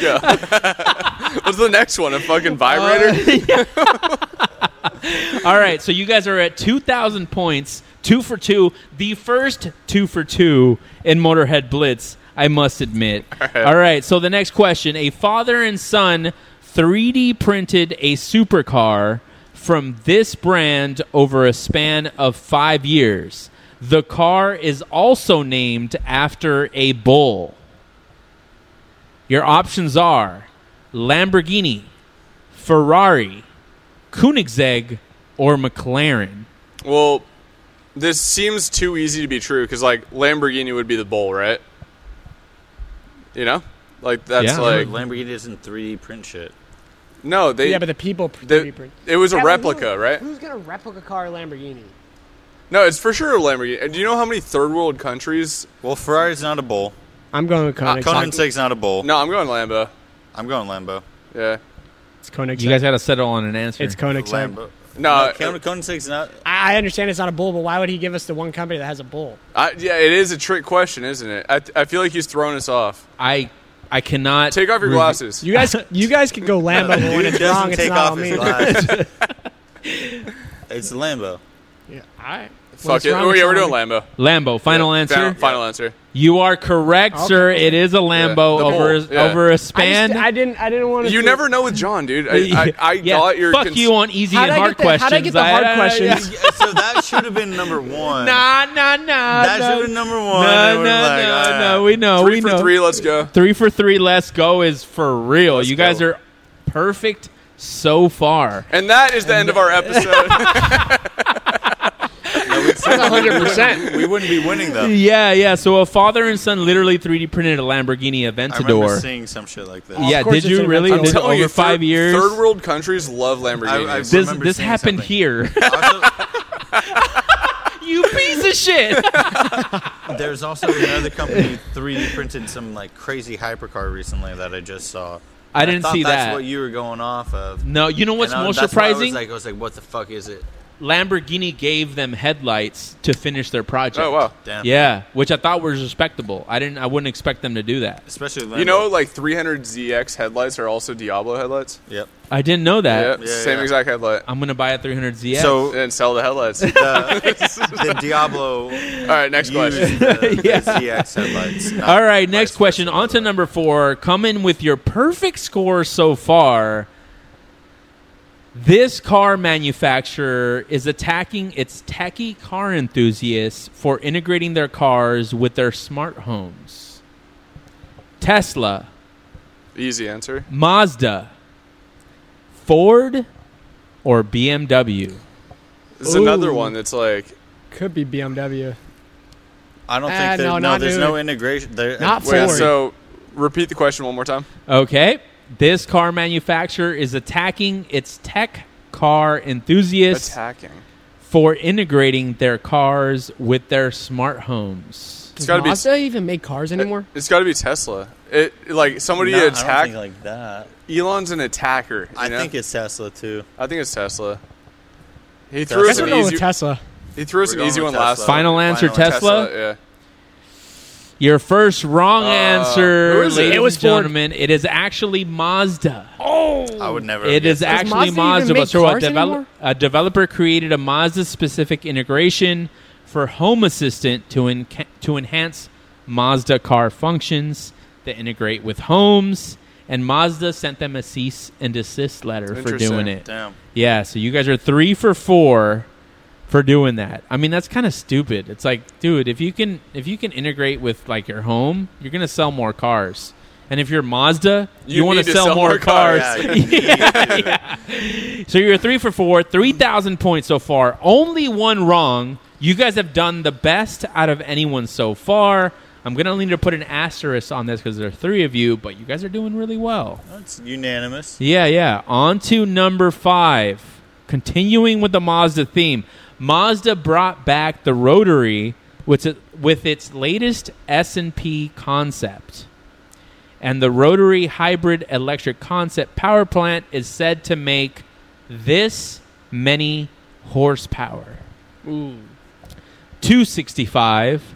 go. What's the next one? A fucking vibrator?
All right, so you guys are at 2,000 points, two for two, the first two for two in Motorhead Blitz, I must admit. All right,
right.
so the next question A father and son 3D printed a supercar from this brand over a span of five years. The car is also named after a bull. Your options are Lamborghini, Ferrari, Koenigsegg or McLaren.
well, this seems too easy to be true because like Lamborghini would be the bull, right? You know, like that's
Yeah.
like
Lamborghini doesn't 3D print shit.
no. They
yeah, but the people. pr-
The-
they print-
it was a
Yeah, but
replica,
who-
right?
Who's gonna replica car a Lamborghini?
No, it's for sure a Lamborghini. And do you know how many third world countries?
Well, Ferrari's not a bull.
I'm going with Uh, Koenigsegg.
Koenigsegg's not a bull.
No, I'm going Lambo.
I'm going Lambo.
Yeah.
it's Koenigsegg.
You guys got to settle on an answer.
it's Koenigsegg.
Lambo.
No,
Koen- Koenigsegg's not.
I I understand it's not a bull, but why would he give us the one company that has a bull?
I, yeah, it is a trick question, isn't it? I, I feel like he's throwing us off.
I I cannot
Take off your
re-
glasses.
You guys, you guys could go Lambo, but when
Dude
it's
doesn't
wrong, it's
take
not
off
on
his
me.
glasses. it's Lambo.
Yeah, I,
Fuck it. Oh, yeah, we're doing Lambo.
Lambo. Final
Yeah,
answer.
Final, final answer.
You are correct, sir. It is a Lambo
the
over
bull, yeah.
over a
I,
span.
just, I didn't, I didn't want to.
You never know with John, dude. I, I, I
Yeah,
got your.
fuck
cons-
you on easy
How'd
and
I get
hard
the- how'd I
questions.
get the hard questions?
Yeah, so that should have been number one.
Nah, nah, nah.
That
nah.
should have been number one.
No,
It
no,
would've been like,
no,
ah.
no. We know.
Three
we
for
know.
three. Let's go.
Three for three. Let's go is for real.
Let's
you guys
go.
are perfect so far.
And that is the end of our episode.
No, we'd still-
100. percent
we wouldn't be winning though.
Yeah, yeah. So a father and son literally 3D printed a Lamborghini
I remember
Aventador.
seeing some shit like this.
Yeah,
course
did
it's
you
an
really?
Aventador.
Did-
I'm
Telling
over
you,
five
third-
years.
Third world countries love Lamborghinis.
I-
this
remember
this
seeing
happened
something.
here.
Also,
you piece of shit.
there's also another company 3D printed some like crazy hypercar recently that I just saw.
I didn't
thought
see
that's
that.
What you were going off of?
no, you know what's
And, um,
more
that's why
surprising?
I was, like, I was like, what the fuck is it?
Lamborghini gave them headlights to finish their project.
oh wow.
Damn.
Yeah, which I thought was respectable. I didn't. I wouldn't expect them to do that.
Especially Lambo.
You know, like 300ZX headlights are also Diablo headlights.
Yep.
I didn't know
Yeah,
that.
Yeah,
same
yeah.
exact headlight.
I'm gonna buy a 300ZX.
So
And sell the headlights. All
the, the Diablo.
right, next question.
used The, the ZX headlights. not
All right, next
vice
question.
versa,
On
by
to
the way.
number four. Come in with your perfect score so far. This car manufacturer is attacking its techie car enthusiasts for integrating their cars with their smart homes. Tesla,
Easy answer.
Mazda, Ford, or BMW?
This is another
Ooh.
one that's like
Could be BMW.
I don't think
Ah,
there,
no,
no,
not
there's
doing
no
it.
integration. There,
Not
Wait,
Ford.
so repeat the question one more time.
Okay. this car manufacturer is attacking its tech car enthusiasts
Attacking.
for integrating their cars with their smart homes.
It's
Does
gotta be-
Mazda even make cars anymore?
It's got to be Tesla. It like somebody
No, I don't
attack.
think like that.
Elon's an attacker. you
I
know?
think it's Tesla too.
I think it's Tesla. He
Tesla.
threw us
Guess
an
we're going
easy.
with Tesla.
He threw us
We're
an
going
easy one
with
last.
Tesla.
time.
Final answer,
Final answer.
Tesla.
Yeah.
Your first wrong
who
answer,
is it?
ladies
It
was
and
Ford.
gentlemen, it is actually Mazda.
I would never.
It is
Does
actually
Mazda
Mazda.
even
but
make
so a,
cars
devel-
anymore?
a developer created a Mazda-specific integration for Home Assistant to enca- to enhance Mazda car functions that integrate with homes. And Mazda sent them a cease and desist letter for doing
Interesting.
it.
Damn.
Yeah, so you guys are three for four for doing that. I mean, that's kind of stupid. It's like, dude, if you can if you can integrate with like your home, you're gonna sell more cars. And if you're Mazda, you,
You
want
need
to sell, more cars.
Yeah,
So you're three for four, three thousand points so far. Only one wrong. You guys have done the best out of anyone so far. I'm gonna need to put an asterisk on this because there are three of you, but you guys are doing really well.
That's unanimous.
Yeah, yeah. On to number five. Continuing with the Mazda theme, Mazda brought back the rotary with, it, with its latest S&P concept. And the rotary hybrid electric concept power plant is said to make this many horsepower. 265,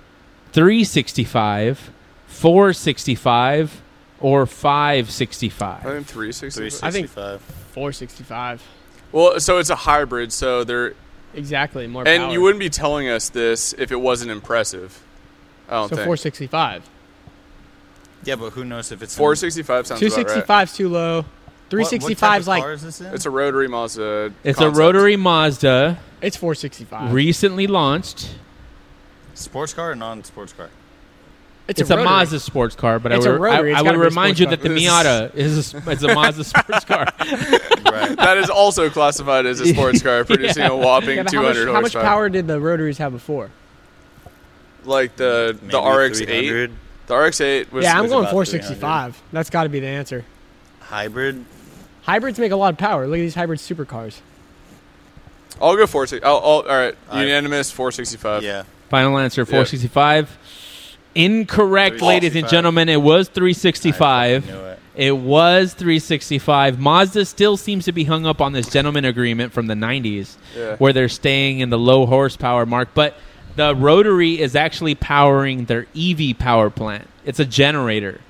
365, 465, or 565.
I think 360.
Three
I think-
sixty-five.
465.
Well, so it's a hybrid. So there,
Exactly. More
and
power.
you wouldn't be telling us this if it wasn't impressive. I don't
So
think
465.
Yeah, but who knows if it's
465 sounds about right.
265 is too low.
What- what type
365 is
of
like
car is this in?
It's a rotary Mazda.
It's
concept.
a rotary Mazda,
it's 465.
recently launched.
sports car or non-sports car.
it's,
It's, a,
rotary.
Mazda sports car, but
It's
I
a
would,
rotary.
I,
It's
I would
gotta be a
remind
sports
you
car.
that the Miata is a, is a Mazda sports car.
Right.
That is also classified as a sports car, producing a whopping
Yeah, but how,
200
much,
horsepower.
how much power did the rotaries have before?
Like the
Maybe
the RX8.
300.
The RX8 was
yeah, I'm
it's
going
about
465. That's got to be the answer.
hybrid.
Hybrids make a lot of power. Look at these hybrid supercars.
I'll go 460. I'll, I'll, all right,
All right.
unanimous 465.
yeah.
Final answer 465. Incorrect, ladies and
365.
gentlemen. It was
I
365.
fucking knew it.
It was 365. Mazda still seems to be hung up on this gentleman agreement from the 90s,
Yeah.
where they're staying in the low horsepower mark. But the rotary is actually powering their EV power plant. It's a generator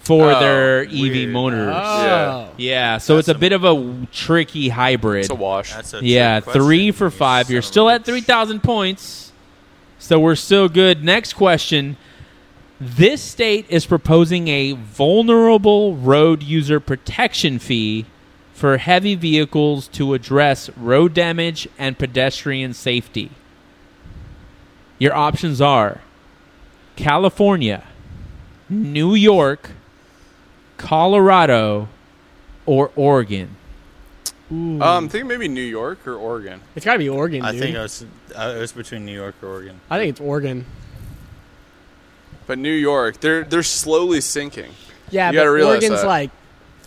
for
Oh,
their EV
weird.
motors.
Oh.
Yeah.
Yeah, so
Oh. That's
it's a
a-
bit of a w- tricky hybrid.
It's a wash.
That's a
yeah,
trick question,
three
you
for five. You're
son of a
still at
bitch.
3,000 points, so we're still good. Next question. This state is proposing a vulnerable road user protection fee for heavy vehicles to address road damage and pedestrian safety. Your options are California, New York, Colorado, or Oregon.
Ooh.
Um, I'm thinking maybe New York or Oregon.
it's got to be Oregon,
I
dude.
think I
uh,
was, I was between New York or Oregon.
I think it's Oregon.
But New York, they're they're slowly sinking.
Yeah,
You
but
gotta realize
Oregon's
that.
like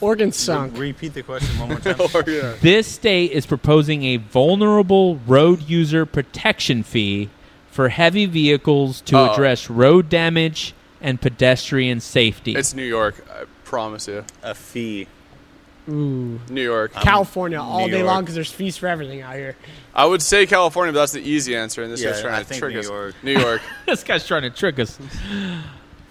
Oregon's sunk.
Re- repeat the question one more time.
Oh,
Oregon.
This state is proposing a vulnerable road user protection fee for heavy vehicles to
Oh.
address road damage and pedestrian safety.
It's New York. I promise you,
A fee.
Ooh.
New York.
Um,
California all
New
day
York.
long because there's fees for everything out here.
I would say California, but that's the easy answer, and this
Yeah,
guy's trying
I
to
think
trick
New
us.
York.
New York.
this guy's trying to trick us.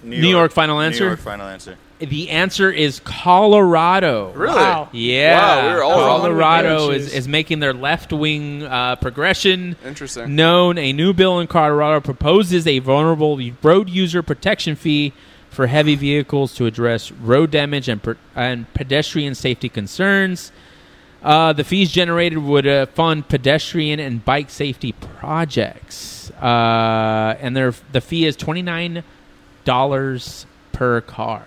New York, final answer?
New York final answer.
The answer is Colorado.
Really?
Wow.
Yeah.
Wow, we were all wrong.
Colorado
What would they
is,
choose?
is making their left wing uh, progression.
Interesting.
known. A new bill in Colorado proposes a vulnerable road user protection fee for heavy vehicles to address road damage and, per- and pedestrian safety concerns. Uh, the fees generated would uh, fund pedestrian and bike safety projects, uh, and their the fee is twenty nine dollars per car.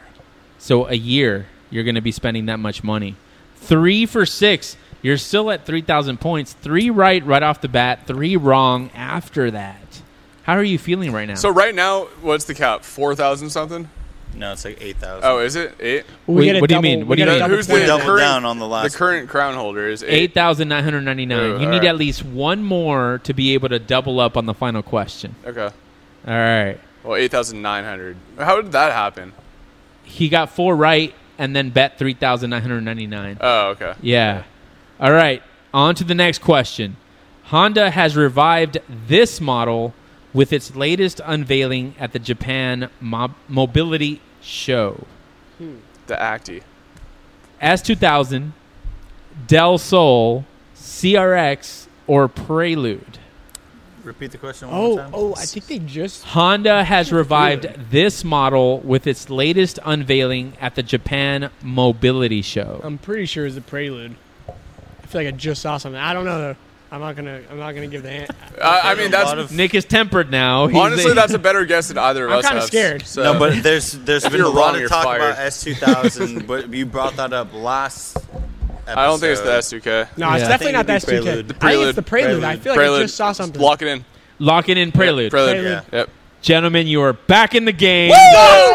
So a year, you're going to be spending that much money. Three for six. You're still at 3,000 points. Three right right off the bat, three wrong after that. How are you feeling right now?
So right now, what's the cap? Four thousand something.
No, it's like eight thousand.
Oh, is it eight?
Wait,
get a
what do
double-
you mean?
we
What do
get
you
a
mean?
double
Who's
point.
the
double
current-
down on the
The
last.
current crown holder is eight.
Eight thousand nine hundred ninety
Ooh,
nine. You
Uh, all
need
right.
at least one more to be able to double up on the final question.
Okay.
All right.
Well, eight thousand nine hundred. How did that happen?
He got four right and then bet three thousand nine hundred ninety nine.
Oh, okay.
Yeah. All right. On to the next question. Honda has revived this model with its latest unveiling at the Japan Mob- Mobility Show.
The Acti.
S2000, Del Sol, CRX, or Prelude.
Repeat the question one more
Oh,
time.
oh, I think they just.
Honda has revived this model with its latest unveiling at the Japan Mobility Show.
Um,
I'm pretty sure it's the prelude. I feel like I just saw something. I don't know though. I'm not gonna. I'm not gonna give the. Hand.
I, I mean,
A
that's
lot of-
Nick is tempered now. He's-
honestly that's a better guess than either of
I'm
us.
kinda
have,
scared.
So.
No, but there's there's been
uh, you're
a
wrong,
lot
you're
of talk
fired.
about S2000, but you brought that up last.
I don't think it's the
episode.
S2K.
No,
Yeah.
it's
I
definitely
think
not that
it'd be
SDK.
Prelude. The
I think it's the prelude.
Prelude.
I feel like I
Prelude.
just saw something.
Lock it in.
Lock it in Prelude.
Prelude.
Prelude.
Yep.
Gentlemen, you are back in the game.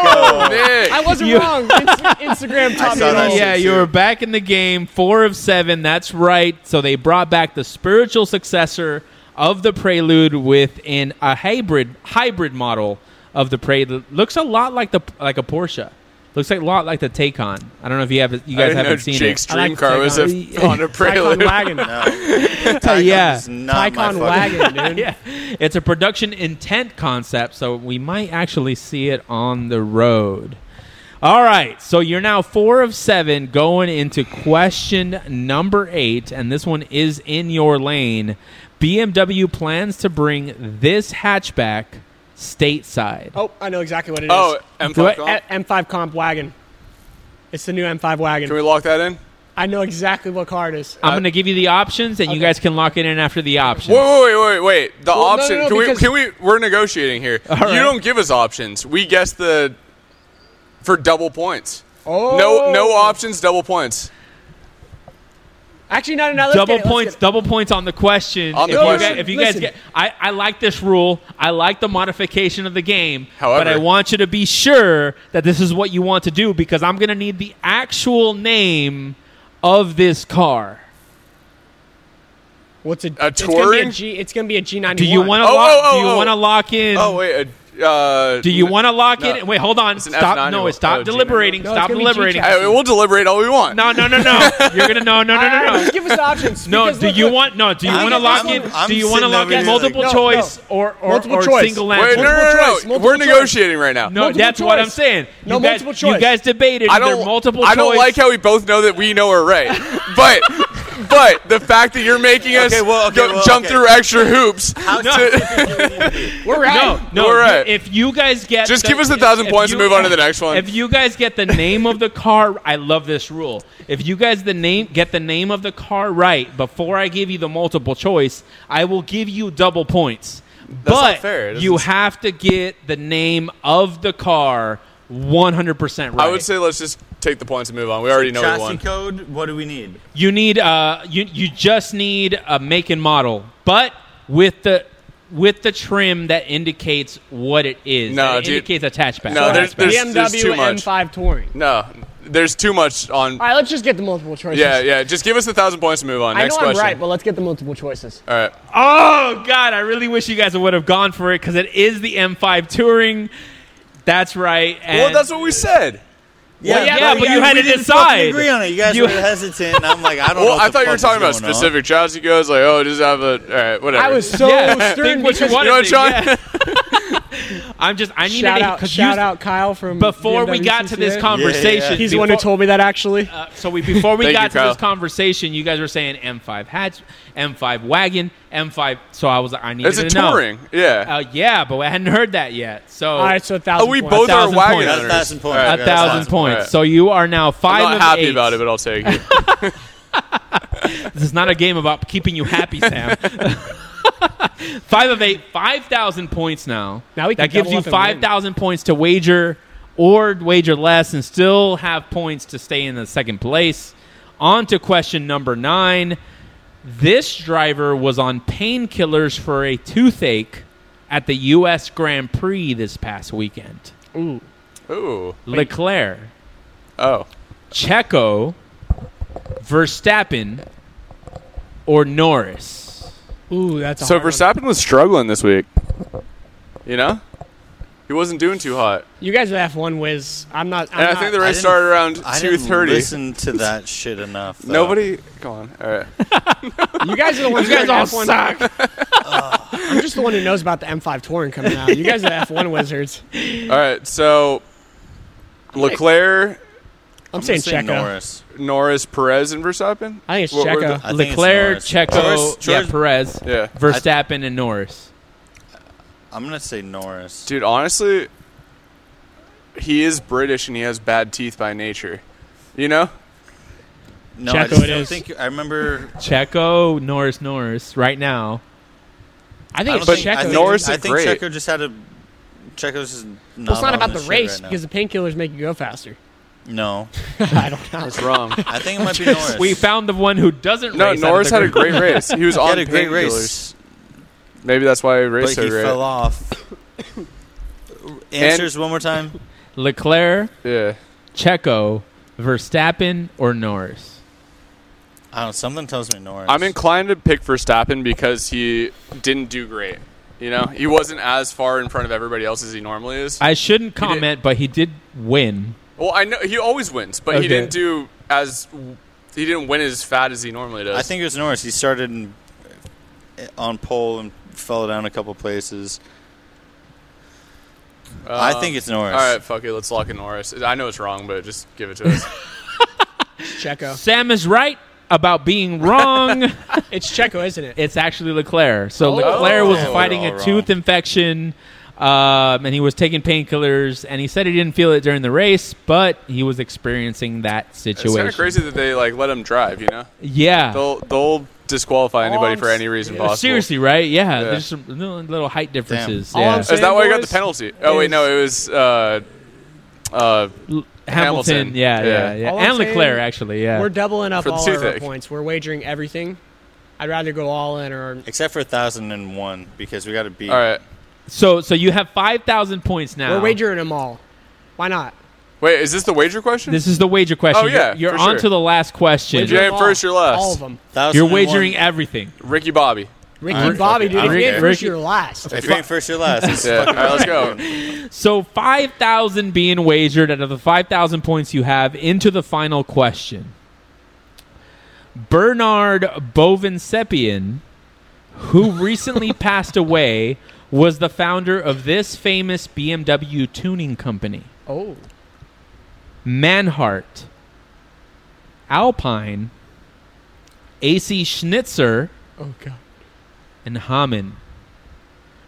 Nick.
I wasn't
You-
wrong. Inst- Instagram taught me
saw that
wrong.
shit.
yeah,
too.
you were back in the game. Four of seven. That's right. So they brought back the spiritual successor of the Prelude within a hybrid hybrid model of the Prelude. Looks a lot like the like a Porsche. Looks like a lot like the Taycan. I don't know if you have you
I
guys
didn't know
haven't seen
Jake's
it.
I like
dream car was a
Taycan.
Honda
Icon
Prelude.
wagon.
No, Tycon's
Yeah.
not my
Icon
fucking-
wagon, dude.
yeah, it's a production intent concept, so we might actually see it on the road. All right, so you're now four of seven going into question number eight, and this one is in your lane. BMW plans to bring this hatchback stateside.
Oh, I know exactly what it is.
Oh, M5
What?
Comp?
A- M5 comp wagon. It's the new M5 wagon.
Can we lock that in?
I know exactly what car it is.
I'm going to give you the options, and you guys can lock it in after the options.
Whoa, wait, wait, wait, wait. The
Well, no,
option.
no, no,
can we?
because-
Can we? We're negotiating here.
right.
You don't give us options. We guess the for double points.
Oh.
No, no options. Double points.
Actually, no, no, no. Let's
double
get it, let's
points,
get it.
double points on the question.
On the
if, You
question.
guys, if you
Listen.
guys get, I, I like this rule. I like the modification of the game. but
However-
I want you to be sure that this is what you want to do because I'm going to need the actual name of this car.
What's a,
A
it's gonna be a
Touring?
G. It's gonna be a G91.
Do you want to
Oh,
lock?
oh, oh,
do you
oh.
want to lock in?
Oh wait. Uh, uh,
do you want to lock
No.
in? Wait, hold on.
It's an
Stop.
F9
No,
or-
stop
oh, G9.
deliberating.
No, it's
stop
gonna be
deliberating.
G-Class.
Hey, we'll deliberate all we want.
No, no, no, no. You're gonna no, no, no,
All right,
no, no.
just give us the options.
No,
because
do
look,
you
look,
want no? Do you
I'm-
want to lock
I'm-
in?
I'm
do you want to
sitting
lock
over
in
here like-
multiple
No,
choice or or,
Multiple
or
choice.
single
Wait,
answer?
no, no, no, no.
choice, multiple
We're negotiating right now.
No,
Multiple
that's what I'm
choice.
saying. You
No,
guys,
multiple
You
choiz.
guys debated.
I don't.
they're multiple
I don't
choice.
like how we both know that we know are right, but but the fact that you're making us
Okay, well, okay,
go-
well,
jump
okay.
through extra hoops. to-
We're right.
No, no.
We're
you-
right.
If you guys get
Just
the-
give us the thousand
if
points
you-
and move on to the next one.
If you guys get the name of the car, I love this rule. If you guys the name get the name of the car right before I give you the multiple choice, I will give you double points. but
not fair. It
you
doesn't-
have to get the name of the car 100% right.
I would say let's just take the points and move on. We already know we
Chassis
won.
code. What do we need?
You need uh you you just need a make and model, but with the with the trim that indicates what it is.
No,
that
dude.
indicates a hatchback.
No, there's-
Hatchback.
there's-
BMW
too much.
M5 Touring.
No, there's too much on.
All right, let's just get the multiple choices.
Yeah, yeah. Just give us the thousand points and move on.
I
Next
know
question.
I'm right, but let's get the multiple choices.
All right.
Oh God! I really wish you guys would have gone for it because it is the M5 Touring. That's right. And
well, that's what we said.
Well, yeah, but you
we
had to
didn't
decide.
fucking agree on it. You guys
You-
were hesitant. And I'm like, I don't know.
Well,
what
I
the
thought you were
fuck
talking about
is going on.
specific chassis codes. Like, oh, just have a. All right, whatever.
I was so
yeah. Think
stern
what you
because
want
You know what, Sean?
I'm just. I need
shout
to
out,
'cause
shout
you-
out Kyle from
Before we
BMW
got to this
CCA.
conversation,
Yeah.
He's the one who
before-
told me that actually.
Uh, so we before we
Thank
got
you,
to
Kyle.
this conversation, you guys were saying M5 hatch, M5 wagon, M5. So I was like, I need
It's
to
a
know.
touring. Yeah.
Uh, yeah, but I hadn't heard that yet. So
All right, so a
Oh,
thousand.
we
points.
both are
1,000
wagon
points.
owners.
That's a thousand
All
points.
right.
a
Yeah,
thousand
that's fine.
points.
All right.
So you are now 5
I'm not
of
happy
eight.
about it, but I'll take it.
This is not a game about keeping you happy, Sam. five of eight, five thousand points now.
Now we can
that gives
double
you
up and win.
five thousand points to wager or wager less, and still have points to stay in the second place. On to question number nine. This driver was on painkillers for a toothache at the U.S. Grand Prix this past weekend.
Ooh.
Ooh.
Leclerc,
Oh.
Checo, Verstappen, or Norris.
Ooh, that's a
So
hard one.
Verstappen was struggling this week. You know? He wasn't doing too hot.
You guys are F1 whiz. I'm not. I'm
And I
not-
think the
I
race
didn't-
started around
I
two
didn't
thirty.
listen to that shit enough. though.
Nobody come on. All right.
you guys are the ones.
You guys
who are
all
F1
suck.
I'm just the one who knows about the M5 Touring coming out. You guys are F1 wizards.
All right. So Leclerc,
I'm,
I'm
saying
saying
Checo.
Norris.
Norris, Perez, and Verstappen?
I think it's
What were
Checo.
I think it's
Leclerc,
Norris.
Checo,
Norris-
yeah,
George-
Perez,
Yeah.
Verstappen, and Norris.
I'm gonna say Norris.
Dude, honestly, he is British and he has bad teeth by nature. You know?
No,
Checo
I just
it
don't
is.
think. I remember.
Checo, Norris, Norris. Right now,
I
I
think
don't
it's
think,
Checo.
I think,
Norris is
I think
great.
Checo just had a. Checo's just not.
Well, it's not
on
about the
his shit
race
right now.
because the painkillers make you go faster.
no,
I don't know.
That's wrong.
I think it might be Norris.
we found the one who doesn't.
no,
race out of
Norris
the
had a
group.
great race. He was
he
on
had a great
painkillers.
race,
Maybe that's why he
but
raced
he
so great.
fell off. Answers one more time.
Leclerc,
Yeah.
Checo, Verstappen, or Norris.
I don't. know, Something tells me Norris.
I'm inclined to pick Verstappen because he didn't do great. You know, he wasn't as far in front of everybody else as he normally is.
I shouldn't comment, but he did win.
well, I know he always wins, but
Okay.
he didn't do as he didn't win as fat as he normally does.
I think it was Norris. He started in, eh, on pole and fell down a couple places.
Uh,
I think it's Norris.
All right, fuck it. Let's lock in Norris. I know it's wrong, but just give it to us.
It's Checo.
Sam is right about being wrong.
It's Checo, isn't it?
it's actually Leclerc. So
Oh.
Leclerc was
Oh.
fighting
We're
a
all wrong.
tooth infection, um, and he was taking painkillers. And he said he didn't feel it during the race, but he was experiencing that
it's
situation.
kind of crazy that they like let him drive. You know,
Yeah. Uh,
they'll they'll disqualify anybody
I'm
for
s-
any reason possible.
Seriously, right? Yeah,
Yeah.
there's some little, little height differences.
Damn.
All
Yeah.
I'm
Is
saying-
that why he got the
Boys
penalty? Oh wait, no, it was uh, uh,
L- Hamilton,
Hamilton.
yeah, yeah,
Yeah.
yeah,
All I'm
and Leclerc
saying-
actually, yeah.
We're doubling up
For the
all our
toothache.
points. We're wagering everything. I'd rather go all in or
Except for thousand and one because we got to beat.
all right.
so, so you have five thousand points now.
we're wagering them all. Why not?
Wait, is this the wager question?
This is the wager question.
Oh, yeah,
you're, you're
for
on
sure.
to the last question.
Did you have
All-
first or last?
All of them.
1001.
You're wagering everything.
Ricky Bobby.
Ricky
Alright,
Bobby,
fuck it.
dude.
I
If
don't
you ain't
care.
first, you're last.
If you ain't first, you're last. It's
Yeah. All
fucking
right, let's go.
right, dude.
So five thousand being wagered out of the five thousand points you have into the final question. Bernard Bovensepian, who recently passed away, was the founder of this famous BMW tuning company.
Oh,
Manhart, Alpine, AC Schnitzer,
oh god.
and Hamann.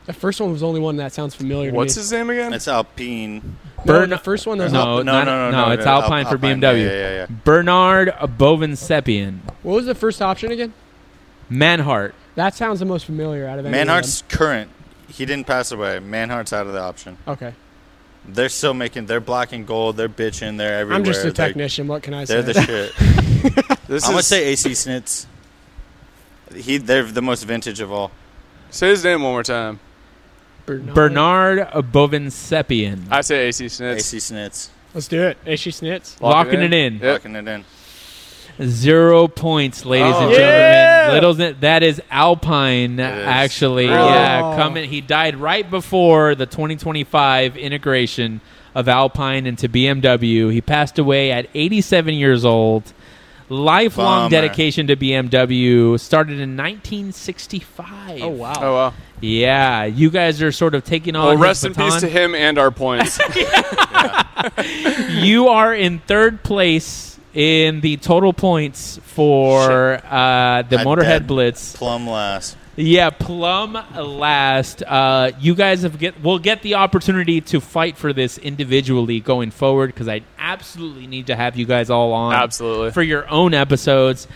The first one was the only one that sounds familiar.
What's
to me.
his name again?
It's Alpine.
No,
Burn-
the first one? That was
No,
Alp-
not- no, it's Alpine for BMW.
Yeah, yeah, yeah.
Bernard Bovensepian,
What was the first option again?
Manhart.
That sounds the most familiar out of any
Manhart's current. He didn't pass away. Manhart's out of the option.
Of them. Okay,
They're still making. They're black and gold. They're bitching. They're everywhere.
I'm just a
They're-
technician. What can I
They're,
say?
the shit.
This
I'm gonna
is-
say AC Snits. He. They're the most vintage of all.
say his name one more time.
Bernard.
Bernard Bovensepian.
I say AC Snitz.
AC Snits.
Let's do it. Is she snits?
Locking it in.
Yep.
Locking it in.
Zero points, ladies and
Oh.
gentlemen.
Yeah.
Little, that is Alpine,
is.
actually.
Oh.
Yeah, coming. He died right before the 2025 integration of Alpine into BMW. He passed away at 87 years old. Lifelong
Bummer.
dedication to BMW started in 1965.
Oh wow.
Oh wow.
Yeah, you guys are sort of taking on.
Well,
his
rest in peace
Oh, baton.
to him and our points.
you are in third place in the total points for uh, the
I
Motorhead
dead
Blitz.
Plum last.
Yeah, Plum last. Uh, you guys have get will get the opportunity to fight for this individually going forward because I absolutely need to have you guys all on
Absolutely.
for your own episodes.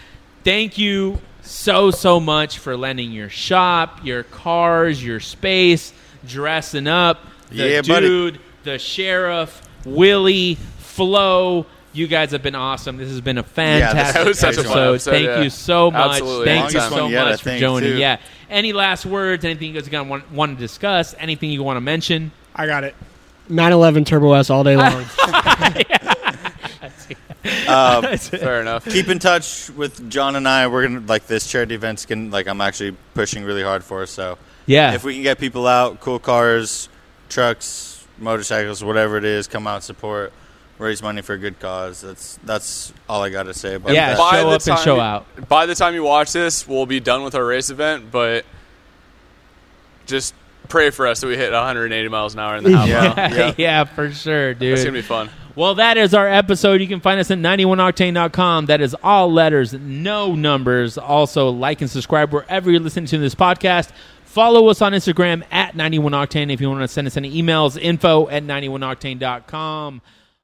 Thank you so so much for lending your shop, your cars, your space, dressing up. The
Yeah, buddy.
dude, the sheriff, Willie, Flo. You guys have been awesome. This has been a
this-
fantastic
that was such a fun
episode.
episode,
Thank
yeah.
you so much.
Absolutely.
Thank you
Longest
so
one yet, I
much for
think,
joining.
too.
Yeah. Any last words? Anything you guys gonna want, want to discuss? Anything you want to mention?
I got it. 911 Turbo S all day long.
Um,
Fair enough.
keep in touch with John and I. We're gonna like this charity event's gonna like I'm actually pushing really hard for. So
Yeah.
if we can get people out, cool cars, trucks, motorcycles, whatever it is, come out support, raise money for a good cause. That's that's all I got to say about
yeah,
that.
By
show
the
up and
time-
show out.
By the time you watch this, we'll be done with our race event, but just pray for us that we hit 180 miles an hour in the half mile.
Yeah, yeah.
yeah, for sure, dude.
It's gonna be fun.
Well, that is our episode. You can find us at 91octane.com. That is all letters, no numbers. Also, like and subscribe wherever you're listening to this podcast. Follow us on Instagram at 91octane if you want to send us any emails, info at 91octane.com.